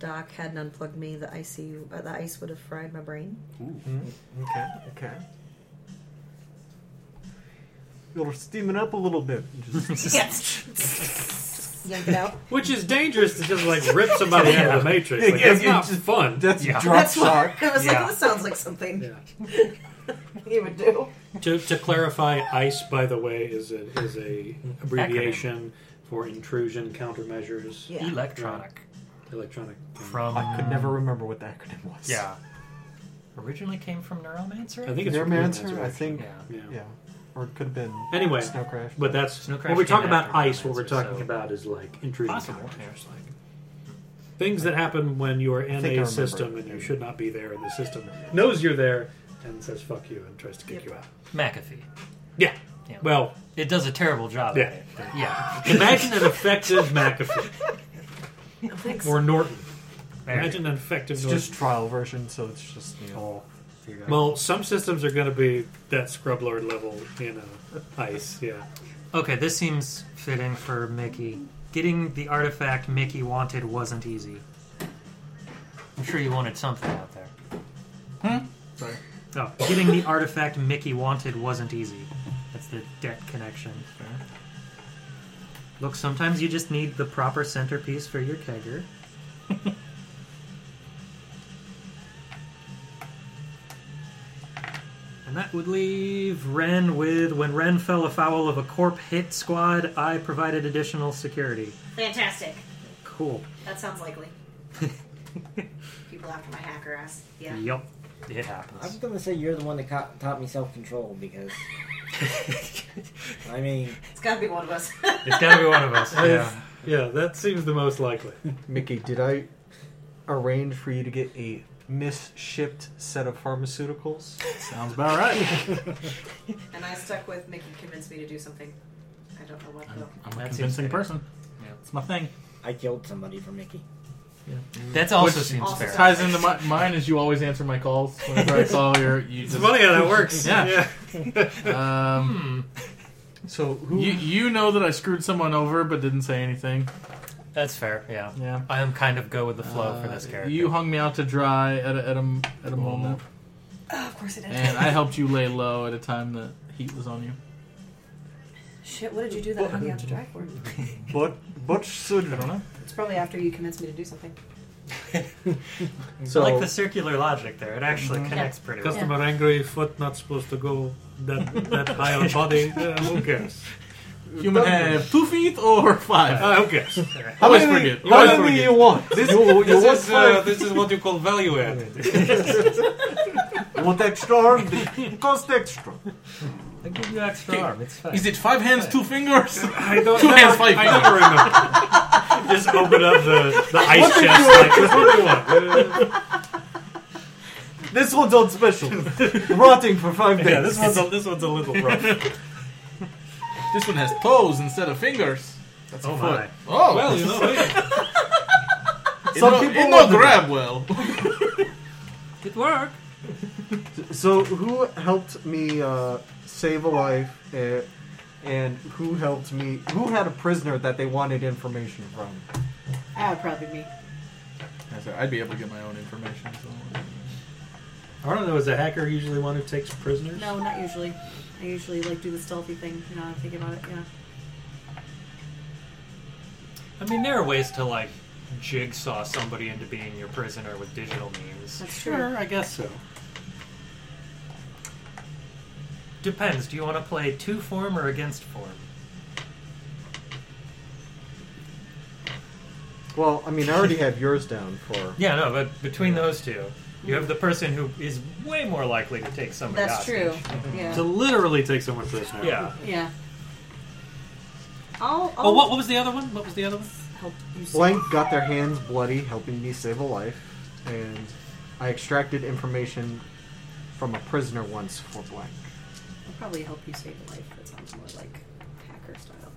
Doc hadn't unplugged me, the ICU, uh, the ice would have fried my brain.
Okay, okay. You're steaming up a little bit.
Yes. Yank it out.
Which is dangerous to just like rip somebody out of the matrix. Like,
Yeah,
that's
you
not
just-
fun.
That's
Yeah.
drop
That's
sock.
I was
Yeah.
like, this sounds like something
Yeah.
he would do.
To, to clarify, ICE, by the way, is a, is a abbreviation for intrusion countermeasures.
Yeah.
Electronic.
Electronic.
From.
I could never remember what the acronym was.
Yeah. originally came from Neuromancer?
I think it's
Neuromancer, I think.
Yeah.
Yeah. Or it could have been
Anyway,
Snow Crash.
but that's
Snow Crash
when we talk
came
about
after
ice. What we're
Neuromancer,
talking
so-
about is like intrusion
Possible.
cocktails, like things that happen when you are
I
in
think
a
I remember
system
it.
and you should not be there, and the system knows you're there and says "fuck you" and tries to kick you out.
McAfee.
Yeah.
Yeah.
Well,
It does a terrible job
Yeah.
at it. but yeah.
imagine an effective McAfee
Thanks.
or Norton.
There you
Imagine an effective
it's
Norton.
just trial version, so it's just you know,
all figured out.
Well, some systems are going to be that scrub lord level, you know, ice. Yeah.
Okay, this seems fitting for Mickey. Getting the artifact Mickey wanted wasn't easy. I'm sure you wanted something out there.
Sorry.
Oh, getting the artifact Mickey wanted wasn't easy. That's the debt connection. Look, sometimes you just need the proper centerpiece for your kegger. and that would leave Ren with when Ren fell afoul of a corp hit squad, I provided additional security.
Fantastic.
Cool.
That sounds likely. People after my hacker ass. Yeah.
Yup. It
I was
happens.
gonna say you're the one that co- taught me self control because I mean
It's gotta be one of us.
It's gotta be one of us. Yeah.
Yeah, that seems the most likely.
Mickey, did I arrange for you to get a misshipped set of pharmaceuticals?
Sounds about right.
and I stuck with Mickey convinced me to do something. I don't know what though.
I'm a
That seems
convincing
fair.
person.
Yeah.
It's my thing.
I killed somebody for Mickey.
That's also
Which-
seems
Also-
fair.
Ties into my, mine is you always answer my calls whenever I call your. You
It's
just,
funny how that works.
Yeah.
Yeah.
Um,
Hmm.
So who?
you you know that I screwed someone over but didn't say anything.
That's fair. Yeah.
Yeah.
I am kind of go with the flow for
Uh,
this character.
You hung me out to dry at a, at a, at a moment,
of course it
and I helped you lay low at a time that heat was on you.
Shit, what did you do that hung you out to dry for?
But Butch
I don't know.
It's probably after you convinced me to do something.
I
So
like the circular logic there. It actually
Mm-hmm.
connects pretty well.
Customer angry, foot not supposed to go that that high on body. Yeah, who cares?
Human have two feet or five.
Uh, who cares?
how
always
many,
forget. You
how
always
many
forget.
you want? This, you, you want
This is, uh,
five?
this is what you call value add.
You want extra arm? It costs extra.
I give you extra
Okay.
arm. It's fine.
Is it five hands, two fingers?
I don't.
Two hands, five
I never remember. Just open up the, the ice chest. Like, "This is what do you want?" Uh,
This one's on special. Rotting for five days.
yeah, this one's a, this one's a little rough.
this one has toes instead of fingers. That's
Oh
a
my.
foot. Oh,
Well, you know, hey,
Some
it no,
people want
it no
to-
grab well.
Good work.
So who helped me uh, save a life, uh, and who helped me? Who had a prisoner that they wanted information from?
Ah, probably me.
Yeah, so I'd be able to get my own information. So.
I don't know. Is a hacker usually one who takes prisoners?
No, not usually. I usually like do the stealthy thing. You know, I'm thinking about it. Yeah.
I mean, there are ways to like jigsaw somebody into being your prisoner with digital means.
That's true.
Sure, I guess so.
Depends. Do you want to play to form or against form?
Well, I mean, I already have yours down for.
Yeah, no. But between those two, you have the person who is way more likely to take somebody.
That's
hostage.
true.
To
Yeah.
literally take someone prisoner.
Yeah.
Yeah. I'll, I'll
Oh, what, what was the other one? What was the other one?
help you. s-
Blank got their hands bloody, helping me save a life, and I extracted information from a prisoner once for Blank.
I'll probably help you save a life. That sounds more like hacker style.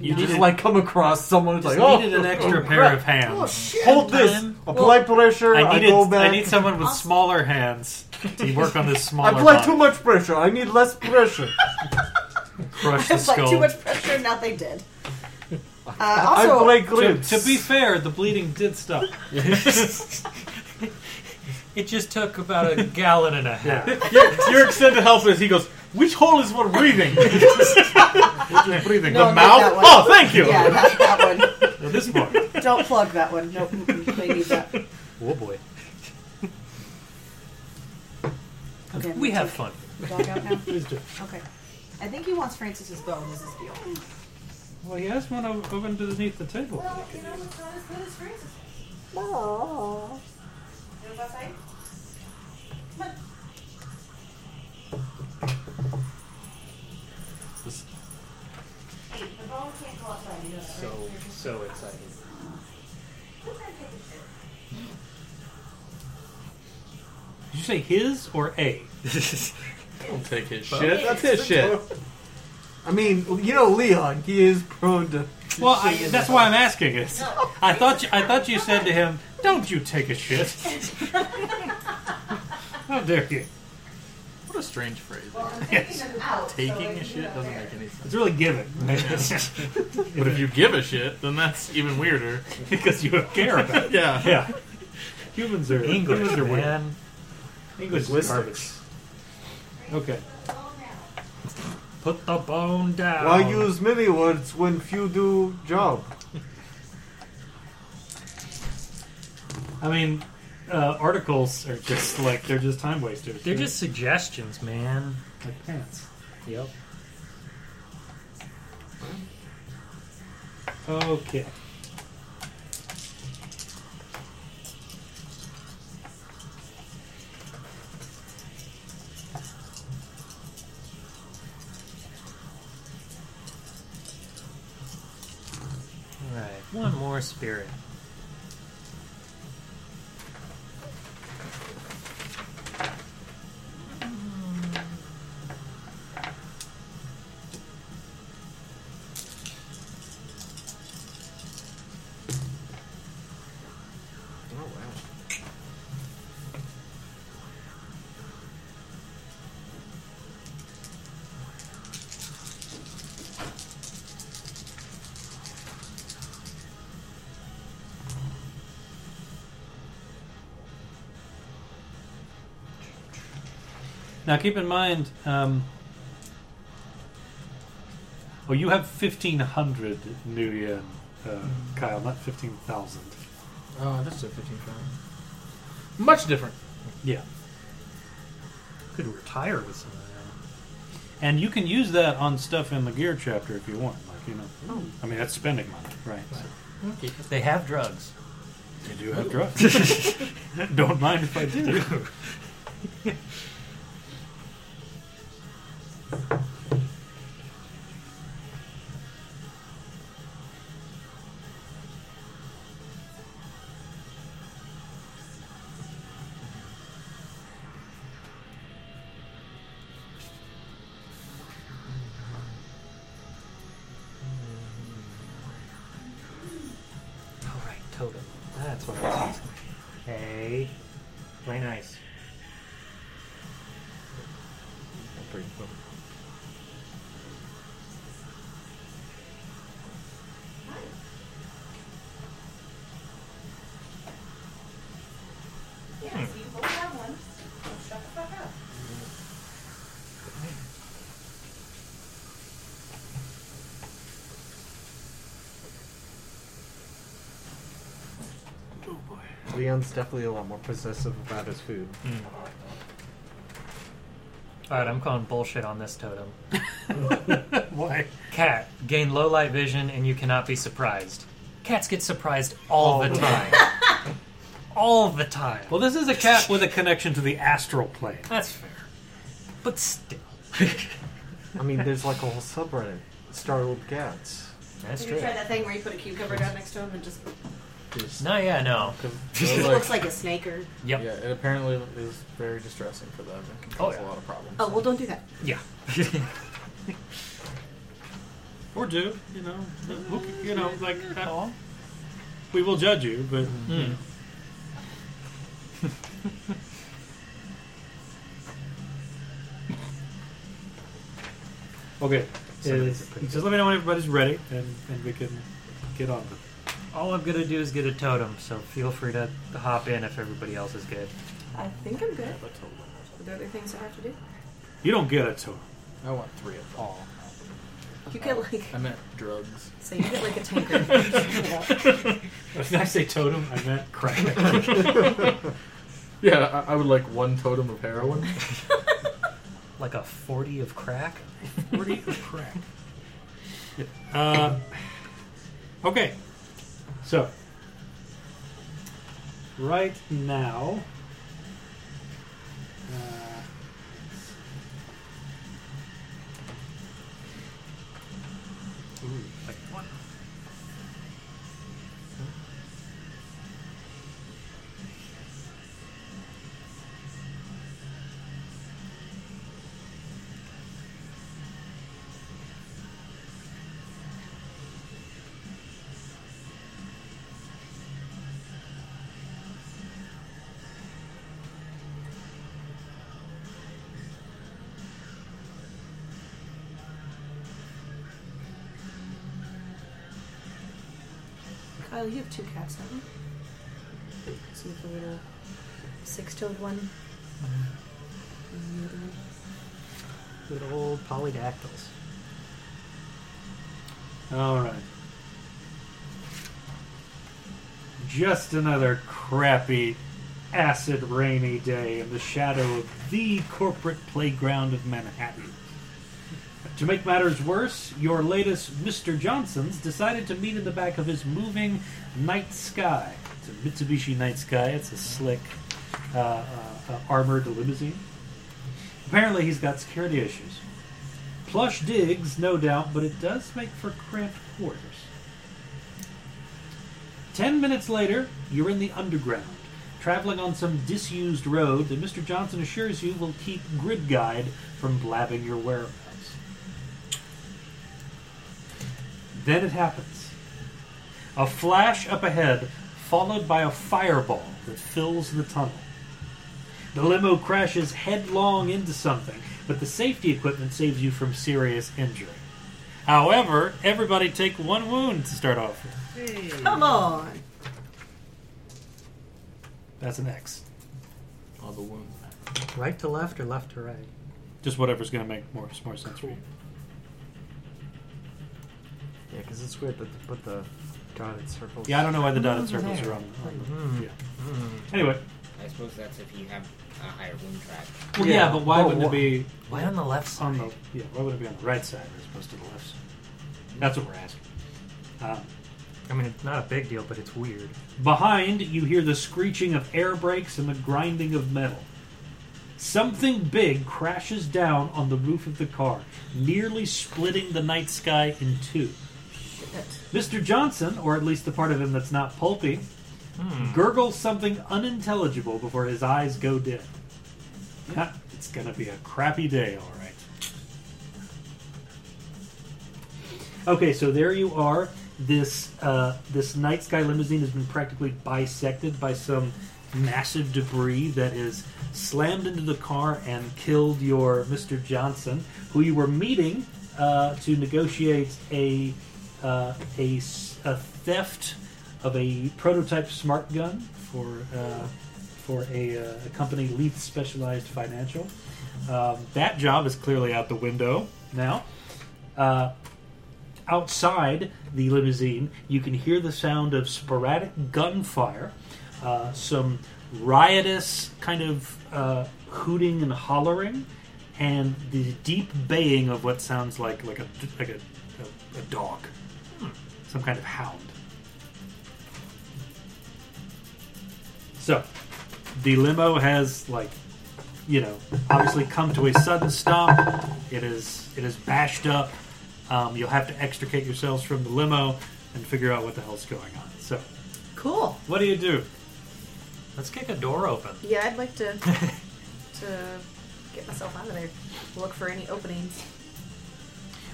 You
You
just
needed-
like come across someone who's
Just
like, oh,
needed an extra
oh,
pair
crap.
of hands.
Hold this. Apply pressure. I,
I needed.
go
I,
back.
need someone with
Awesome.
smaller hands to work on this
I
smaller.
apply
body.
too much pressure. I need less pressure.
Crush the
It's like
skull.
too much pressure. Now they did. Uh,
I
also,
play
to,
grips.
to be fair, the bleeding did stop.
It just took about a gallon and a half.
Your extended help is he goes, which hole is what breathing? breathing?
No, not
the mouth?
that one.
Oh, thank you.
yeah, that, that one.
At this point,
Don't plug that one. Nope, mm-mm, they need that.
Oh boy.
Okay, I'm
We
gonna
have fun.
take the dog out now.
Please do.
Okay. I think he wants Francis's bone. Is his deal?
well, he has one over over underneath the table.
Well, you know, it's not as good as Francis's. Move outside. Come on. Hey, the ball can't go outside. You know that,
So
right?
so excited.
Did you say his or a?
Don't take his
But-
shit. That's his shit.
I mean, you know, Leon, he is prone to.
Well, I, that's why I'm asking it. I thought you, I thought you said to him, "Don't you take a shit." How dare you?
What a strange phrase.
Well, I'm taking
Yes.
them out. so
Taking
they
a
can
shit
go
doesn't
there.
make any sense.
It's really giving.
But if you give a shit, then that's even weirder.
because you don't care about it.
Yeah.
yeah. Humans are
English,
Humans are weird.
man.
English is garbage. Okay.
Put the bone down.
Why use many words when few do job?
I mean, uh, articles are just like they're just time wasters.
They're just suggestions, man.
like pants.
Yep.
Okay.
All right. One more spirit.
Now keep in mind. Um, oh, you have fifteen hundred new yen, uh, Kyle, not fifteen thousand.
Oh, that's a 15 pound. Much different.
Yeah.
Could retire with some of
And you can use that on stuff in the gear chapter if you want. Like you know, I mean that's spending money, right?
Okay.
that. They have drugs.
So you do have drugs. Don't mind if I do.
All right, totem. That's what I was using. Hey, play nice.
Yeah, so you both have one. So shut the fuck up.
Leon's definitely a lot more possessive about his food.
All right, I'm calling bullshit on this totem.
Why?
Cat, gain low light vision and you cannot be surprised. Cats get surprised all, the time. all the time.
Well, this is a cat with a connection to the astral plane.
that's fair. But still.
I mean, there's like a whole subreddit, Startled Cats.
that's
Have you tried that thing where you put a cucumber down next to him and just
No, yeah, no.
it
Well,
looks like a snake or
Yep.
Yeah, it apparently is very distressing for them. It can
Oh,
cause
yeah.
a lot of problems.
Oh, well, don't do that.
Yeah.
Or do you know? who- You know, like I- we will judge you, but
Mm.
okay.
Somebody's
Is-
a pretty
just let me know when everybody's ready, and, and we can get on. with it.
All I'm gonna do is get a totem, so feel free to hop in if everybody else is good.
I think I'm good. Are there other things I have to do?
You don't get it, so
I want three of them.
You get like
I meant drugs.
so you get like a tanker.
Did I say totem? I meant crack.
Yeah, I, I would like one totem of heroin.
Like a 40 of crack?
Forty of crack. Uh, okay, so right now
uh,
Kyle, you have two cats, don't you?
So you have a little six-toed one. And the other one.
Mm-hmm.
Good old polydactyls.
All right. Just another crappy, acid rainy day in the shadow of the corporate playground of Manhattan. To make matters worse, your latest Mr. Johnson's decided to meet in the back of his moving Night Sky. It's a Mitsubishi Night Sky. It's a slick uh, uh, uh, armored limousine. Apparently, he's got security issues. Plush digs, no doubt, but it does make for cramped quarters. Ten minutes later, you're in the underground, traveling on some disused road that Mr. Johnson assures you will keep Grid Guide from blabbing your whereabouts. Then it happens. A flash up ahead, followed by a fireball that fills the tunnel. The limo crashes headlong into something, but the safety equipment saves you from serious injury. However, everybody take one wound to start off with.
Come on.
That's an X.
All Oh, the wounds.
Right to left or left to right?
Just whatever's going to make more, more sense for you.
Yeah, because it's weird that they put the dotted circles.
Yeah, I don't know why the dotted
Over
circles
there.
are on. on
Mhm.
the- yeah. Anyway,
I suppose that's if you have a higher wound track.
well, yeah, but why wouldn't it be
Why on the left
on
side?
Oh.
the yeah? Why would it be on the right side as opposed to the left? side? That's what we're asking. Um,
I mean, it's not a big deal, but it's weird.
Behind, you hear the screeching of air brakes and the grinding of metal. Something big crashes down on the roof of the car, nearly splitting the night sky in two. Mr. Johnson, or at least the part of him that's not pulpy, gurgles something unintelligible before his eyes go dim. Yeah, it's gonna be a crappy day, all right. Okay, so there you are. This uh, this night sky limousine has been practically bisected by some massive debris that is slammed into the car and killed your Mr. Johnson, who you were meeting uh, to negotiate a uh, a s- a theft of a prototype smart gun for uh, for a, uh, a company Leith Specialized Financial. Um, that job is clearly out the window now. Uh, outside the limousine, you can hear the sound of sporadic gunfire, uh, some riotous kind of uh, hooting and hollering, and the deep baying of what sounds like like a like a, a, a dog, hmm, some kind of hound. So, the limo has like you know, obviously come to a sudden stop. It is it is bashed up. Um, you'll have to extricate yourselves from the limo and figure out what the hell's going on. So,
Cool.
what do you do?
Let's kick a door open.
Yeah, I'd like to to get myself out of there. Look for any openings.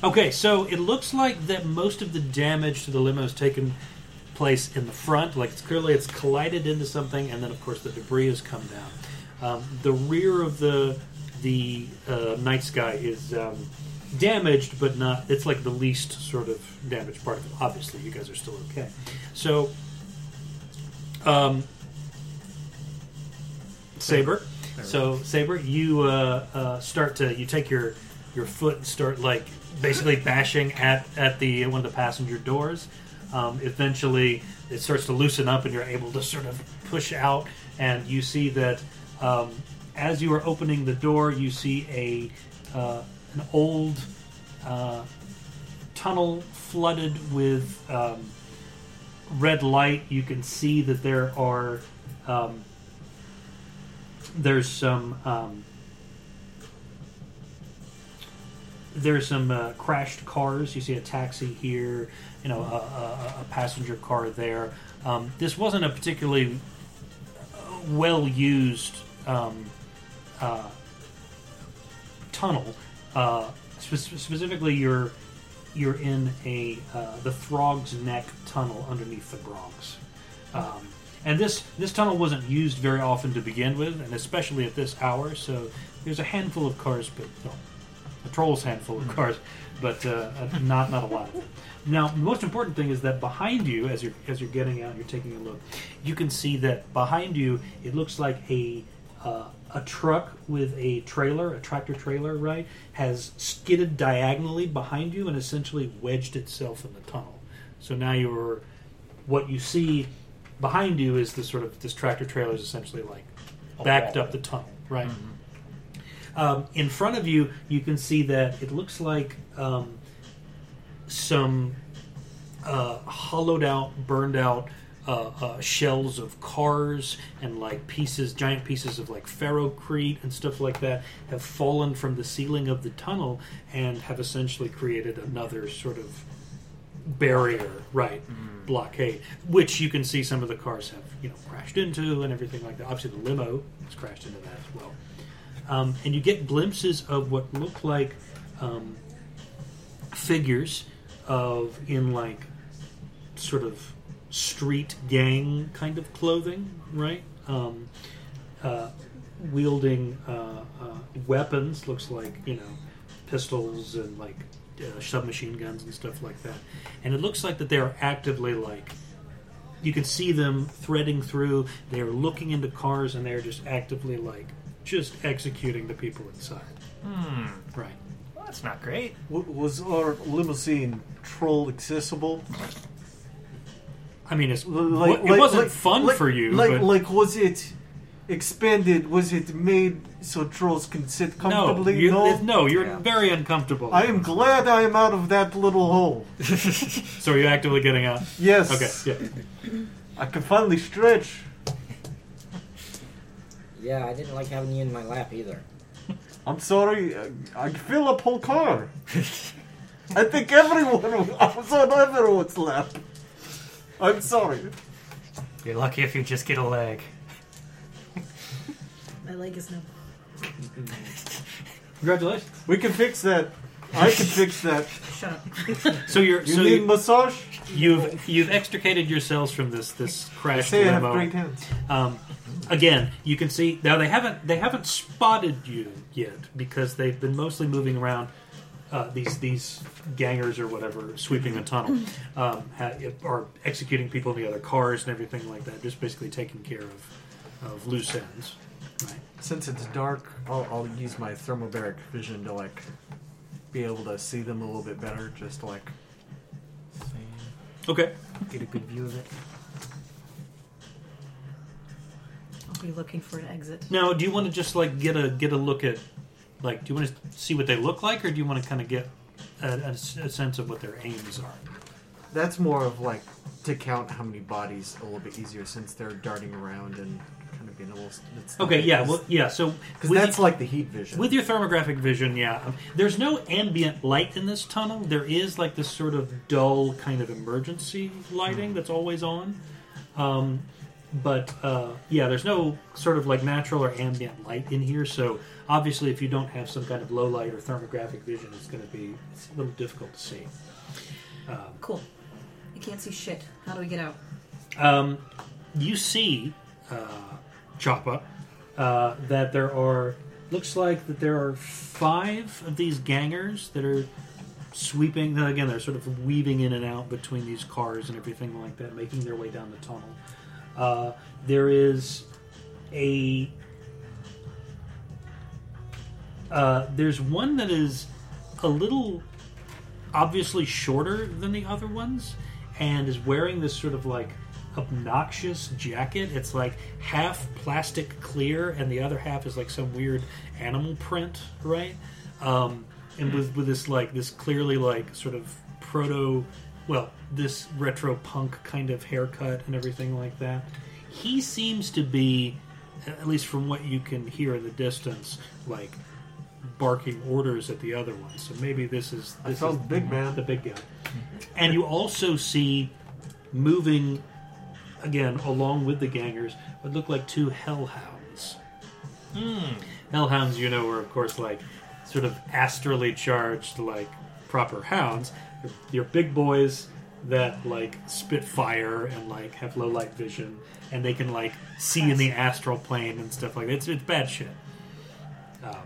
Okay, so it looks like that most of the damage to the limo has taken place in the front. Like it's clearly it's collided into something, and then of course the debris has come down. Um, the rear of the the uh, night sky is um, damaged, but not. It's like the least sort of damaged part of it. Obviously, you guys are still okay. So, um, Saber. So Saber, you uh, uh, start to you take your your foot and start like basically bashing at at the one of the passenger doors. Um, eventually, it starts to loosen up, and you're able to sort of push out. And you see that um, as you are opening the door, you see a uh, an old uh, tunnel flooded with um, red light. You can see that there are um, there's some um, there's some uh, crashed cars. You see a taxi here, you know, a, a, a passenger car there. Um, this wasn't a particularly well used um, uh, tunnel. Uh, spe- specifically, you're you're in a uh, the Frog's Neck tunnel underneath the Bronx. Um, and this this tunnel wasn't used very often to begin with, and especially at this hour. So there's a handful of cars, but no, a troll's handful of cards, but uh, uh, not not a lot of them. Now, the most important thing is that behind you, as you're as you're getting out, you're taking a look. You can see that behind you, it looks like a uh, a truck with a trailer, a tractor trailer, right, has skidded diagonally behind you and essentially wedged itself in the tunnel. So now you're what you see behind you is this sort of this tractor trailer is essentially like
A
backed
wall. Mm-hmm.
up the tunnel, right? Um, in front of you, you can see that it looks like um, some uh, hollowed out, burned out uh, uh, shells of cars and like pieces, giant pieces of like ferrocrete and stuff like that have fallen from the ceiling of the tunnel and have essentially created another sort of barrier, right? Blockade, which you can see some of the cars have you know crashed into and everything like that. Obviously, the limo has crashed into that as well. Um, and you get glimpses of what look like um, figures of in like sort of street gang kind of clothing, right? Um, uh, wielding uh, uh, weapons, looks like you know pistols and like uh, submachine guns and stuff like that. And it looks like that they are actively like you can see them threading through. They are looking into cars and they are just actively like just executing the people inside.
Hmm.
Right.
Well, that's not great.
W- was our limousine troll accessible?
I mean, it's,
L- like-
it
like-
wasn't
like-
fun
like-
for you.
Like,
but
like, was it expanded? Was it made so trolls can sit comfortably?
no, you,
no,
it- no, you're very uncomfortable.
I am glad I am out of that little hole.
so are you actively getting out?
Yes.
Okay. Yeah.
I can finally stretch.
Yeah, I didn't like having you in my lap either.
I'm sorry, I, I fill up whole car. I think everyone, I was on everyone's lap. I'm sorry.
You're lucky if you just get a leg.
My leg is numb.
Congratulations.
We can fix that. I can fix that.
Shut up.
So you're
You
so
need
you,
massage?
you've you've extricated yourselves from this this
I
crash.
say I have
limo.
great hands.
Um, again, you can see now they haven't they haven't spotted you yet because they've been mostly moving around. Uh, these these gangers or whatever sweeping the tunnel um, ha- are executing people in the other cars and everything like that. Just basically taking care of of loose ends. Right.
Since it's dark, I'll, I'll use my thermobaric vision to like be able to see them a little bit better. Just to, like
Okay.
Get a good view of it.
I'll be looking for an exit.
Now, do you want to just like get a get a look at, like, do you want to see what they look like, or do you want to kind of get a, a s- a sense of what their aims are?
that's more of like to count how many bodies a little bit easier since they're darting around and kind of being a little. It's
Okay, yeah, well, yeah. So
because
with
that's
y-
like the heat vision.
with your thermographic vision, yeah. um, There's no ambient light in this tunnel. There is like this sort of dull kind of emergency lighting that's always on. Um, but uh, yeah, there's no sort of like natural or ambient light in here. So obviously, if you don't have some kind of low light or thermographic vision, it's going to be it's a little difficult to see. Um,
Cool. I can't see shit. How do we get out?
um, you see, uh, Choppa, uh, that there are looks like that there are five of these gangers that are sweeping. Now again, they're sort of weaving in and out between these cars and everything like that, making their way down the tunnel. Uh, there is a uh, there's one that is a little obviously shorter than the other ones and is wearing this sort of like obnoxious jacket. It's like half plastic clear and the other half is like some weird animal print, right? Um,
Hmm.
and with, with this like this clearly like sort of proto well, this retro punk kind of haircut and everything like that. He seems to be at least from what you can hear in the distance, like barking orders at the other one. So maybe this is
I
this
found
is
the big man.
the big guy. And you also see moving again along with the gangers what look like two hellhounds. Hellhounds, you know, were of course like sort of astrally charged, like proper hounds. They're- They're big boys that like spit fire and like have low light vision, and they can like see in the astral plane and stuff like that. It's, it's bad shit. Um,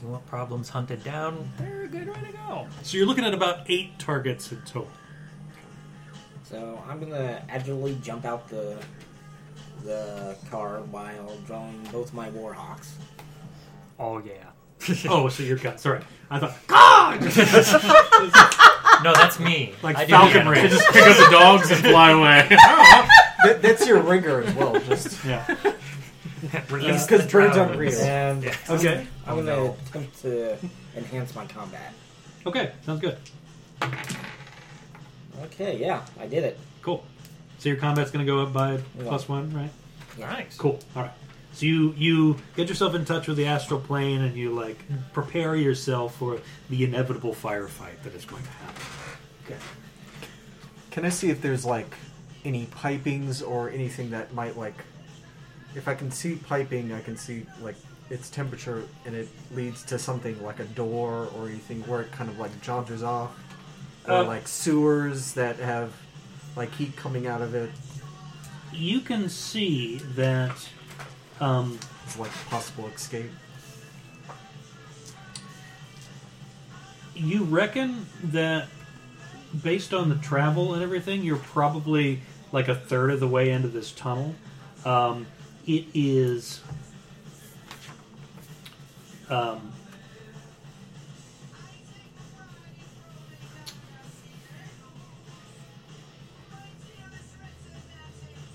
you want problems hunted down, they're a good way to go. So you're looking at about eight targets in total.
So I'm gonna agilely jump out the the car while drawing both my warhawks.
Oh yeah. oh, so you're cut. Sorry, I thought God. no, that's me.
Like
I do
falcon
the animals.
rays. Just pick up the dogs and fly away.
That, that's your ringer as well. Just
yeah.
Release
Because
the
birds aren't
drowns.
real. And
Yeah.
Okay.
I'm
Oh,
gonna
no.
attempt to enhance my combat.
Okay. Sounds good.
Okay, yeah, I did it.
Cool. So your combat's going to go up by plus one, right?
Nice.
Cool. All right. So you you get yourself in touch with the astral plane and you like prepare yourself for the inevitable firefight that is going to happen.
Can I see if there's like any pipings or anything that might like if I can see piping, I can see like its temperature and it leads to something like a door or anything where it kind of like joggers off or
Uh,
like sewers that have like heat coming out of it.
You can see that um,
It's like possible escape.
you reckon that based on the travel and everything, you're probably like a third of the way into this tunnel. Um, it is. Um,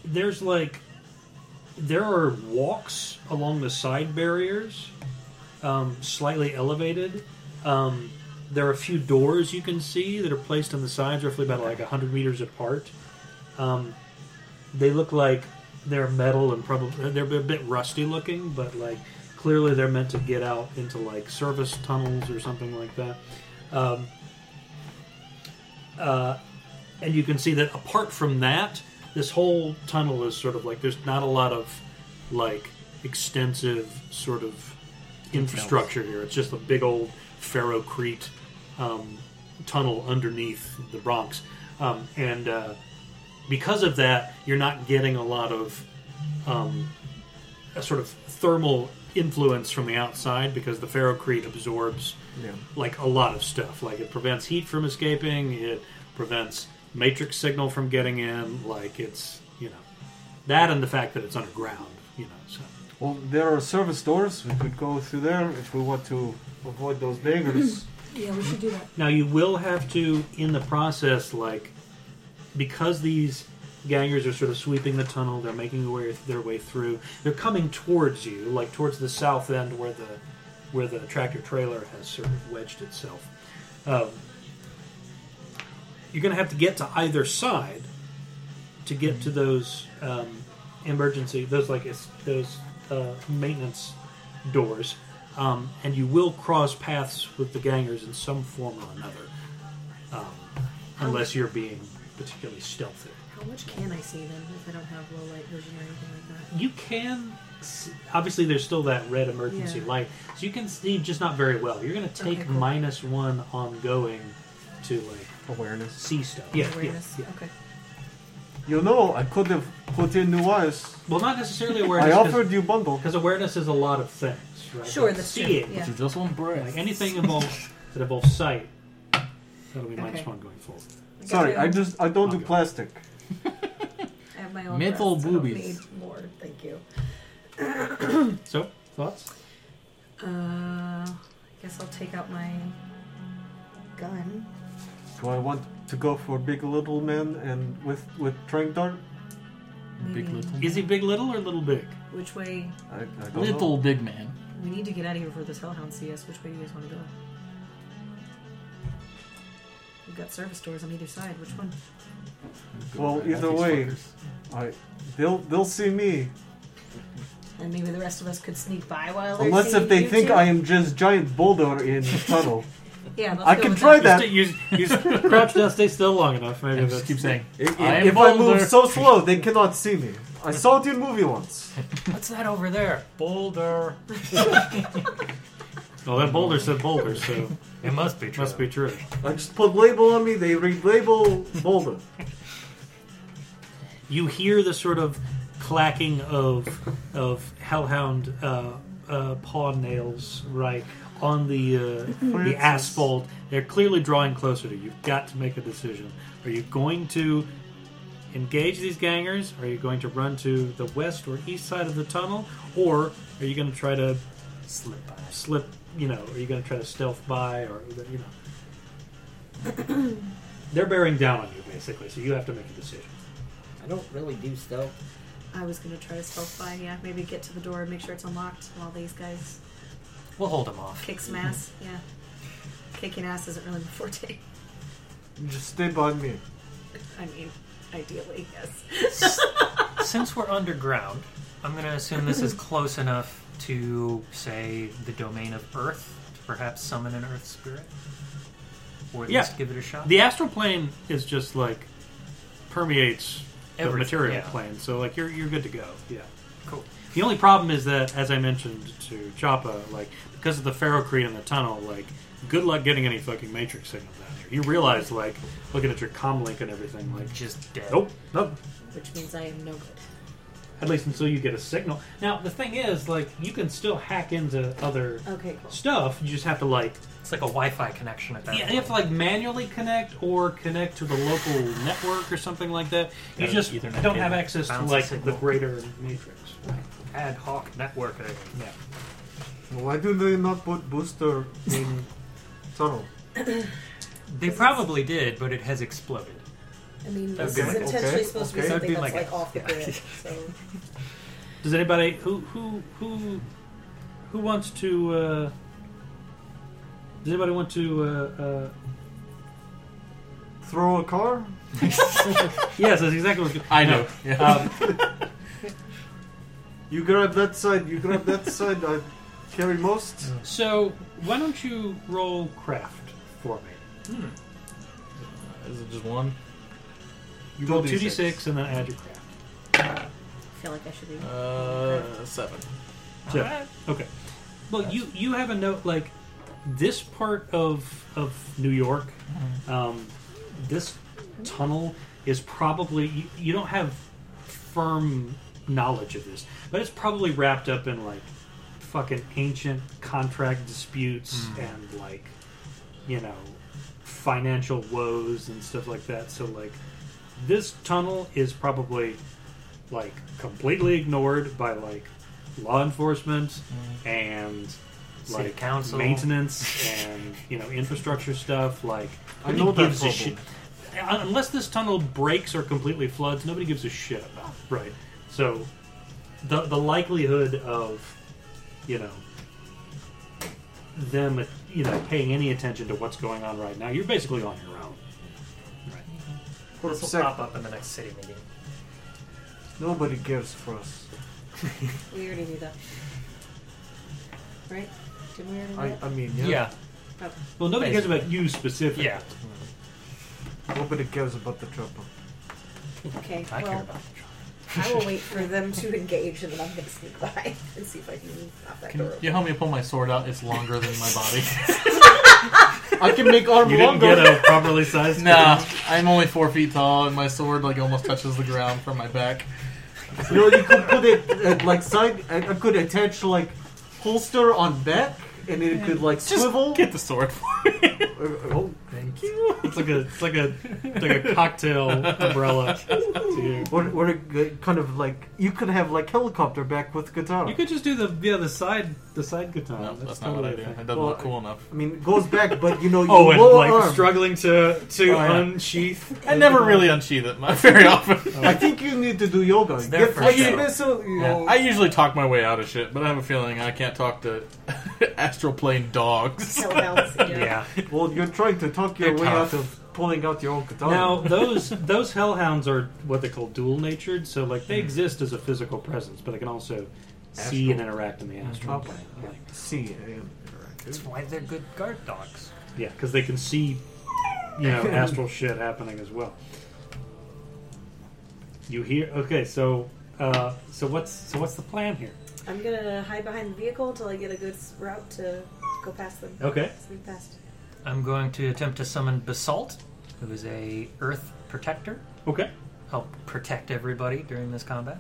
there's like. There are walks along the side barriers, um, slightly elevated. Um, there are a few doors you can see that are placed on the sides, roughly about like 100 meters apart. Um, they look like they're metal and probably they're a bit rusty looking, but like clearly they're meant to get out into like service tunnels or something like that. Um, uh, and you can see that apart from that, this whole tunnel is sort of like there's not a lot of like extensive sort of infrastructure here. It's just a big old ferrocrete um, tunnel underneath the Bronx, um, and uh, because of that, you're not getting a lot of um, a sort of thermal influence from the outside because the ferrocrete absorbs
Yeah.
like a lot of stuff. Like it prevents heat from escaping, it prevents matrix signal from getting in. Like it's you know that and the fact that it's underground. You know, so
Well, there are service doors. We could go through there if we want to avoid those beggars.
Yeah, we should do that.
now you will have to in the process like because these gangers are sort of sweeping the tunnel, they're making their way, their way through. They're coming towards you, like towards the south end where the where the tractor trailer has sort of wedged itself. Um, you're going to have to get to either side to get to those um, emergency, those like it's, those uh, maintenance doors, um, and you will cross paths with the gangers in some form or another, um, unless you're being particularly stealthy.
How much can I see them if I don't have low light vision or anything like that?
You can s obviously there's still that red emergency
Yeah.
light, so you can see just not very well. You're going to take
Okay, cool.
minus one ongoing to like
Awareness.
see stuff. Yeah, yeah,
Awareness?
yeah.
Okay.
You know, I could have put in new wires.
Well, not necessarily
I
awareness. 'cause-
offered you bundle.
Because awareness is a lot of things, right?
Sure,
Like
that's true.
seeing,
Yeah.
You just want breath.
like anything involves that involves sight. That'll be minus
Okay.
one going forward.
I guess
Sorry,
I
I just I don't do
Okay.
plastic.
I have my own
Metal
breasts. I don't
boobies.
need more. Thank you.
So thoughts?
Uh, I guess I'll take out my gun.
Do I want to go for big little man and with with trank dart?
Big
Maybe.
little.
Is he big little or little big?
Which way?
I, I don't
Little
know.
big man.
We need to get out of here before this hellhound see us. Which way do you guys want to go? We've got service doors on either side. Which one?
Well,
These
either way,
fuckers.
I they'll they'll see me
And maybe the rest of us could sneak by while they're
unless
seeing
if they
you
think
two.
I am just giant boulder in the tunnel.
Yeah, let's
I
go
can
with
try
that.
that.
You, you, crouch down, stay still long enough. Maybe
I
that's-
just keep saying.
If,
I am
if I move
Boulder.
so slow, they cannot see me. I saw it in movie once.
What's that over there? Boulder.
Well, that boulder said boulder, Oh, so
It must be true.
must be true.
I just put label on me. They read label boulder.
You hear the sort of clacking of of hellhound uh, uh, paw nails, right, on the uh, the
Francis.
asphalt. They're clearly drawing closer to you. You've got to make a decision. Are you going to engage these gangers? Are you going to run to the west or east side of the tunnel, or are you going to try to
Slip by.
slip? You know, are you going to try to stealth by, or you know? They're bearing down on you basically, so you have to make a decision.
I don't really do stealth.
I was gonna try to stealth by, yeah. Maybe get to the door and make sure it's unlocked while these guys
We'll hold them off.
kick some ass. Yeah. Kicking ass isn't really my forte.
Just stay by me.
I mean, ideally, yes.
Since we're underground, I'm going to assume this is close enough to, say, the domain of Earth to perhaps summon an Earth spirit? Or at
Yeah.
least give it a shot?
The astral plane is just like permeates the
Everything,
material
yeah.
plane, so like you're you're good to go. Yeah.
Cool.
The only problem is that, as I mentioned to Choppa, like because of the ferrocrete in the tunnel, like good luck getting any fucking matrix signals out there. You realize, like looking at your comlink and everything, like
Just dead.
nope, nope.
Which means I am no good.
At least until you get a signal. Now the thing is, like you can still hack into other
Okay, cool.
stuff. You just have to like
It's like a Wi Fi connection at that
Yeah,
point.
you have to like manually connect or connect to the local network or something like that. You
Yeah,
just
Ethernet
don't have
cable
access to
bounces
like the
signal.
greater matrix.
Ad hoc networking.
Yeah.
Why do they not put booster in tunnel?
They probably did, but it has exploded.
I mean,
That'd
this
be
is
my-
intentionally
okay,
supposed
okay.
to
That'd
be
be
something that's
my
like off the
guess.
grid. So
Does anybody who who who who wants to? Uh, does anybody want to? Uh, uh,
Throw a car?
yes, that's exactly what
I know.
Um,
You grab that side, you grab that side, I carry most.
so why don't you roll craft for me?
Is it just one?
You roll two
2d6.
d six and then add your craft.
I feel like I should be.
Uh, seven.
So, Okay. Well, you you have a note like this part of of New York,
Mm-hmm.
um, this tunnel is probably you, you don't have firm knowledge of this, but it's probably wrapped up in like fucking ancient contract disputes
Mm.
and like you know financial woes and stuff like that. So like this tunnel is probably like completely ignored by like law enforcement and
Mm. City
like
council.
maintenance and you know infrastructure stuff like
I
nobody
know that
gives a
problem.
shit unless this tunnel breaks or completely floods nobody gives a shit about it. right so the the likelihood of you know them you know paying any attention to what's going on right now you're basically on your own
For a
This will
sec,
pop up in the next city meeting.
nobody cares for us.
We already knew that, right? Didn't we already know
I,
that? Oh,
I mean, yeah.
Yeah.
well nobody cares about you specifically
Yeah.
Nobody cares about the trouble.
Okay,
I care
well,
about the
I will wait for them to engage, and then I'm gonna sneak by and see if I can pop that door.
Can
open.
you help me pull my sword out? It's longer than my body. I can make arm
you didn't
longer.
get a properly sized
Nah, I'm only four feet tall, and my sword like almost touches the ground from my back.
You know, you could put it uh, like side. I, I could attach like holster on back, and it could like swivel.
Get the sword.
Uh, uh, oh, thank you.
It's like a it's like a like a cocktail umbrella. to you.
Or, or uh, kind of like you could have like helicopter back with guitar.
You could just do the yeah the side the side guitar.
No, that's not what I
totally
do.
a
It
thing.
doesn't
Well,
look cool enough.
I mean, it goes back, but you know, you
Oh, and
lower
like
arm.
struggling to to
Oh, yeah.
unsheath.
I never really unsheath it my- very often.
I think you need to do yoga.
their
Get
first
like a
show.
missile, you know.
I usually talk my way out of shit, but I have a feeling I can't talk to astral plane dogs.
Hell, hell's-
Yeah.
Well, you're trying to talk your
They're
way
tough.
out of pulling out your own guitar.
Now those those hellhounds are what they call dual natured, so like
Hmm.
they exist as a physical presence, but they can also see and
Astral.
interact in the
Mm-hmm.
astral
Okay.
plane. Like,
See,
That's why they're good guard dogs.
yeah, because they can see you know astral shit happening as well. You hear? Okay, so uh, so what's so what's the plan here?
I'm gonna hide behind the vehicle until I get a good s- route to go past them.
Okay.
Sneak past.
I'm going to attempt to summon Basalt, who is a Earth protector.
Okay.
Help protect everybody during this combat.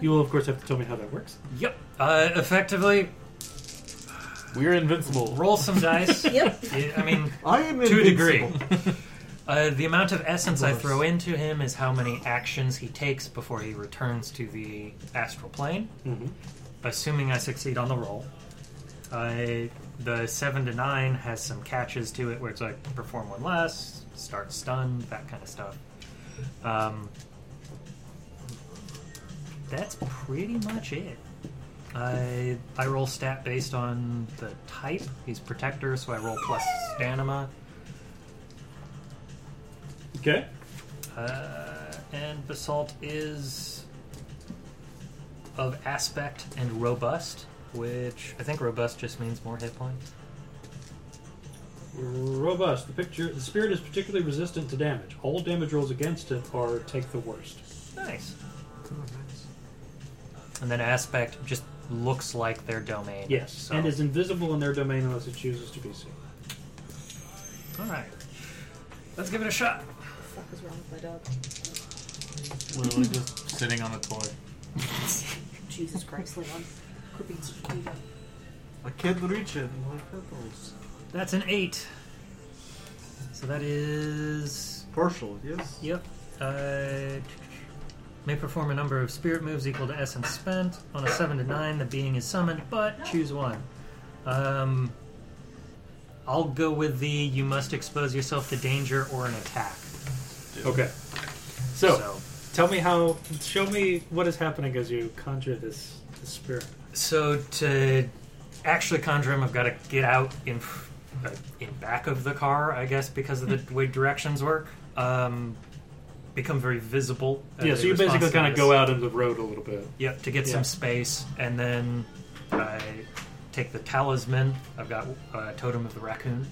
You will, of course, have to tell me how that works.
Yep. Uh, effectively,
We're invincible.
Roll some dice.
Yep.
Yeah, I mean,
I am
to a degree.
invincible.
Uh, the amount of essence I throw into him is how many actions he takes before he returns to the astral plane.
Mhm.
Assuming I succeed on the roll, I, the seven to nine has some catches to it where it's like perform one less, start stunned, that kind of stuff. Um, that's pretty much it. I I roll stat based on the type. He's protector, so I roll plus stamina.
Okay.
Uh, and basalt is of aspect and robust, which I think robust just means more hit points.
Robust. The picture. The spirit is particularly resistant to damage. All damage rolls against it are take the worst.
Nice. And then aspect just looks like their domain.
Yes,
So.
and is invisible in their domain unless it chooses to be seen.
All right. Let's give it a shot.
fuck is wrong with my dog?
Literally just sitting on a toy.
Jesus Christ, Leon. Quit being such a diva.
I can't reach it. My purples.
That's an eight. So that is
Partial, yes.
Yep. Uh, may perform a number of spirit moves equal to essence spent. On a 7 to 9, the being is summoned, but choose one. Um, I'll go with the you must expose yourself to danger or an attack.
Okay.
So,
So, tell me how. Show me what is happening as you conjure this, this spirit.
so to actually conjure him, I've got to get out in f- uh, in back of the car, I guess, because of
Hmm.
the way directions work. Um, become very visible. as
yeah.
a
So you basically
response to
kind of
this.
go out into the road a little bit.
Yep, to get
Yeah.
some space, and then I take the talisman. I've got uh, totem of the raccoon.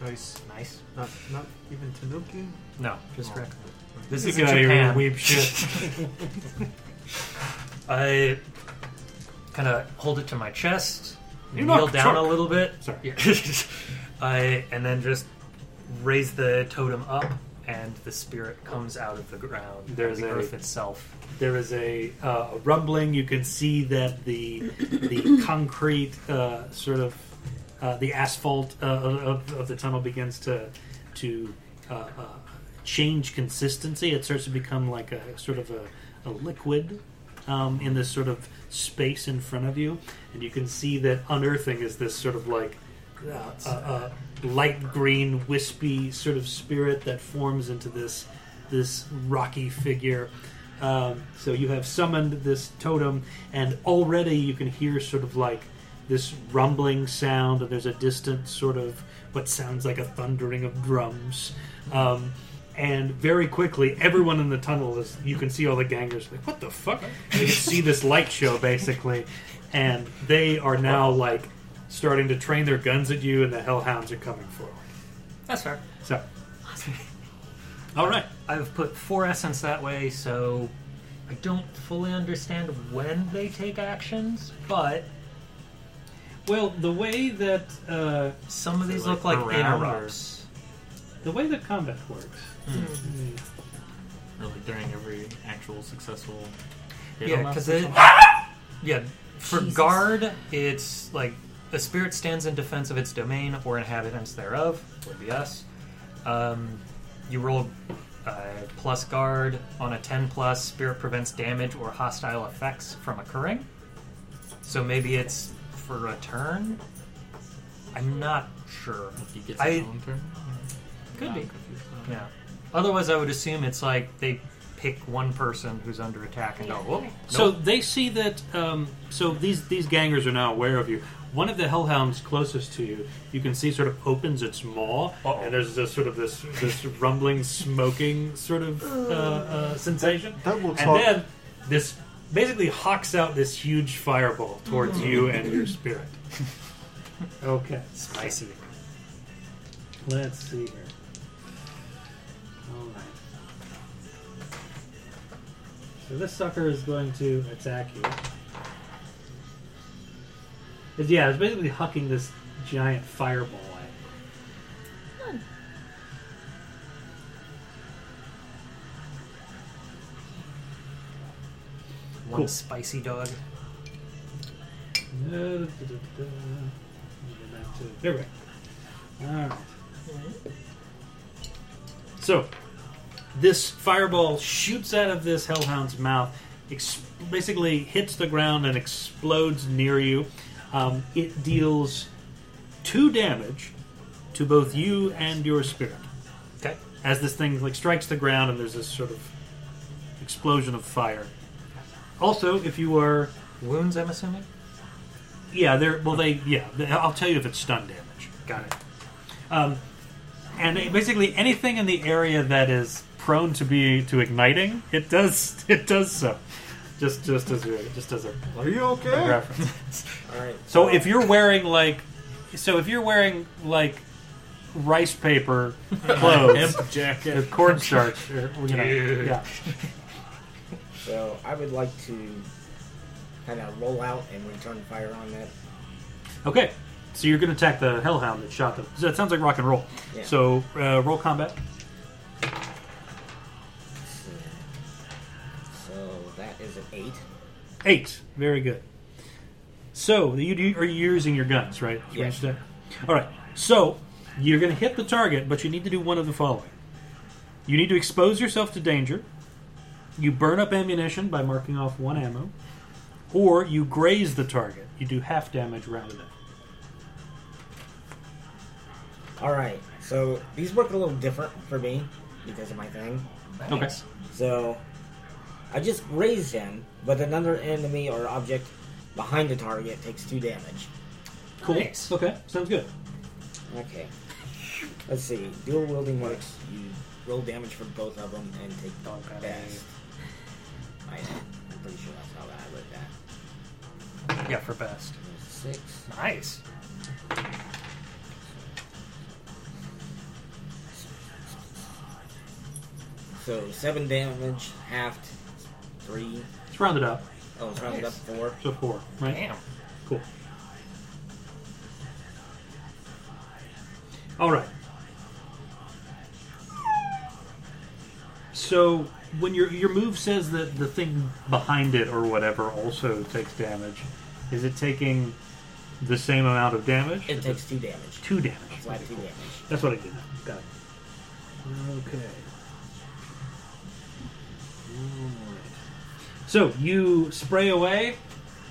Nice.
Nice.
Not, not even Tanuki.
No, just
Oh.
raccoon. This
You
is
get out of here, you
Japan.
weeb shit.
I kind of hold it to my chest,
You
kneel
knock
down a
Chuck.
little bit.
Sorry.
Yeah. I and then just raise the totem up, and the spirit comes out of the ground.
There's
the
a-
earth itself.
There is a, uh, a rumbling. You can see that the the concrete uh, sort of uh, the asphalt uh, of, of the tunnel begins to to uh, uh, change consistency. It starts to become like a sort of a, a liquid um, in this sort of space in front of you, and you can see that unearthing is this sort of like uh, a, a light green, wispy sort of spirit that forms into this this rocky figure. Um, so you have summoned this totem, and already you can hear sort of like this rumbling sound, and there's a distant sort of what sounds like a thundering of drums. Um, and very quickly, everyone in the tunnel is. You can see all the gangers like, "What the fuck?" And you can see this light show basically, and they are now like starting to train their guns at you, and the hellhounds are coming forward.
That's fair.
So, all right.
I've put four essence that way, so I don't fully understand when they take actions, but
Well, the way that uh,
some of these look
like
like
around or-
interrupts.
the way that combat works,
Or like during every actual successful hit
Yeah,
on us
because
or
it.
something?
Yeah, for
Jesus.
guard, it's like a spirit stands in defense of its domain or inhabitants thereof, would be us. Um, you roll uh, plus guard on a 10 plus, spirit prevents damage or hostile effects from occurring. So maybe it's for a turn? I'm not sure.
If he gets his
I-
own turn?
Could
Ah,
be.
I'm confused. Oh.
Yeah. Otherwise, I would assume it's like they pick one person who's under attack and go, whoop.
so
nope."
they see that. Um, so these these gangers are now aware of you. One of the hellhounds closest to you, you can see, sort of opens its maw,
Uh-oh.
and there's this sort of this this rumbling, smoking sort of uh, uh, sensation.
That looks
and
hot.
then this basically hawks out this huge fireball towards you and your spirit. okay.
spicy.
Let's see here. Alright. So this sucker is going to attack you. It's- yeah, it's basically hucking this giant fireball at you.
One
Cool.
spicy dog.
Da-da-da-da-da. to. There we go. All right. So, this fireball shoots out of this hellhound's mouth, ex- basically hits the ground and explodes near you. Um, it deals two damage to both you and your spirit.
Okay.
As this thing like strikes the ground and there's this sort of explosion of fire. Also, if you are
Wounds, I'm assuming?
yeah, they're well. They yeah. they- I'll tell you if it's stun damage. Got it. Um, and it- basically anything in the area that is prone to be to igniting, it does it does so. Just just as a, just as a
Are you
a
okay?
reference.
All right.
So if you're wearing like, so if you're wearing like rice paper clothes,
Hemp jacket.
or cornstarch, or you know,
Dude.
yeah.
So I would like to kind of roll out and return fire on that.
Okay, so you're gonna attack the hellhound that shot them. So that sounds like rock and roll.
Yeah.
So uh, roll combat.
So that is an eight.
Eight. Very good. So you do, are you using your guns, right? That's what you
Yes.
said. All right. So you're going to hit the target, but you need to do one of the following. You need to expose yourself to danger. You burn up ammunition by marking off one ammo, or you graze the target. You do half damage rounded up.
All right. So these work a little different for me because of my thing.
Okay.
So I just raised him, but another enemy or object behind the target takes two damage.
Cool.
Nice.
Okay. Sounds good.
Okay. Let's see. Dual wielding works. You roll damage for both of them and take the best. I I'm pretty sure that's how I read that.
Yeah, for best.
Six.
Nice.
So seven damage, halved, three.
It's rounded up.
Oh, it's rounded
Nice.
up four.
So four, right?
Damn.
Cool. All right. So when your your move says that the thing behind it or whatever also takes damage, is it taking the same amount of damage?
It takes two damage.
two damage.
Flat two damage.
That's what I did. Got it. Okay. So you spray away.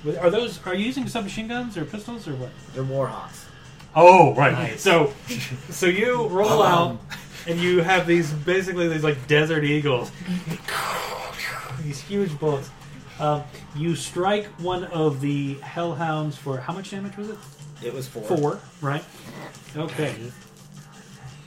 With- Are those? Are you using submachine guns or pistols or what?
They're warhawks.
Oh, right.
Nice.
So, so you roll out, and you have these basically these like desert eagles, these huge bullets. Um, you strike one of the hellhounds for how much damage was it?
It was four.
Four, right? Okay.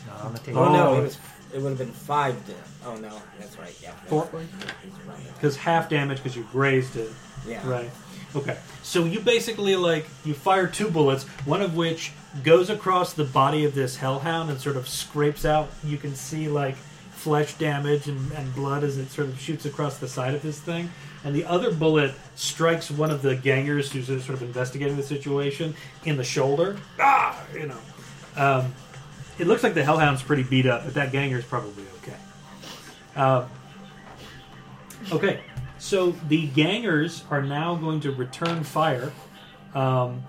Not on the table.
Oh, no,
Oh.
it was. It would have been five. Da- oh no, that's right. Yeah, that's
Four?
right. It's rounded up.
Because half damage because you grazed it.
Yeah.
Right. Okay. So you basically like you fire two bullets, one of which goes across the body of this hellhound and sort of scrapes out. You can see like flesh damage and, and blood as it sort of shoots across the side of this thing. And the other bullet strikes one of the gangers who's sort of investigating the situation in the shoulder. Ah, you know. Um, it looks like the hellhound's pretty beat up, but that ganger's probably okay. Uh, okay, so the gangers are now going to return fire um,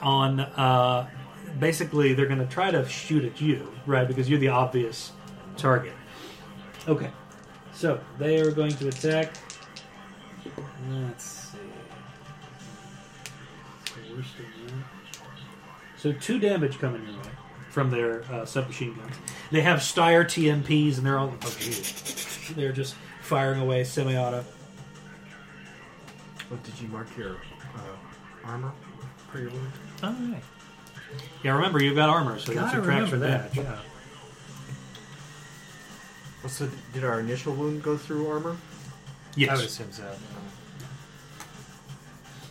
on. Uh, basically, they're going to try to shoot at you, right? Because you're the obvious target. Okay, so they are going to attack. Let's see. So two damage coming your way from their uh, submachine guns. They have Steyr TMPs, and they're all they're just firing away semi-auto.
Oh, did you mark your uh, armor for your wound?
All right.
Yeah, remember you've got armor, so that's
Gotta
subtraction
remember that.
damage.
Yeah.
Well, so did our initial wound go through armor?
I would
Yes.
assume so.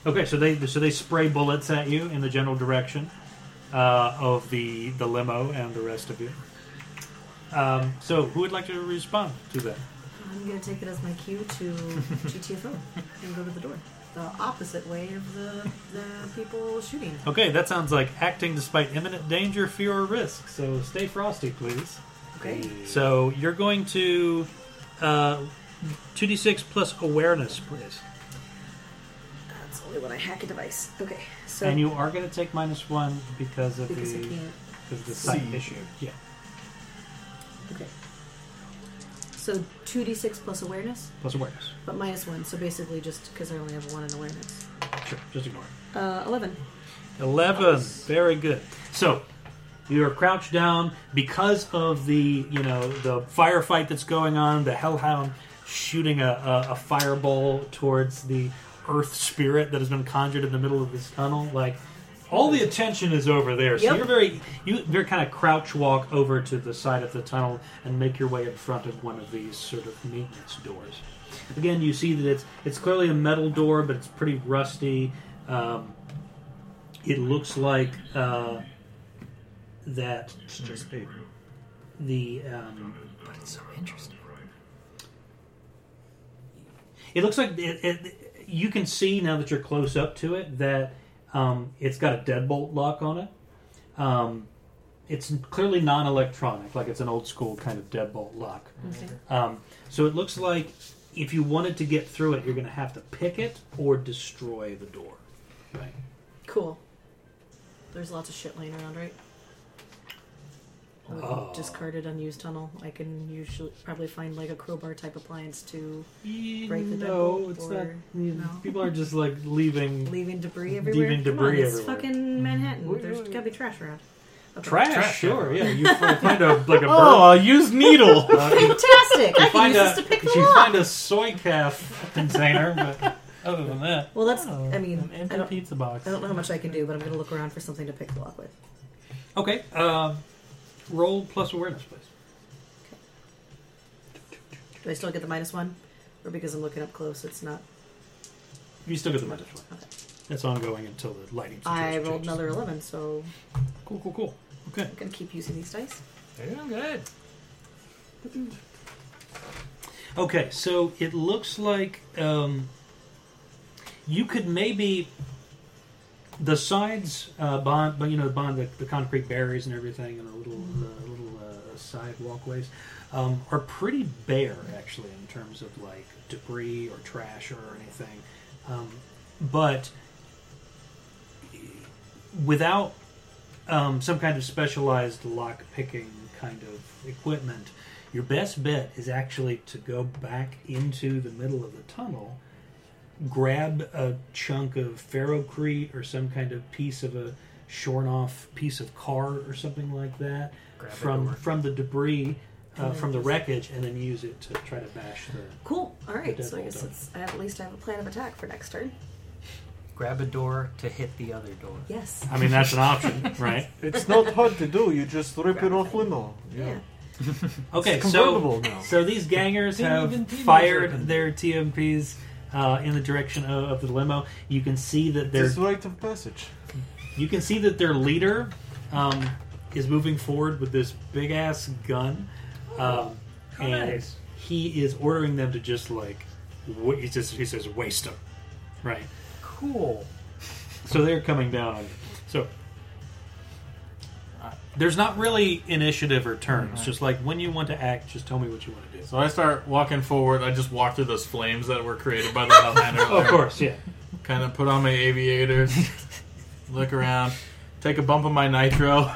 Okay, so they so they spray bullets at you in the general direction uh, of the the limo and the rest of you. Um, so who would like to respond to that?
I'm going to take it as my cue to GTFO and go to the door. The opposite way of the, the people shooting.
Okay, that sounds like acting despite imminent danger, fear, or risk. So stay frosty, please.
Okay.
So you're going to uh, 2d6 plus awareness, please.
That's a me when I hack a device. Okay, so
and you are going to take minus one because of
because
the
I can't.
because of the sight
See.
issue. Yeah.
Okay. So two d six plus awareness,
Plus awareness.
but minus one. So basically, just because I only have one in awareness.
Sure. Just ignore it.
Uh, Eleven.
11 very good so you're crouched down because of the you know the firefight that's going on the hellhound shooting a, a, a fireball towards the earth spirit that has been conjured in the middle of this tunnel like all the attention is over there so
Yep.
you're very you very kind of crouch walk over to the side of the tunnel and make your way in front of one of these sort of maintenance doors again you see that it's it's clearly a metal door but it's pretty rusty um, it looks like uh, that
It's just
Mm.
paper.
the um, but it's so interesting it looks like it, it, you can see now that you're close up to it that um, it's got a deadbolt lock on it um, it's clearly non-electronic like it's an old school kind of deadbolt lock
Okay.
um, so it looks like if you wanted to get through it you're going to have to pick it or destroy the door right
Cool. There's lots of shit laying around, right? Or
Oh.
Discarded, unused tunnel. I can usually probably find like a crowbar type appliance to Break the
no,
deadbolt
it's not.
or- no?
People are just like leaving.
leaving debris everywhere.
Leaving
Come
debris
on, it's
everywhere.
fucking Manhattan.
Mm-hmm. Wait,
There's
wait, wait.
gotta be trash around. Okay.
Trash, sure, yeah. You f- find a like a bird.
Oh, a used needle.
uh, you- you
Fantastic! I can
find
use
a
this to pick the
you
lock.
find a soy calf container, but other than that,
Well, that's.
Oh,
I mean,
an
I
empty
don't,
pizza box.
I don't know how much I can do, but I'm gonna look around for something to pick the lock with.
Okay, um, roll plus awareness, please.
Do I still get the minus one, or because I'm looking up close, it's not?
You still get the minus one.
Okay.
That's ongoing until the lighting.
I
situation
rolled
changes.
another eleven, so
Cool, cool, cool. Okay.
I'm gonna keep using these dice.
Damn good. Okay, so it looks like um, you could maybe the sides uh, bond, but you know, bond the, the concrete barriers and everything, and the little uh, little uh, side walkways um, are pretty bare actually in terms of like debris or trash or anything. Um, but without um, some kind of specialized lock picking kind of equipment, your best bet is actually to go back into the middle of the tunnel, grab a chunk of ferrocrete or some kind of piece of a shorn off piece of car or something like that
Grab a
from
door.
from the debris. Uh,
And then
from the
use it.
wreckage, and then use it to try to bash the.
Cool. All right.
The
So I
deadbolt
guess
door.
it's, I at least have a plan of attack for next turn.
Grab a door to hit the other door.
Yes.
I mean, that's an option, right?
It's not hard to do. You just rip it off limo.
Yeah.
Okay,
It's
so
convertible now.
so these gangers
Didn't
have
even demons
fired
open.
their TMPs uh, in the direction of, of the limo. You can see that their
It's rite of passage.
you can see that their leader um, is moving forward with this big ass gun, um,
how
and
nice.
he is ordering them to just like wa- he says he says waste them, right?
Cool.
So they're coming down on you. So uh, there's not really initiative or turns. Just like when you want to act, just tell me what you want to do.
So I start walking forward. I just walk through those flames that were created by the Hellhander.
Oh, of course, yeah.
Kind of put on my aviators, look around, take a bump of my nitro.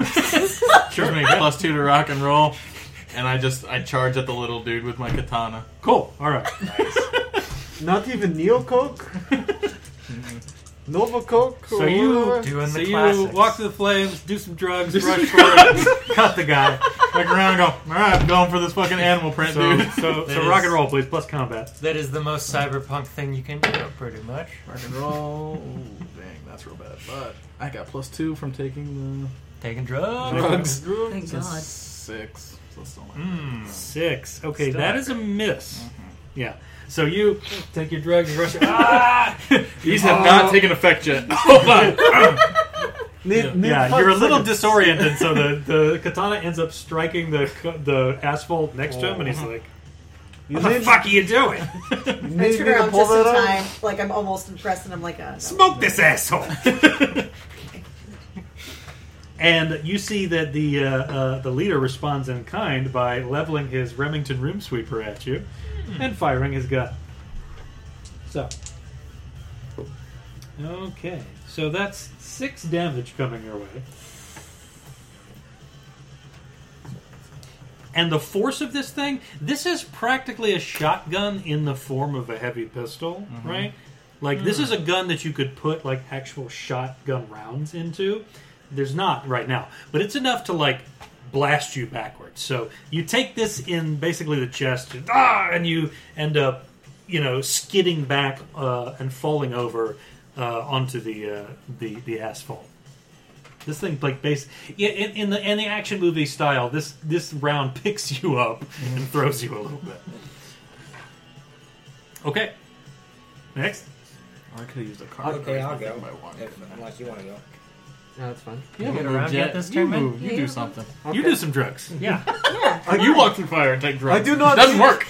Sure. me plus two to rock and roll, and I just I charge at the little dude with my katana.
Cool. All right.
Not even Neocoke? Nova Coke?
So you
Doing
so
the
you
classics.
walk to the flames, do some drugs, rush forward, cut the guy.
Look around, and go. All right, I'm going for this fucking animal print,
So
dude.
so,
That
so
is-
rock and roll, please, plus combat.
That is the most cyberpunk thing you can do, pretty much.
Rock and roll. Ooh, dang, that's real bad. But I got plus two from taking
Taking
the
drugs.
drugs.
Thank
So
God.
Six. So still not
Mm.
Six. Okay,
Still
that
not
is a miss.
Mm-hmm.
Yeah. So you take your drugs, rush. ah! Oh.
These have not taken effect yet. Hold on.
Need,
Yeah.
need
Yeah,
five
you're a little
seconds.
disoriented, so the, the katana ends up striking the the asphalt next to him, and
Uh-huh.
he's like,
You
"What the
need,
fuck are you doing?
you
I
need
turn
me to
around
pull
just in
that out?
time. Like I'm almost impressed, and I'm like, uh, no.
Smoke this asshole!" and you see that the uh, uh, the leader responds in kind by leveling his Remington room sweeper at you and firing his gun. So Okay, so that's six damage coming your way. And the force of this thing, this is practically a shotgun in the form of a heavy pistol,
Mhm.
right? Like, this
Mm.
is a gun that you could put, like, actual shotgun rounds into. There's not right now, but it's enough to, like, blast you backwards. So you take this in basically the chest, and, ah, and you end up, you know, skidding back uh, and falling over uh, onto the, uh, the the asphalt. This thing, like, base yeah, in, in the in the action movie style, this this round picks you up and throws you a little bit. Okay, next.
I could have used a card.
Okay, I'll go.
By one.
If, unless you want to go.
No, that's fine.
Get
You haven't
around
moved
yet
yet.
this
you
turn, man?
move. You
Yeah,
do
you-
something.
You do some drugs. Yeah.
Yeah.
you walk through fire and take drugs.
I do not
It doesn't
do-
work.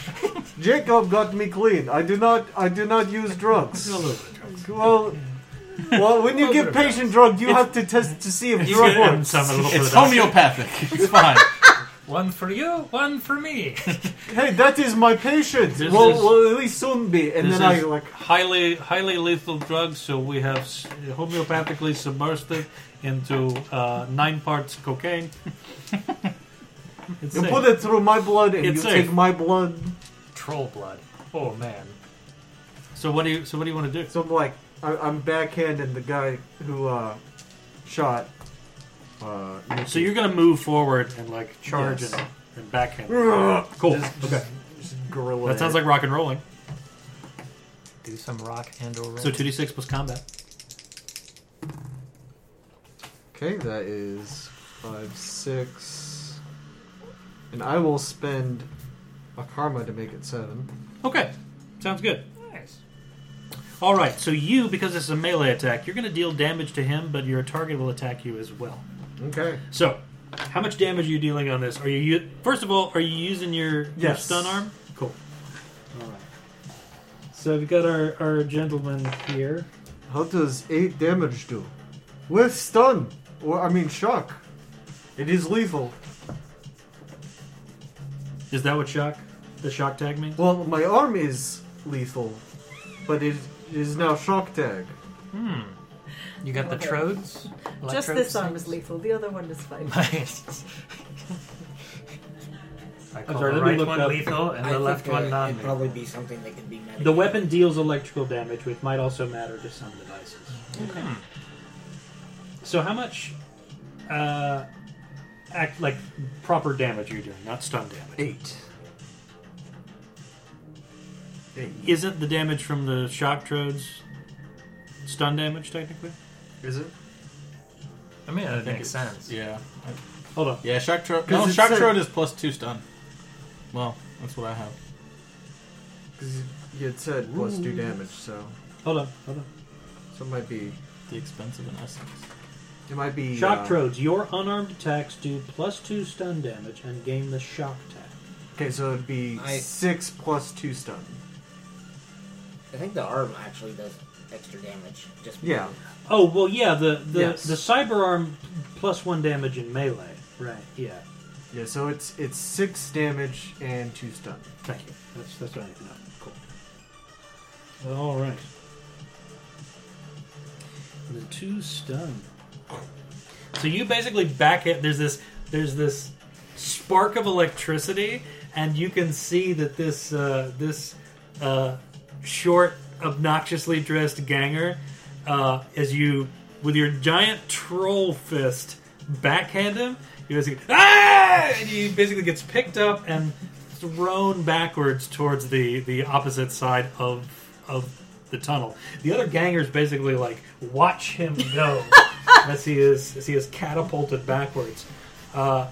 Jacob got me clean. I do not. I do not use drugs.
A little bit of drugs.
Well, well, when you give patient drug, you have to test to see if
He's
drug
gonna have
works.
some a little bit
It's
of that.
homeopathic. It's fine.
One for you, one for me.
Hey, that is my patient.
This
well,
is-
will at least soon be. And
This
then I
is
like.
highly highly lethal drugs, so we have s- homeopathically submersed it into uh, nine parts cocaine. It's
You
safe.
put it through my blood, and
It's
you
safe.
take my blood.
Troll blood. Oh man.
So what do you so what do you want to do?
So I'm like, I, I'm backhanding the guy who uh, shot. Uh,
So you're gonna move forward and like charge
Yes.
and, and backhand.
cool.
Okay.
gorilla.
That sounds like rock and rolling.
Do some rock and roll.
So two d six plus combat.
Okay, that is five, six, and I will spend a karma to make it seven.
Okay, sounds good.
nice.
All right, so you because this is a melee attack, you're gonna deal damage to him, but your target will attack you as well.
Okay.
So, how much damage are you dealing on this? Are you u- first of all, are you using your, your
Yes.
stun arm? Cool. All right. So we've got our, our gentleman here.
How does eight damage do? With stun, or I mean shock. It is lethal.
Is that what shock? The shock tag means?
Well, my arm is lethal, but it is now shock tag.
Hmm. You got
Okay.
the trodes?
Just
Electrode
this arm is
things?
lethal. The other one is fine.
Nice. I call
sorry,
the
let me
right
look
one
up-
lethal and
I
the
think uh,
left
that
one
It'd
non-lethal.
probably be something that could be medic.
The weapon deals electrical damage, which might also matter to some devices. So how much, uh, act like proper damage you're doing, not stun damage?
Eight. Eight.
Isn't the damage from the shock trodes stun damage technically?
Is it?
I mean, that
it's-
makes sense.
Yeah.
Hold on.
Yeah, Shock Tro No,
Because it
Shock
said-
Tro is plus two stun. Well, that's what I have.
'Cause you had said plus two damage, so
Hold on, hold on.
so it might be.
The expensive in essence.
It might be.
Shock
uh,
trodes. Your unarmed attacks do plus two stun damage and gain the shock tag.
Okay, so it'd be
I-
six plus two stun.
I think the arm actually does extra damage. Just
Yeah.
Oh well, yeah. The the
Yes.
the cyber arm plus one damage in melee. Right. Yeah.
Yeah, so it's it's six damage and two stun.
Thank you. That's that's what I need to know. Cool. All right. The two stun. So you basically back it. There's this. There's this spark of electricity, and you can see that this uh, this uh, short, obnoxiously dressed ganger, uh, as you with your giant troll fist backhand him, you basically ah, and he basically gets picked up and thrown backwards towards the the opposite side of of the tunnel. The other gangers basically like watch him go as he is as he is catapulted backwards. Uh,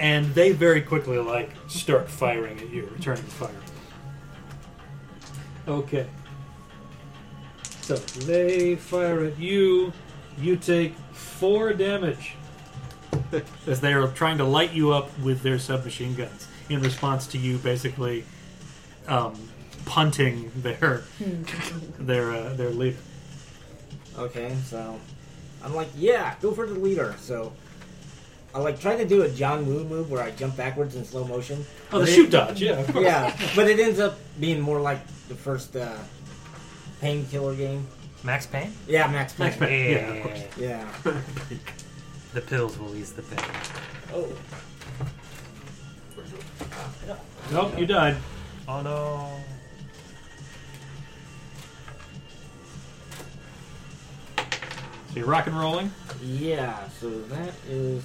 and they very quickly like start firing at you, returning fire. Okay. So they fire at you. You take four damage as they are trying to light you up with their submachine guns in response to you basically um, punting their their uh, their leader.
Okay, so I'm like, yeah, go for the leader. So I like trying to do a John Woo move where I jump backwards in slow motion.
Oh, the
But it-
shoot dodge, yeah, of course.
Yeah, but it ends up being more like the first uh, painkiller game
Max Payne?
Yeah, Max Payne.
Max Payne. Yeah,
Yeah, of course. Yeah.
the pills will ease the pain.
Oh.
Nope, you died.
Oh no.
So you're rock and rolling.
Yeah, so that is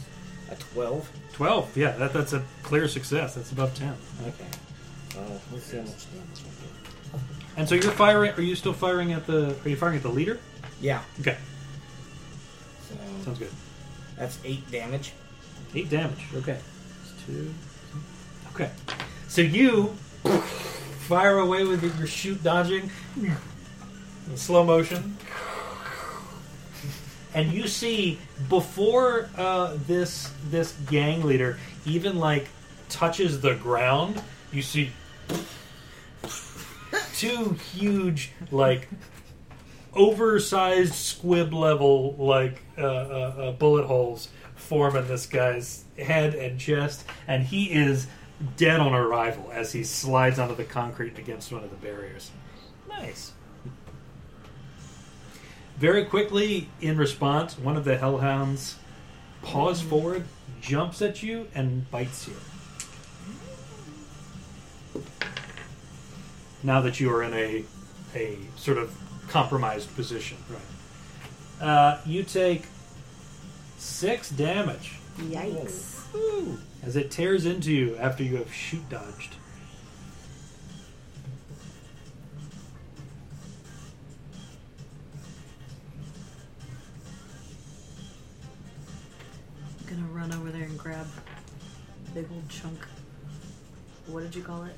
a 12.
12. Yeah, that, that's a clear success. That's above 10.
Okay. Uh, let's see how much damage I
And so you're firing. Are you still firing at the. Are you firing at the leader?
do. Yeah.
Okay.
So
Sounds good.
that's 8 damage.
8 damage. Okay. It's 2. Okay. So you fire away with your shoot dodging in slow motion. And you see before uh, this this gang leader even like touches the ground, you see two huge like oversized squib level like uh, uh, uh, bullet holes form in this guy's head and chest, and he is dead on arrival as he slides onto the concrete against one of the barriers. Nice. Very quickly, in response, one of the hellhounds paws forward, jumps at you, and bites you. Now that you are in a a sort of compromised position, right? Uh, you take six damage
Yikes.
as it tears into you after you have shoot dodged.
I'm gonna run over there and grab big old chunk. What did you call it?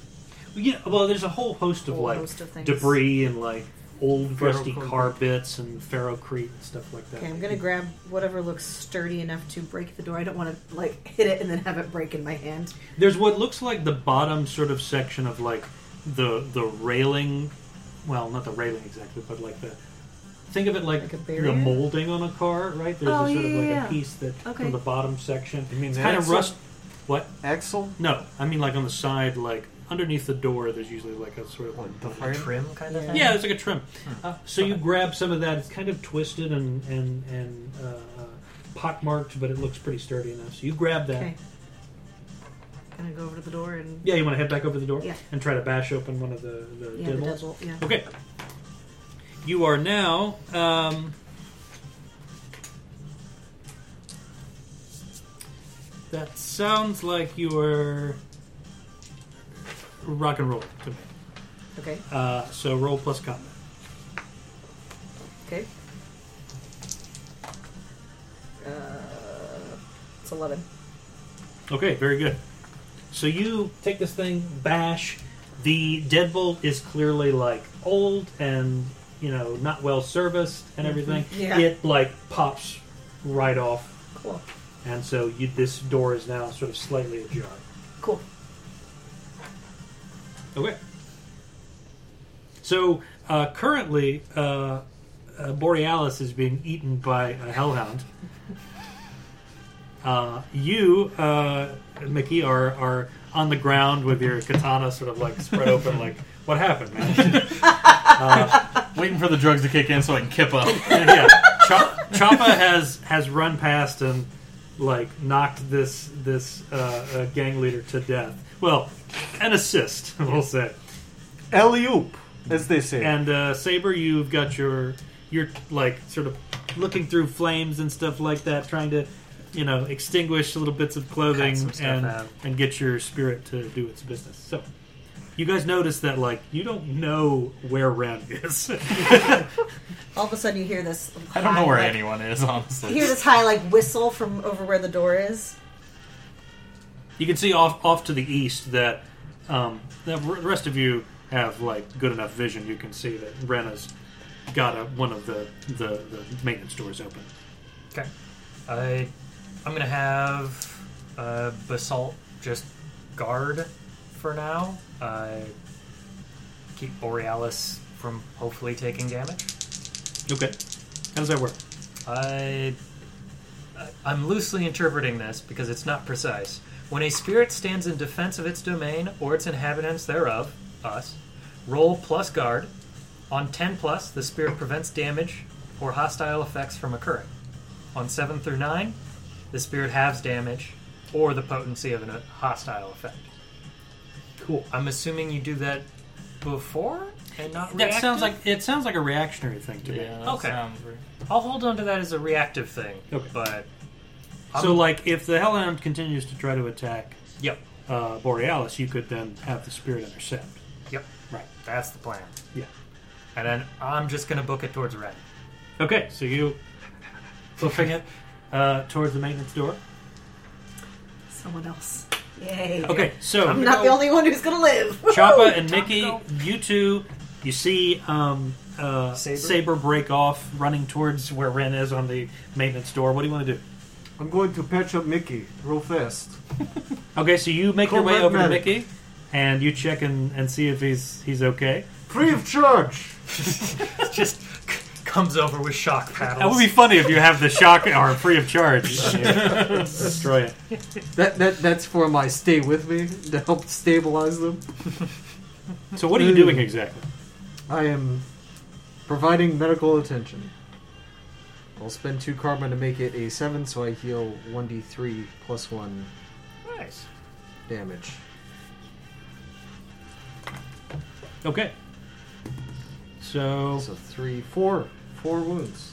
Well, yeah, well, there's a whole host of
Whole
like
host of things.
debris and like old
Ferro
rusty
concrete.
carpets and ferrocrete and stuff like that.
Okay, I'm gonna grab whatever looks sturdy enough to break the door. I don't want to like hit it and then have it break in my hand.
There's what looks like the bottom sort of section of like the the railing, well, not the railing exactly, but like the think of it like,
Like a barrier?
the molding on a car, right? There's
Oh,
a sort
yeah,
of like
yeah, yeah.
a piece that
Okay.
from the bottom section.
You mean
it's
the
kind of
axle?
rust. What?
Axel?
No, I mean like on the side, like underneath the door. There's usually like a sort of
The Hmm.
Like trim kind of thing?
yeah, it's like a trim. Uh, so you grab some of that. It's kind of twisted and and and uh, uh, pockmarked, but it looks pretty sturdy enough. So you grab that.
Okay. Gonna go over to the door and
Yeah, you want to head back over the door
Yeah.
and try to bash open one of the the
yeah, the
deadbolts?
double. Yeah.
Okay. You are now. Um, that sounds like you were rock and roll to me.
Okay.
Uh, so roll plus combat.
Okay. Uh, it's eleven.
Okay, very good. So you take this thing, bash. The deadbolt is clearly like old and you know not well serviced and everything.
Yeah.
It like pops right off,
Cool.
and so you, this door is now sort of slightly ajar.
Cool.
Okay. So uh, currently, uh, uh, Borealis is being eaten by a hellhound. Uh, you, uh, Mickey, are, are on the ground with your katana sort of like spread open, like, what happened, man?
Waiting for the drugs to kick in so I can kip up.
And, yeah, Chop- Choppa has, has run past and like knocked this this uh, uh, gang leader to death. Well, an assist, we'll say.
Alley oop, as they say.
And uh, Saber, you've got your you're like sort of looking through flames and stuff like that, trying to you know extinguish little bits of
Cut
clothing
some stuff
and
out.
and get your spirit to do its business. So. You guys notice that, like, you don't know where Ren is.
All of a sudden, you hear this.
I don't know where
like,
anyone is, honestly.
You hear this high like whistle from over where the door is.
you can see off off to the east that um, the r- the rest of you have like good enough vision. You can see that Ren has got a, one of the, the the maintenance doors open.
Okay. I, I'm gonna have uh, basalt just guard for now. Uh, keep Borealis from hopefully taking damage.
Okay, how does that work?
I, I- I'm loosely interpreting this because it's not precise. When a spirit stands in defense of its domain or its inhabitants thereof, us, roll plus guard, On 10 plus, the spirit prevents damage or hostile effects from occurring. On 7 through 9, the spirit halves damage or the potency of a hostile effect. Cool. I'm assuming you do that before and not
That sounds like
reactive?
it sounds like a reactionary thing to me.
Yeah, that Okay. sounds I'll hold on to that as a reactive thing.
Okay.
But
So, like, if the Hellhound continues to try to attack
Yep.
uh, Borealis, you could then have the spirit intercept.
Yep.
Right.
That's the plan.
Yeah.
And then I'm just gonna book it towards red.
Okay, so you flipping it uh, towards the maintenance door.
Someone else. Yay.
Okay, so
I'm not the only one who's gonna live.
Choppa
Woohoo!
and Mickey, you two, you see um, uh,
Saber?
Saber? break off, running towards where Ren is on the maintenance door. What do you want to do?
I'm going to patch up Mickey real fast.
Okay, so you make your way
Combat
over
medic.
to Mickey, and you check and, and see if he's he's okay.
Free of charge!
just c- comes over with shock paddles.
That would be funny if you have the shock arm free of charge. Destroy it.
That, that That's for my stay with me to help stabilize them.
So what are you doing exactly?
I am providing medical attention. I'll spend two karma to make it a 7, so I heal 1d3 plus 1
nice.
damage.
Okay. So
So 3, 4. 4 wounds.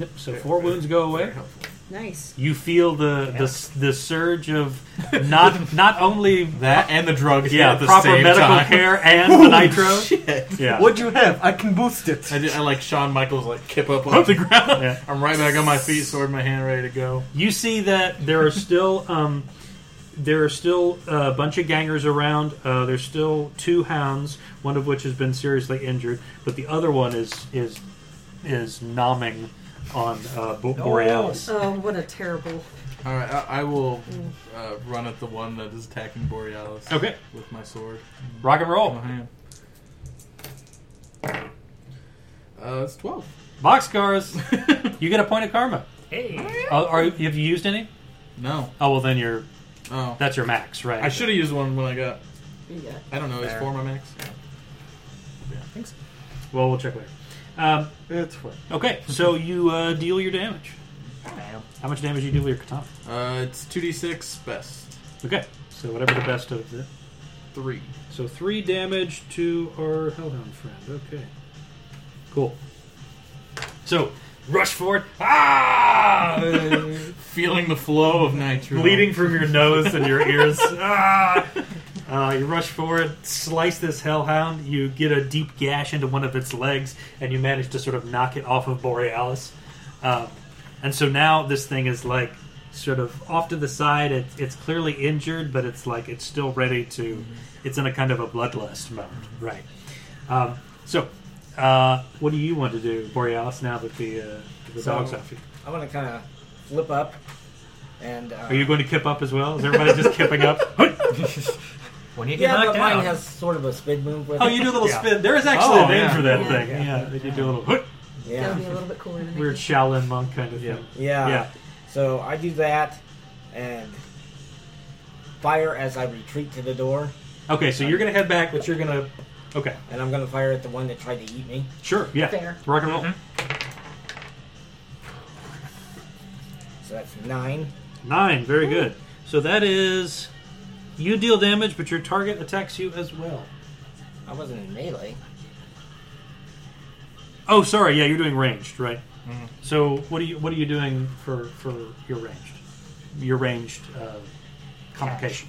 yep, so four wounds go away.
Nice.
You feel the the, s- the surge of not not only
That and the drugs.
yeah
at the
proper
same
medical
time.
care and the nitro. Yeah.
What'd you have? I can boost it.
I, did, I like Shawn Michaels like kip up off the ground.
Yeah.
I'm right back on my feet, sword in my hand, ready to go.
You see that there are still um, there are still a bunch of gangers around. Uh, there's still two hounds, one of which has been seriously injured, but the other one is is is nomming on uh, Bo- Borealis.
Oh, what a terrible.
All right, I, I will uh, run at the one that is attacking Borealis.
Okay.
with my sword.
Rock and
in
roll.
my hand. Uh, it's twelve.
Boxcars. you get a point of karma.
Hey.
Uh, are have you used any?
No.
Oh well, then you're
Oh.
that's your max, right?
I should have used one when I got.
Yeah.
I don't know. Is
Fair.
four my max?
Well, we'll check later. Um,
It's fine.
okay, so you uh, deal your damage.
Bam.
How much damage do you do with your katana?
Uh, it's two d six best
Okay, so whatever the best of the
three.
So three damage to our hellhound friend. Okay. Cool. So rush forward, ah,
Feeling the flow of nitro.
bleeding from your nose and your ears. Ah. Uh, you rush forward, slice this hellhound. You get a deep gash into one of its legs, and you manage to sort of knock it off of Borealis. Um, and so now this thing is like sort of off to the side. It, it's clearly injured, but it's like it's still ready to. It's in a kind of a bloodlust mode, right? Um, so, uh, what do you want to do, Borealis? Now that the uh, the
So-
dog's off you,
I want to kind of flip up and. Uh,
are you going to kip up as well? Is everybody just kipping up? oh,
When you get
Yeah,
knocked
but mine
out,
has sort of a spin move with it.
Oh, you do a little
Yeah.
spin. There is actually
Oh,
a name
yeah.
for that
Yeah.
thing.
Yeah.
Yeah, that you do a little hoot,
That
Yeah.
would be a little bit cooler than
weird Shaolin monk kind of
Yeah.
thing.
Yeah.
Yeah.
So I do that and fire as I retreat to the door,
Okay, so you're gonna head back, but you're gonna. Okay.
and I'm gonna fire at the one that tried to eat me.
Sure. Yeah.
Fair.
Rock and roll.
Mm-hmm. So that's nine.
Nine. Very good. So that is. You deal damage, but your target attacks you as well.
I wasn't in melee.
Oh, sorry. Yeah, you're doing ranged, right? So what are you what are you doing for for your ranged your ranged uh, complication?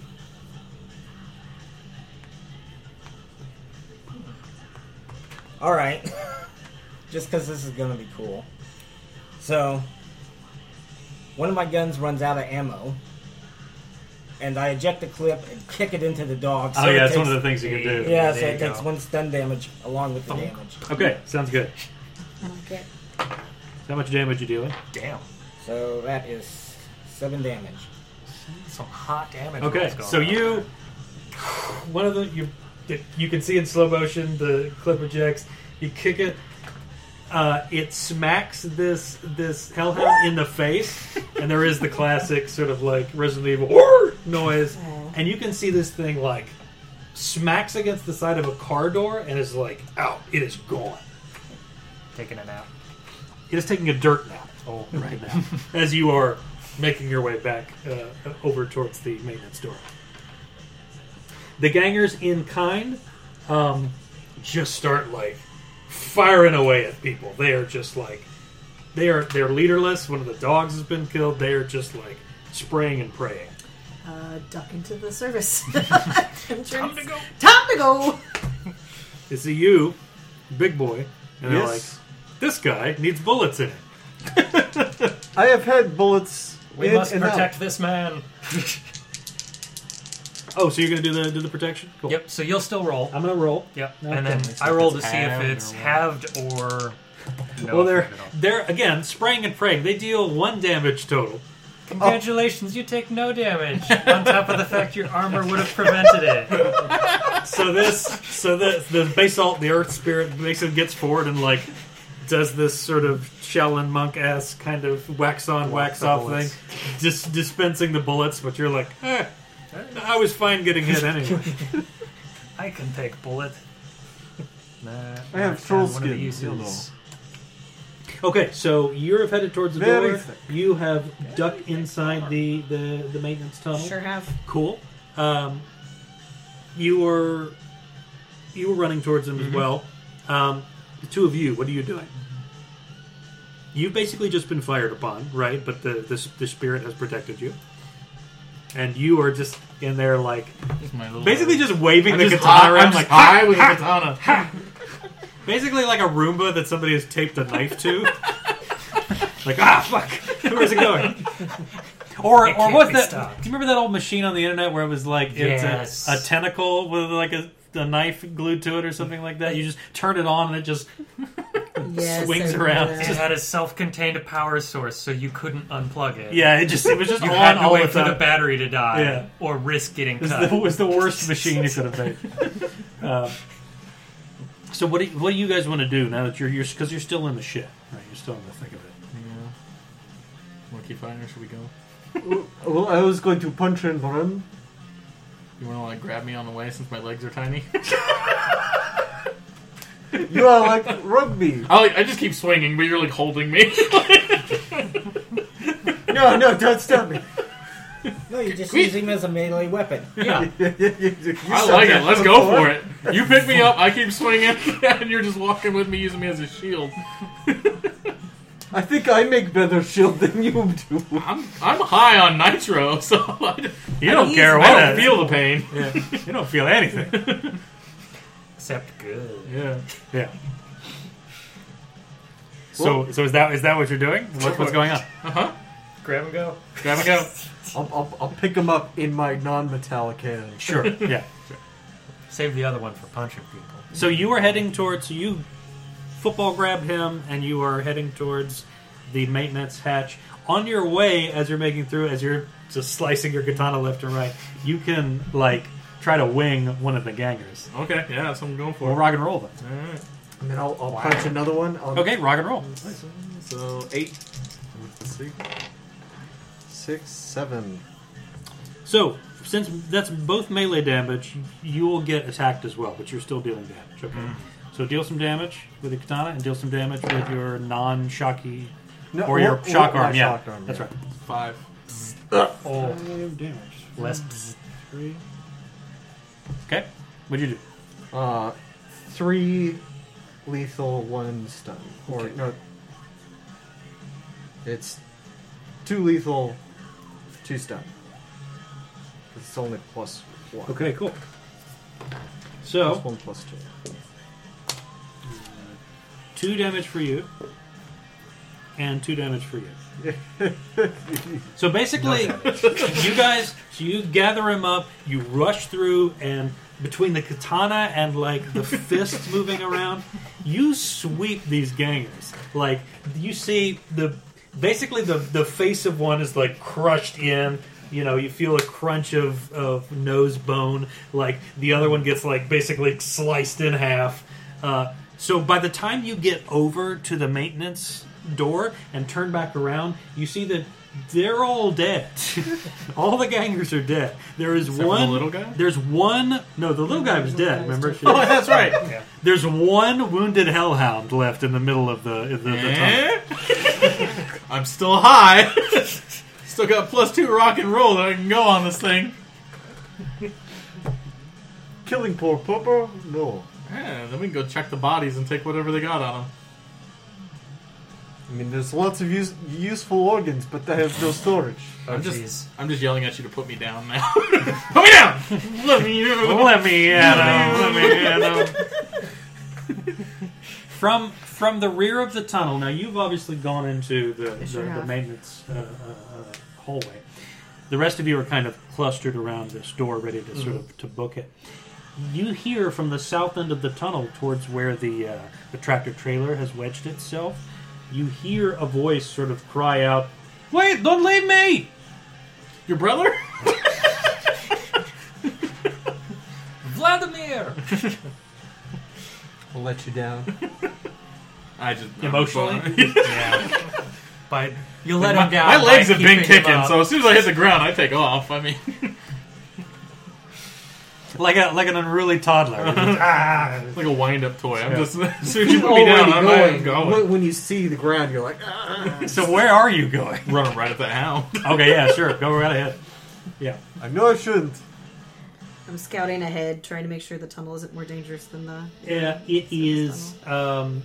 All right. Just because this is gonna be cool. So one of my guns runs out of ammo, and I eject the clip and kick it into the dog. So
oh
it
yeah, it's one
takes-
of the things you can do.
Yeah,
There
so
you
it takes
go.
one stun damage along with the
Thunk.
damage.
Okay, sounds good.
I like it.
How much damage you doing?
damn,
So that is seven damage.
some hot damage.
Okay,
rolls going
so
on.
you one of the you you can see in slow motion the clip ejects. You kick it. Uh, it smacks this this hellhound in the face, and there is the classic sort of like Resident Evil noise.
Aw.
And you can see this thing like smacks against the side of a car door and is like, out. It is gone.
Taking a nap.
It is taking a dirt nap oh, right now as you are making your way back uh, over towards the maintenance door. The gangers in kind um, just start like firing away at people. They are just like they are they're leaderless. One of the dogs has been killed. They are just like spraying and praying.
Uh, duck into the service. Time to go. Time to go.
They see you, big boy, and they're
Yes.
like, "This guy needs bullets in it."
I have had bullets.
We
in
must
and out.
protect this man.
Oh, so you're gonna do the do the protection? Cool.
Yep. So you'll still roll.
I'm gonna roll.
Yep.
No,
and then
okay.
I roll to
It's
see if
halved or
it's
what? Oh.
halved or. No
well, they're
effect at all.
they're again spraying and praying. They deal one damage total.
Congratulations, you take no damage. On top of the fact your armor would have prevented it.
So this, so the the basalt, the earth spirit, Mason gets forward and like does this sort of Shaolin monk ass kind of wax on, wax,
Wax the
off
bullets.
thing, dis- dispensing the bullets. But you're like, eh, I was fine getting hit anyway.
I can take bullet. Nah,
I have troll
found one of the
skin.
uses.
Okay, so you're headed towards the
Very
door.
thick.
You have ducked inside the, the, the maintenance tunnel.
Sure have.
Cool. Um, you were you were running towards them as well. Um, the two of you, what are you doing? You've basically just been fired upon, right? But the the, the spirit has protected you, and you are just in there like
Just my little-
basically just waving
I'm
the
just
katana
high-
around
I'm
like
just high with a katana.
basically like a Roomba that somebody has taped a knife to. like ah fuck, where's it going? Or,
It
or
can't
what's
be
that?
stopped.
Do you remember that old machine on the internet where it was like
Yes.
it's a, a tentacle with like a, a knife glued to it or something like that? You just turn it on and it just
Yes,
Swings
I
around.
remember
It
that.
had a self-contained power source, so you couldn't unplug it.
yeah, it just it was just
you
on
had to
all
wait
the
for
time.
the battery to die,
Yeah.
or risk getting
It was,
cut.
the, it was the worst machine you could have made. Um, so what do you, what do you guys want to do now that you're you're because you're still in the shit, right? You're still in the thick of it.
Yeah. Want to keep fighting or should we go?
Well, I was going to punch and run.
You want to like grab me on the way since my legs are tiny?
You are like rugby.
I like I just keep swinging, but you're like holding me.
No, no, don't stop me.
No, you just use him as a melee weapon.
I like it. Let's go for it. You pick me up. I keep swinging, and you're just walking with me, using me as a shield.
I think I make better shield than you do.
I'm I'm high on nitro, so I don't,
You don't
use
care
my-
what
I don't feel the pain.
you don't feel anything.
Except good.
Yeah.
Yeah. So, so is that is that what you're doing? What, what's going on?
Uh huh.
Grab and go.
Grab and go.
I'll, I'll, I'll pick him up in my non-metallic hand.
Sure. Yeah.
Save the other one for punching people.
So you were heading towards so you football grabbed him and you are heading towards the maintenance hatch. On your way as you're making through as you're just slicing your katana left and right, you can like try to wing one of the gangers.
Okay. Yeah, that's what I'm going
Well,
for.
rock and roll then.
All right.
And then I'll, I'll punch another one. Um, I'll,
Okay, rock and roll.
So eight.
Six, seven.
So, since that's both melee damage, you will get attacked as well, but you're still dealing damage. Okay. So deal some damage with your katana and deal some damage with your non-shocky
No,
or your shock
Oh, my
arm. Yeah,
shock arm,
that's
yeah.
right.
Five.
Oh,
Five damage.
less. bzz.
Three.
Okay. What'd you do?
Uh, three lethal, one stun. Or
Okay.
no, it's two lethal, two stun. It's only plus one.
Okay, cool.
Plus
So
one plus two.
two damage for you, and two damage for you. so basically, you guys, so you gather him up, you rush through, and between the katana and like the fists moving around, you sweep these gangers. Like you see the basically the the face of one is like crushed in. You know, you feel a crunch of, of nose bone. Like the other one gets like basically sliced in half. Uh, so by the time you get over to the maintenance door and turn back around, you see that They're all dead. all the gangers are dead. There is
Except for the
one
little guy?
There's one. No, the little guy was dead. Remember?
Oh, that's right. Yeah.
There's one wounded hellhound left in the middle of the of the, the tunnel.
Eh? I'm still high. still got plus two rock and roll that I can go on this thing.
Killing poor Papa? No.
Yeah, Eh, then we can go check the bodies and take whatever they got on them.
I mean, there's lots of use, useful organs, but they have no storage.
I'm just,
Oh, jeez.
I'm just yelling at you to put me down now. put me down. Let me.
Let me at him. Let me at him. From from the rear of the tunnel. Now you've obviously gone into the the,
sure
the
have.
maintenance uh, uh, uh, hallway. The rest of you are kind of clustered around this door, ready to sort
Mm-hmm.
of to book it. You hear from the south end of the tunnel, towards where the uh, the tractor trailer has wedged itself. You hear a voice sort of cry out, "Wait! Don't leave me!"
Your brother?
Vladimir!
I'll let you down.
I just I'm
Emotionally?
fine.
yeah. But you
Like,
let
my,
him down.
my legs
by
have
keeping
been
him
kicking,
up.
so as soon as I hit the ground, I take off. I mean,
Like a like an unruly toddler.
Ah.
like a wind-up toy. I'm
Yeah.
just as soon as you put me down, I'm I'm going.
When, when you see the ground, you're like, ah.
so where are you going?
Running right at the hound.
Okay, yeah, sure. Go right ahead. Yeah.
I know I shouldn't.
I'm scouting ahead, trying to make sure the tunnel isn't more dangerous than the.
Yeah, it is um,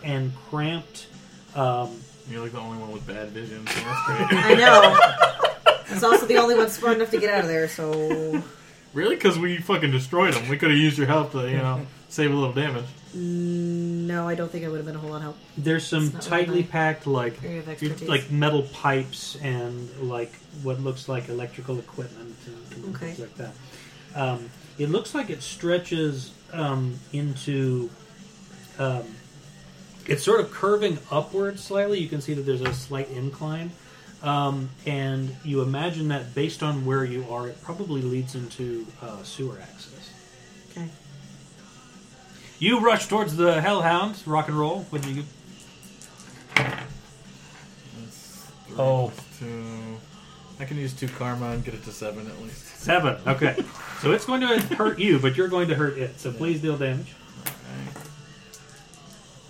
Fair.
and cramped. Um,
You're like the only one with bad vision. So that's great.
I know. It's also the only one smart enough to get out of there, so
really? Because we fucking destroyed him. We could have used your help to, you know, save a little damage.
no, I don't think I would have been a whole lot of help.
there's some
It's not
tightly
really my
packed, like
area of
you-
expertise.
like metal pipes and like what looks like electrical equipment and, and
Okay.
things like that. Um, it looks like it stretches um, into. Um, it's sort of curving upward slightly. You can see that there's a slight incline. Um, and you imagine that based on where you are, it probably leads into uh, sewer access.
Okay.
You rush towards the Hellhound, rock and roll. What do you?
Oh. Two. I can use two karma and get it to seven at least.
Seven. Okay. so it's going to hurt you, but you're going to hurt it. So please deal damage.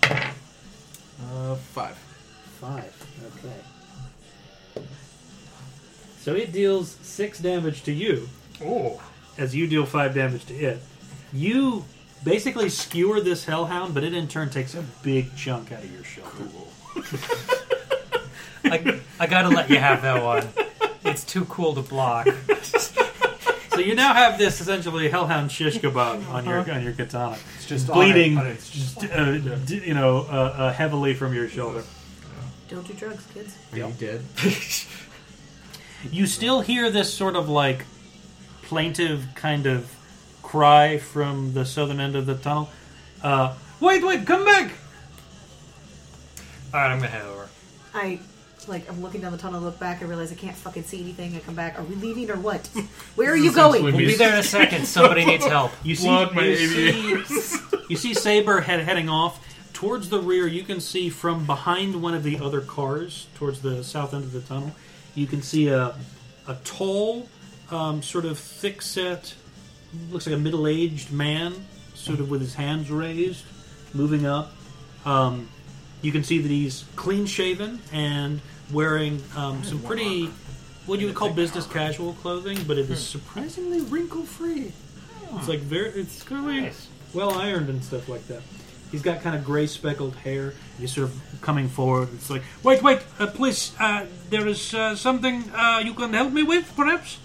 Uh, five.
Five. Okay. So it deals six damage to you.
Oh.
as you deal five damage to it. You basically skewer this hellhound, but it in turn takes a big chunk out of your shoulder.
I, I gotta let you have that one. It's too cool to block.
So you now have this essentially hellhound shish kebab on your on your katana,
Uh-huh. It's just on it,
bleeding,
on it, it's just-
uh, d- you know, uh, uh, heavily from your shoulder.
Don't do drugs, kids.
Are you dead?
You still hear this sort of like plaintive kind of cry from the southern end of the tunnel. Uh, wait, wait, come back!
Alright, I'm gonna head over.
I like I'm looking down the tunnel, look back, I realize I can't fucking see anything. I come back. Are we leaving or what? Where are you
essentially
going?
We'll be there in a second. Somebody needs help.
You see,
Blood, my
you
aviators.
see, you see Saber head, heading off towards the rear. You can see from behind one of the other cars towards the south end of the tunnel. You can see a a tall, um, sort of thick set, looks like a middle aged man, sort of with his hands raised, moving up. Um, you can see that he's clean shaven and wearing um, some pretty. What you would call business casual clothing, but it is surprisingly wrinkle free. It's like very, it's really
Nice.
well ironed and stuff like that. He's got kind of gray speckled hair. He's sort of coming forward. It's like, wait, wait, uh, please, uh, there is uh, something uh, you can help me with, perhaps?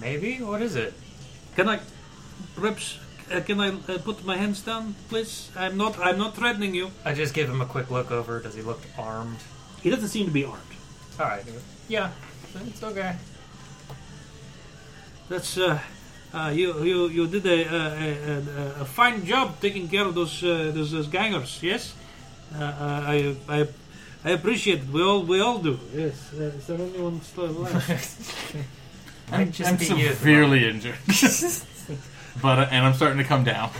Maybe? What is it?
Can I, perhaps, uh, can I uh, put my hands down, please? I'm not, I'm not threatening you.
I just give him a quick look over. Does he look armed?
He doesn't seem to be armed.
Alright. Yeah. It's okay.
That's, uh, uh, you, you, you did a, a, a, a fine job taking care of those, uh, those, those gangers. Yes, uh, uh, I, I, I appreciate. It. We all, we all do. Yes. Uh, is there anyone still alive?
Might just
I'm
be you.
severely injured, but uh, and I'm starting to come down.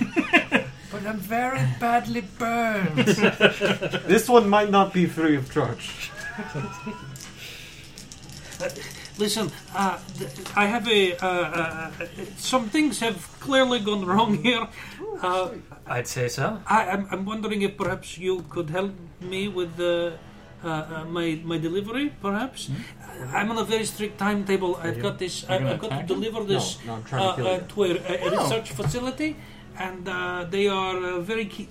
But I'm very badly burned.
This one might not be free of charge.
listen, uh, th- I have a. Uh, uh, some things have clearly gone wrong here. Uh,
I'd say so.
I, I'm, I'm wondering if perhaps you could help me with uh, uh, uh, my my delivery, perhaps. Uh, I'm on a very strict timetable. I've got this. I,
you're gonna
I've got to
attack him?
deliver this uh,
No, no, I'm trying to kill you.
to a, a- a
No.
research facility, and uh, they are uh, very key.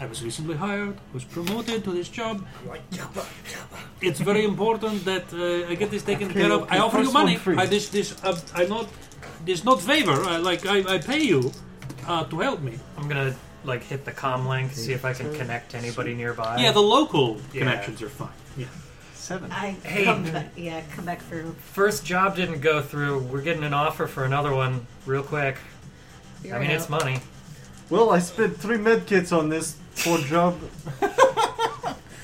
I was recently hired, was promoted to this job. It's very important that uh, I get this taken
Okay,
care of.
okay,
I offer you
first one
money.
free.
I, this this uh, I not this not favor. I, like I, I pay you uh, to help me.
I'm gonna like hit the comm link, see if I can connect to anybody nearby.
yeah, the local
Yeah.
connections are fine.
Seven.
I
Hey.
come back, yeah, come back for
first job didn't go through. We're getting an offer for another one real quick. I mean, it's money.
Well, I spent three med kits on this poor job.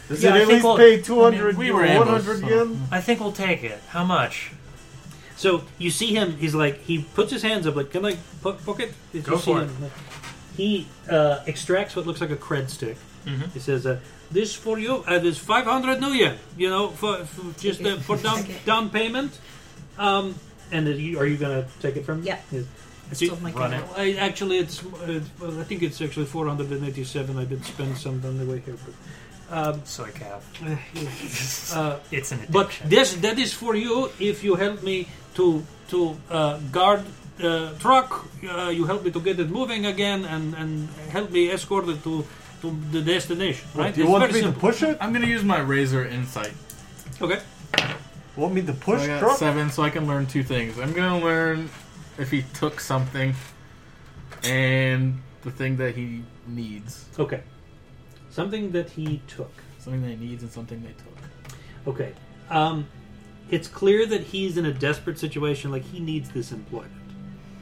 Does
Yeah, I
it at
think
least
we'll-
pay 200
we
we
were
were
able,
100
so-
yen?
I think we'll take it. How much?
So you see him. He's like he puts his hands up, like can I po- poke it? You
Go
see
for
him, like, He uh, extracts what looks like a cred stick.
Mhm.
He says, uh, "This for you. Uh, this five hundred new yen. You know, for, for just uh, for down
Take it.
down payment." Um, and are you, are you gonna take it from? him?
Yeah.
Yes. So you-
Still my
run
gun.
I, actually, it's uh, well, I think it's actually four hundred and eighty-seven. I did spend some on the way here, but. Um,
Soy calf.
uh,
It's an addiction.
but this that is for you if you help me to to uh, guard uh, truck. Uh, you help me to get it moving again and, and help me escort it to, to the destination. Right?
Do you
It's
want
very
me to
simple.
push it?
I'm gonna use my razor insight.
Okay.
Want me to push
I got
truck?
seven, so I can learn two things. I'm gonna learn if he took something and the thing that he needs,
Okay. Something that he took.
something that he needs, and something they took.
Okay. Um, it's clear that he's in a desperate situation. Like he needs this employment,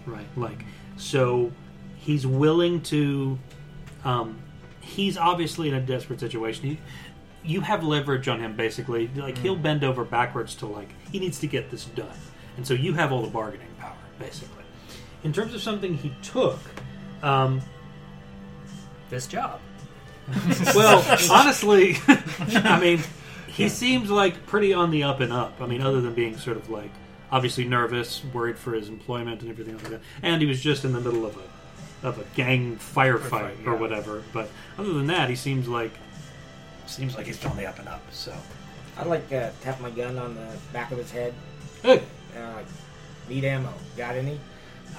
right? Like so, he's willing to. Um, he's obviously in a desperate situation. He, you have leverage on him, basically. Like he'll
Mm.
bend over backwards to like he needs to get this done, and so you have all the bargaining power, basically. In terms of something he took, um,
this job.
well, honestly, I mean, he seems like pretty on the up and up. I mean, other than being sort of like obviously nervous, worried for his employment and everything like that. And he was just in the middle of a of a gang firefight
Firefight,
or
yeah.
whatever. But other than that, he seems like seems like he's on the up and up. So
I'd like to tap my gun on the back of his head.
hey,
And I'm like, need ammo. Got any?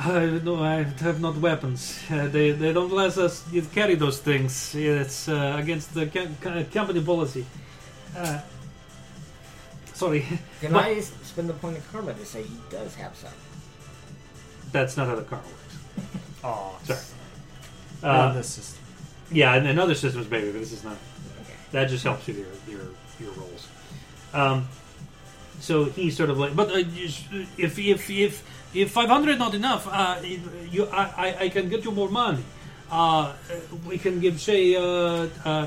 uh, no, I have not weapons. Uh, they they don't let us carry those things. It's uh, against the com- co- company policy. Uh, sorry.
Can
My-
I s- spend the point of karma to say he does have some?
That's not how the car works.
Oh,
Sorry.
Not
Uh,
in this system.
yeah, and, and other systems maybe, but this is not.
Okay.
That just helps with your your your roles. Um, so he's sort of like, but uh, you s- if if if if five hundred not enough, uh, if you I, I I can get you more money. Uh, we can give say uh, uh,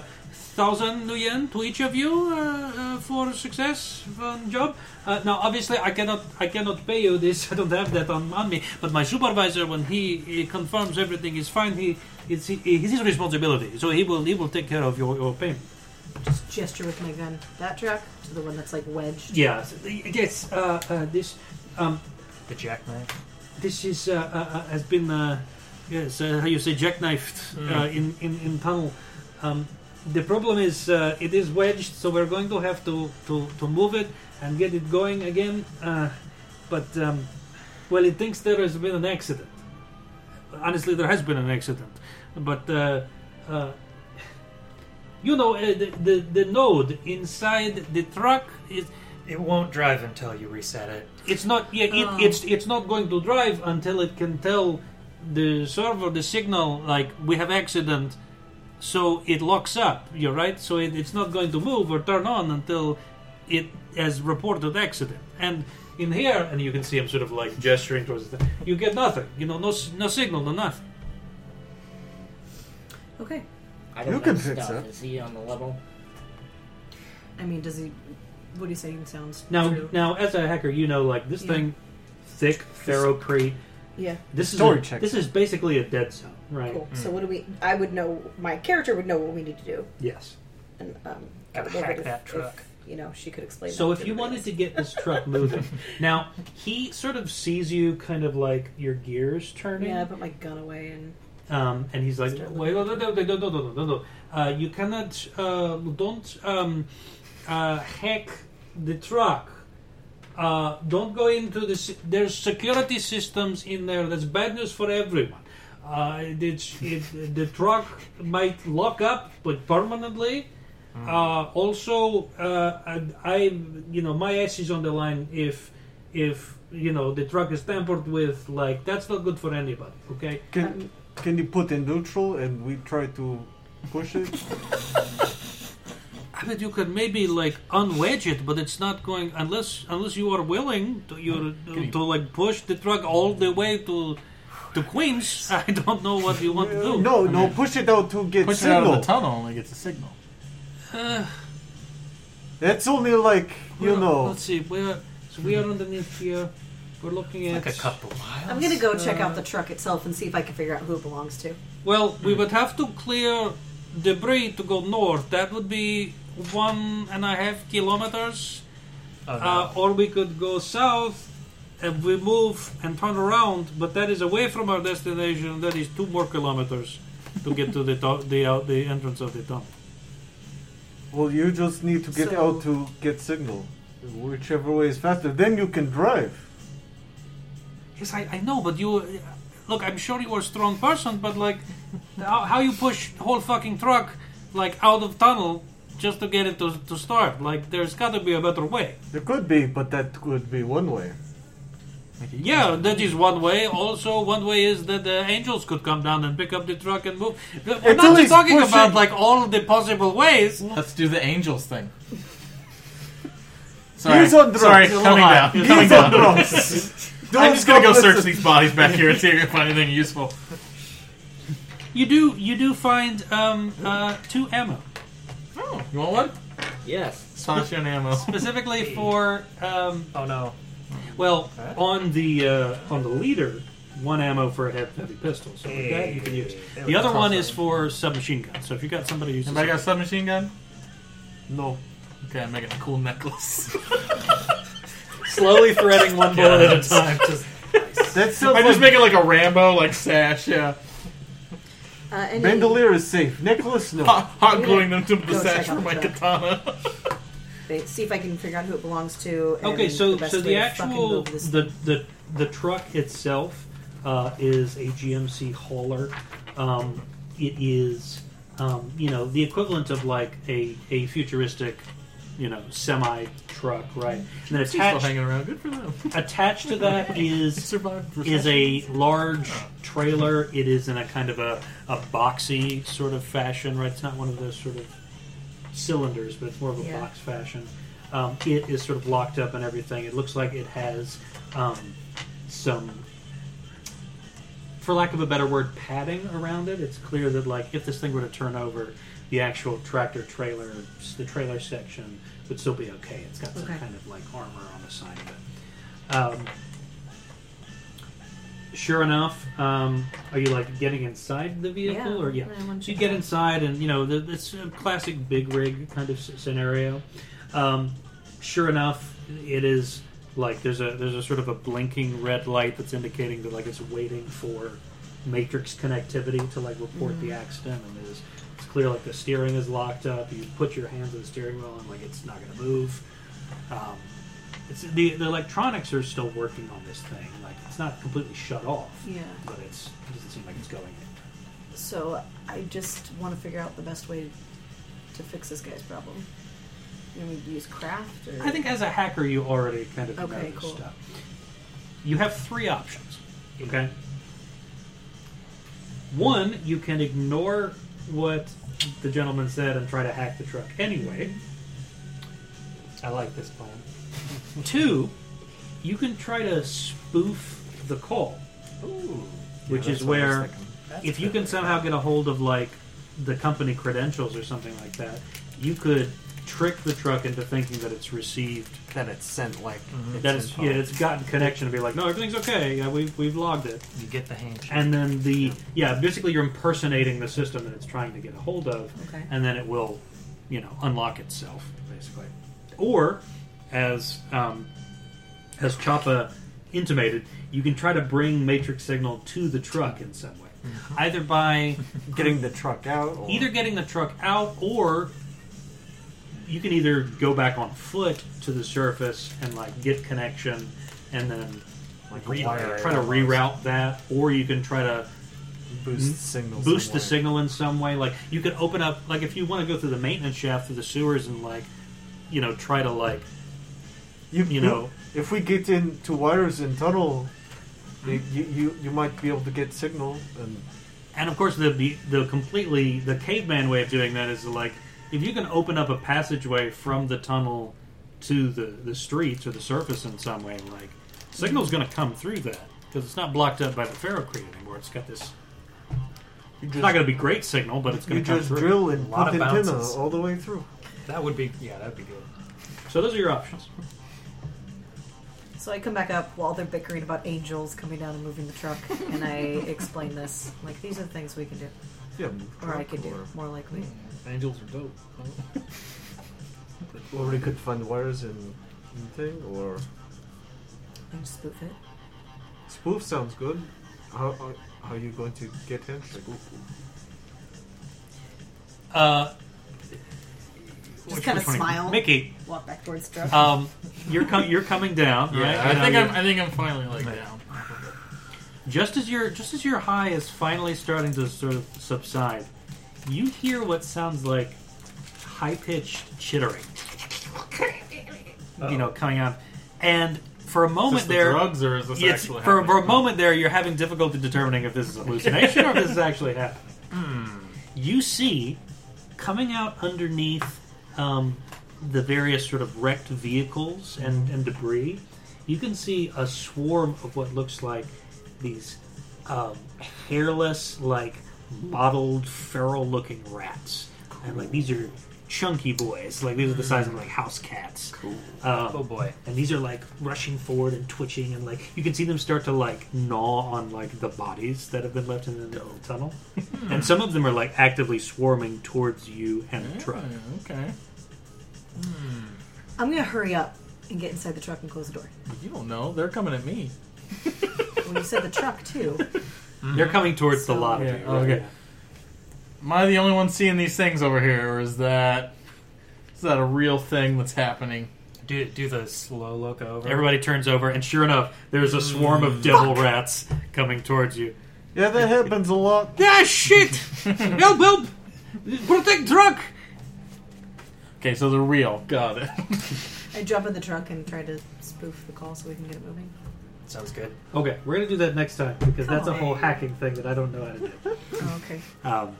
thousand yen to each of you uh, uh, for success on job. Uh, now, obviously, I cannot I cannot pay you this. I don't have that on, on me. But my supervisor, when he, he confirms everything is fine, he it's he, it's his responsibility. So he will he will take care of your, your payment.
just gesture with my gun. That truck to the one that's like wedged.
Yeah. so, Yes. Uh, uh, this um,
the jackknife.
this is uh, uh, uh, has been uh, yes uh, how you say jackknifed uh, in in in tunnel. Um, the problem is uh, it is wedged, so we're going to have to to, to move it and get it going again. Uh, but um, well, it thinks there has been an accident. Honestly, there has been an accident, but. Uh, uh, you know, uh, the, the the node inside the truck is
It won't drive until you reset it.
it's not yeah, it,
Oh.
it's it's not going to drive until it can tell the server the signal like we have accident so it locks up you're right so it, it's not going to move or turn on until it has reported accident and in here and you can see him sort of like gesturing towards the you get nothing you know no s- no signal no nothing
Okay.
I don't
You
know
can
his
fix
stuff.
that.
Is he on the level?
I mean, does he? What do you say? He sounds
now
true.
now as a hacker you know like this
Yeah.
thing thick ferrocrete
Yeah.
this is
Story
a-
check.
this is basically a dead zone right
Cool. So what do we? I would know. My character would know what we need to do,
yes
and um, I
Gotta
would know
hack
if-
that
if
truck.
you know, she could explain.
So
that
if you
everybody
wanted to get this truck moving, now he sort of sees you kind of like your gears
else.
turning.
yeah, I put my gun away and
Um, and he's like, wait, no, no, no, no, no, no, no, no, no. Uh, you cannot, uh, don't um, uh, hack the truck. Uh, don't go into the. se- There's security systems in there. That's bad news for everyone. Uh, it's, it, the truck might lock up, but permanently. Uh, also, uh, and I'm, you know, my ass is on the line if, if you know, the truck is tampered with. Like that's not good for anybody. Okay.
Can can you put in neutral and we try to push it?
I mean, you could maybe like unwedge it, but it's not going unless unless you are willing to you to, to like push the truck all the way to to Queens. I don't know what you want to do.
no, no, push it out to get
Push it out
signal.
of the tunnel and it gets a signal.
Uh,
That's only like you
well,
know.
Let's see. We're so we are underneath here. We're looking at
miles.
I'm gonna go check out the truck itself and see if I can figure out who it belongs to.
Well, we would have to clear debris to go north. That would be one and a half kilometers. uh, or we could go south and we move and turn around, but that is away from our destination. That is two more kilometers to get to the to- the uh, the entrance of the tunnel.
Well, you just need to get
So-
out to get signal, whichever way is faster. Then you can drive.
Yes, I, I know, but you uh, look. I'm sure you are a strong person, but like how, how you push the whole fucking truck like out of tunnel just to get it to to start. Like there's got to be a better way.
There could be, but that could be one way.
Yeah, that is one way. Also, one way is that the angels could come down and pick up the truck and move. We're not
always
just talking
pushing-
about like all the possible ways.
Let's do the angels thing. Sorry.
He's on drugs.
Sorry,
He's
coming
on-
down.
he's
coming
on
down.
drugs.
I'm just gonna go
Don't
search
listen.
these bodies back here and see if we can find anything useful.
You do you do find um, uh, two ammo
Oh, you want one?
Yes.
Sasha and ammo.
specifically for. Um, oh no. Well, on the uh, on the leader, one ammo for a heavy heavy pistol. So with that you can use. The other one is for submachine gun. So if you got somebody who's
Anybody got a submachine gun?
No.
Okay, I'm making a cool necklace.
slowly threading one bullet at a time, just
That sounds
I'm
like
just making like a Rambo like sash. Yeah,
uh, any,
bandolier is safe. Necklace, no.
hot, hot gluing them to the
Go
sash
check out
for my
the truck.
katana.
they- see if I can figure out who it belongs to. And
Okay, so
the best
so
way
the
to fucking
actual
move this
the, the the truck itself uh, is a GMC hauler. Um, it is um, you know the equivalent of like a, a futuristic you know semi truck, right? And
Mm-hmm.
then
Still
attached
hanging around. Good for them.
attached to that is
Survived.
is
recession.
a large trailer. It is in a kind of a, a boxy sort of fashion, right? It's not one of those sort of cylinders, but it's more of a
Yeah.
box fashion. Um, it is sort of locked up and everything. It looks like it has um, some, for lack of a better word, padding around it. It's clear that, like, if this thing were to turn over, the actual tractor trailer, the trailer section would still be okay. It's got some
Okay.
kind of like armor on the side of it. Um, sure enough, um, are you like getting inside the vehicle or yeah?
I want
So
to
you get inside, and you know the, it's a classic big rig kind of s- scenario. Um, sure enough, it is like there's a there's a sort of a blinking red light that's indicating that like it's waiting for matrix connectivity to like report the accident, and it is it's clear like the steering is locked up. You put your hands on the steering wheel, and like it's not going to move. Um, it's, the, the electronics are still working on this thing. Like it's not completely shut off,
Yeah.
but it's, it doesn't seem like it's going. anywhere.
So I just want to figure out the best way to fix this guy's problem. You know, we use craft. Or...
I think as a hacker, you already kind of know
Okay,
this
cool.
stuff. You have three options. Okay. One, you can ignore what the gentleman said and try to hack the truck anyway.
I like this plan.
Two, you can try to spoof the call, which is where if you can somehow get a hold of like the company credentials or something like that, you could trick the truck into thinking that it's received
That it's sent like.
that it's yeah, it's gotten connection to be like, no, everything's okay. Yeah, we've we've logged it.
You get the handshake.
And then the yeah, basically you're impersonating the system that it's trying to get a hold of,
Okay.
and then it will, you know, unlock itself basically. Or, as um, as Choppa intimated, you can try to bring Matrix Signal to the truck in some way, either by
Getting the truck out. Or...
either getting the truck out or you can either go back on foot to the surface and like get connection and then like re-
wire
try to
it.
reroute that or you can try to
Mm-hmm.
boost signals.
boost the
somewhere.
signal in some way like you can open up like if you want to go through the maintenance shaft through the sewers and like you know try to like you know-
if we get into wires and tunnel, you, you, you, you might be able to get signal. And
and of course the the- the completely the caveman way of doing that is like if you can open up a passageway from the tunnel to the the streets or the surface in some way like signal's going to come through that because it's not blocked up by the ferrocrete anymore it's got this
you
it's
just,
not going to be great signal but it's
you
going to come
just
through
drill and
lot
put Oh.
of
antenna
bounces.
all the way through.
That would be yeah, that'd be good.
so those are your options
So I come back up while they're bickering about angels coming down and moving the truck, and I explain this. Like, these are the things we can do.
Yeah,
Or I could do, more likely.
Angels are dope.
or we could find wires and anything, or
I just spoof it.
spoof sounds good. How, how, how are you going to get him?
uh
Just
which-
kinda
which one are you-
smile.
mickey
Walk back towards the truck.
um you're com- you're coming down right
Yeah,
You
I
know,
think
you're-
I'm. I think I'm finally like down.
Just as your just as your high is finally starting to sort of subside, you hear what sounds like high pitched chittering. You know, coming out, and for a
Is
moment
this the
there,
drugs or is this
it's-
actually
for, for a
happening?
moment there, you're having difficulty determining if this is a hallucination or if this is actually happening.
Hmm.
You see, coming out underneath um, the various sort of wrecked vehicles and, and debris, you can see a swarm of what looks like these um, hairless, like mottled, feral-looking rats, and like these are chunky boys. Like these are the size of like house cats. Cool.
Oh boy.
And these are like rushing forward and twitching, and like you can see them start to like gnaw on like the bodies that have been left in the middle of the tunnel. And some of them are like actively swarming towards you
Hmm.
and the truck.
Yeah, okay.
I'm gonna hurry up and get inside the truck and close the door.
You don't know. They're coming at me.
Well, you said the truck, too.
They're coming towards the lot of
Yeah,
you.
oh, okay. Am I the only one seeing these things over here, or is that is that a real thing that's happening?
Do do the slow look over.
Everybody turns over, Hmm. and sure enough, there's a swarm of devil rats coming towards you.
Yeah, that happens a lot.
Ah shit! help! Help! Protect truck!
Okay, so they're real. Got it.
I jump in the truck and try to spoof the call so we can get it moving.
Sounds good.
Okay, we're gonna do that next time because that's a
Come on.
whole hacking thing that I don't know how to do.
Oh, okay.
Um,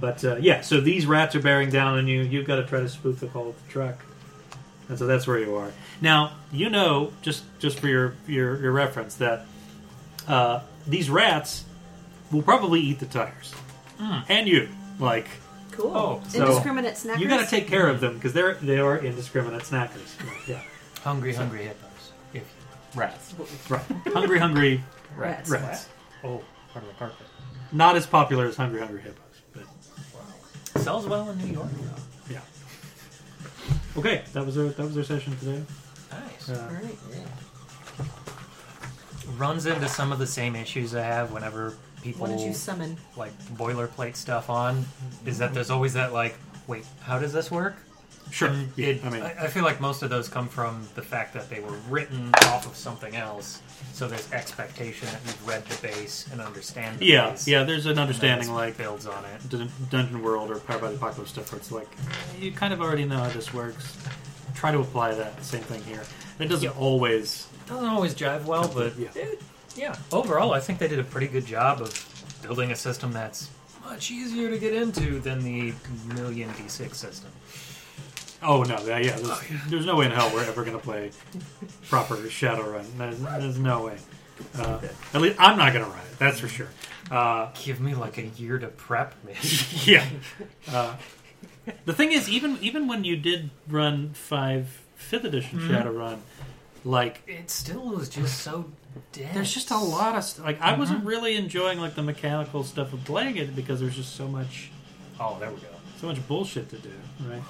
but uh, yeah, so these rats are bearing down on you. You've got to try to spoof the call of the truck, and so that's where you are. Now you know, just just for your your, your reference, that uh, these rats will probably eat the tires
Hmm.
and you. Like
Cool.
Oh,
so-
Indiscriminate snackers.
you got to take care of them because they're they are indiscriminate snackers. Yeah,
Hungry, hungry hippos. If
Rats.
right. Hungry, hungry
rats.
rats.
oh, part of the carpet.
Not as popular as Hungry, Hungry Hippos, but
Sells well in New York though.
yeah. Okay, that was our that was our session today.
Nice.
Uh,
All right.
Runs into some of the same issues I have whenever people
What did you summon?
like boilerplate stuff on. Is that there's always that like, wait, how does this work?
Sure.
And
Yeah,
it-
I mean,
I feel like most of those come from the fact that they were written off of something else. So there's expectation that you've read the base and understand. The
yeah,
base,
yeah. There's an
and then
understanding
this
like
builds on it.
Dun- Dungeon World or Power by the Apocalypse stuff where it's like you kind of already know how this works. Try to apply that same thing here. It doesn't always.
Doesn't always jive well, but
Yeah.
it- yeah. Overall, I think they did a pretty good job of building a system that's much easier to get into than the million D6 system.
Oh no, yeah, yeah, there's, there's no way in hell we're ever gonna play proper Shadowrun. There's, there's no way. Uh, at least I'm not gonna run it. That's for sure. Uh,
Give me like a year to prep, man.
yeah. Uh, the thing is, even even when you did run five fifth edition Shadowrun, like
it still was just so dense.
there's just a Mm-hmm. lot of st- like I wasn't really enjoying like the mechanical stuff of playing it because there's just so much
Oh, there we go.
So much bullshit to do, right?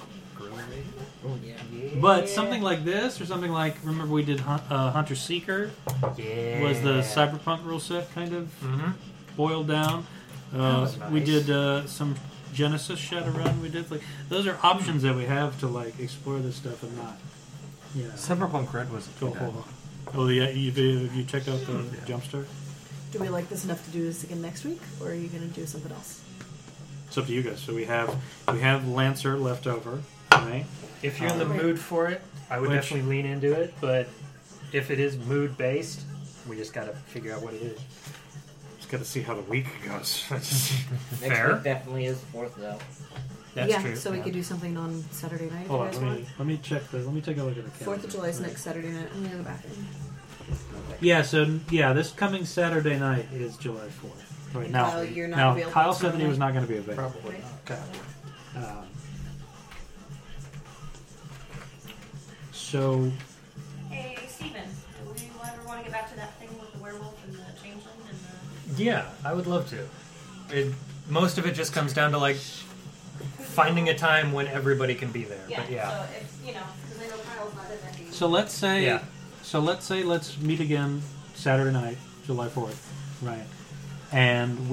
Oh yeah.
But something like this, or something like remember we did Hun- uh, Hunter Seeker
Yeah.
was the cyberpunk rule set kind of
Mm-hmm.
boiled down.
That
Uh,
was
We
nice.
did uh, some Genesis Shadowrun. We did like those are options that we have to like explore this stuff and not, you know,
Cyberpunk Red was
go full on. Oh, the uh, you, have you checked out the Jumpstart?
Do we like this enough to do this again next week, or are you going to do something else?
It's up to you guys. So we have we have Lancer left over, right?
If you're in
Um,
the mood for it, I would
Which-
definitely lean into it. But if it is mood based, we just got to figure out what it is.
Just got to see how the week goes.
Next
Fair.
week definitely is fourth though.
That's
yeah,
true.
so we
yeah.
could do something on Saturday night if
Hold
you
on,
guys
let
want.
me let me check the let me take a look at the calendar.
Fourth of July is
Right.
next Saturday night. I'm going to the bathroom.
Yeah, so yeah, this coming Saturday night is July fourth. Right now,
Kyle, you're not
now
available
Kyle
tomorrow
said that he was not going to be available.
Probably. not.
Um, so
Hey, Steven, do we ever want to get back to that thing with the werewolf and the changeling and the...
Yeah, I would love to. It, most of it just comes down to like finding a time when everybody can be there.
Yeah,
but yeah,
so if, you know, because I know Kyle's not in that game.
so let's say
Yeah.
so let's say let's meet again Saturday night, July fourth, right? And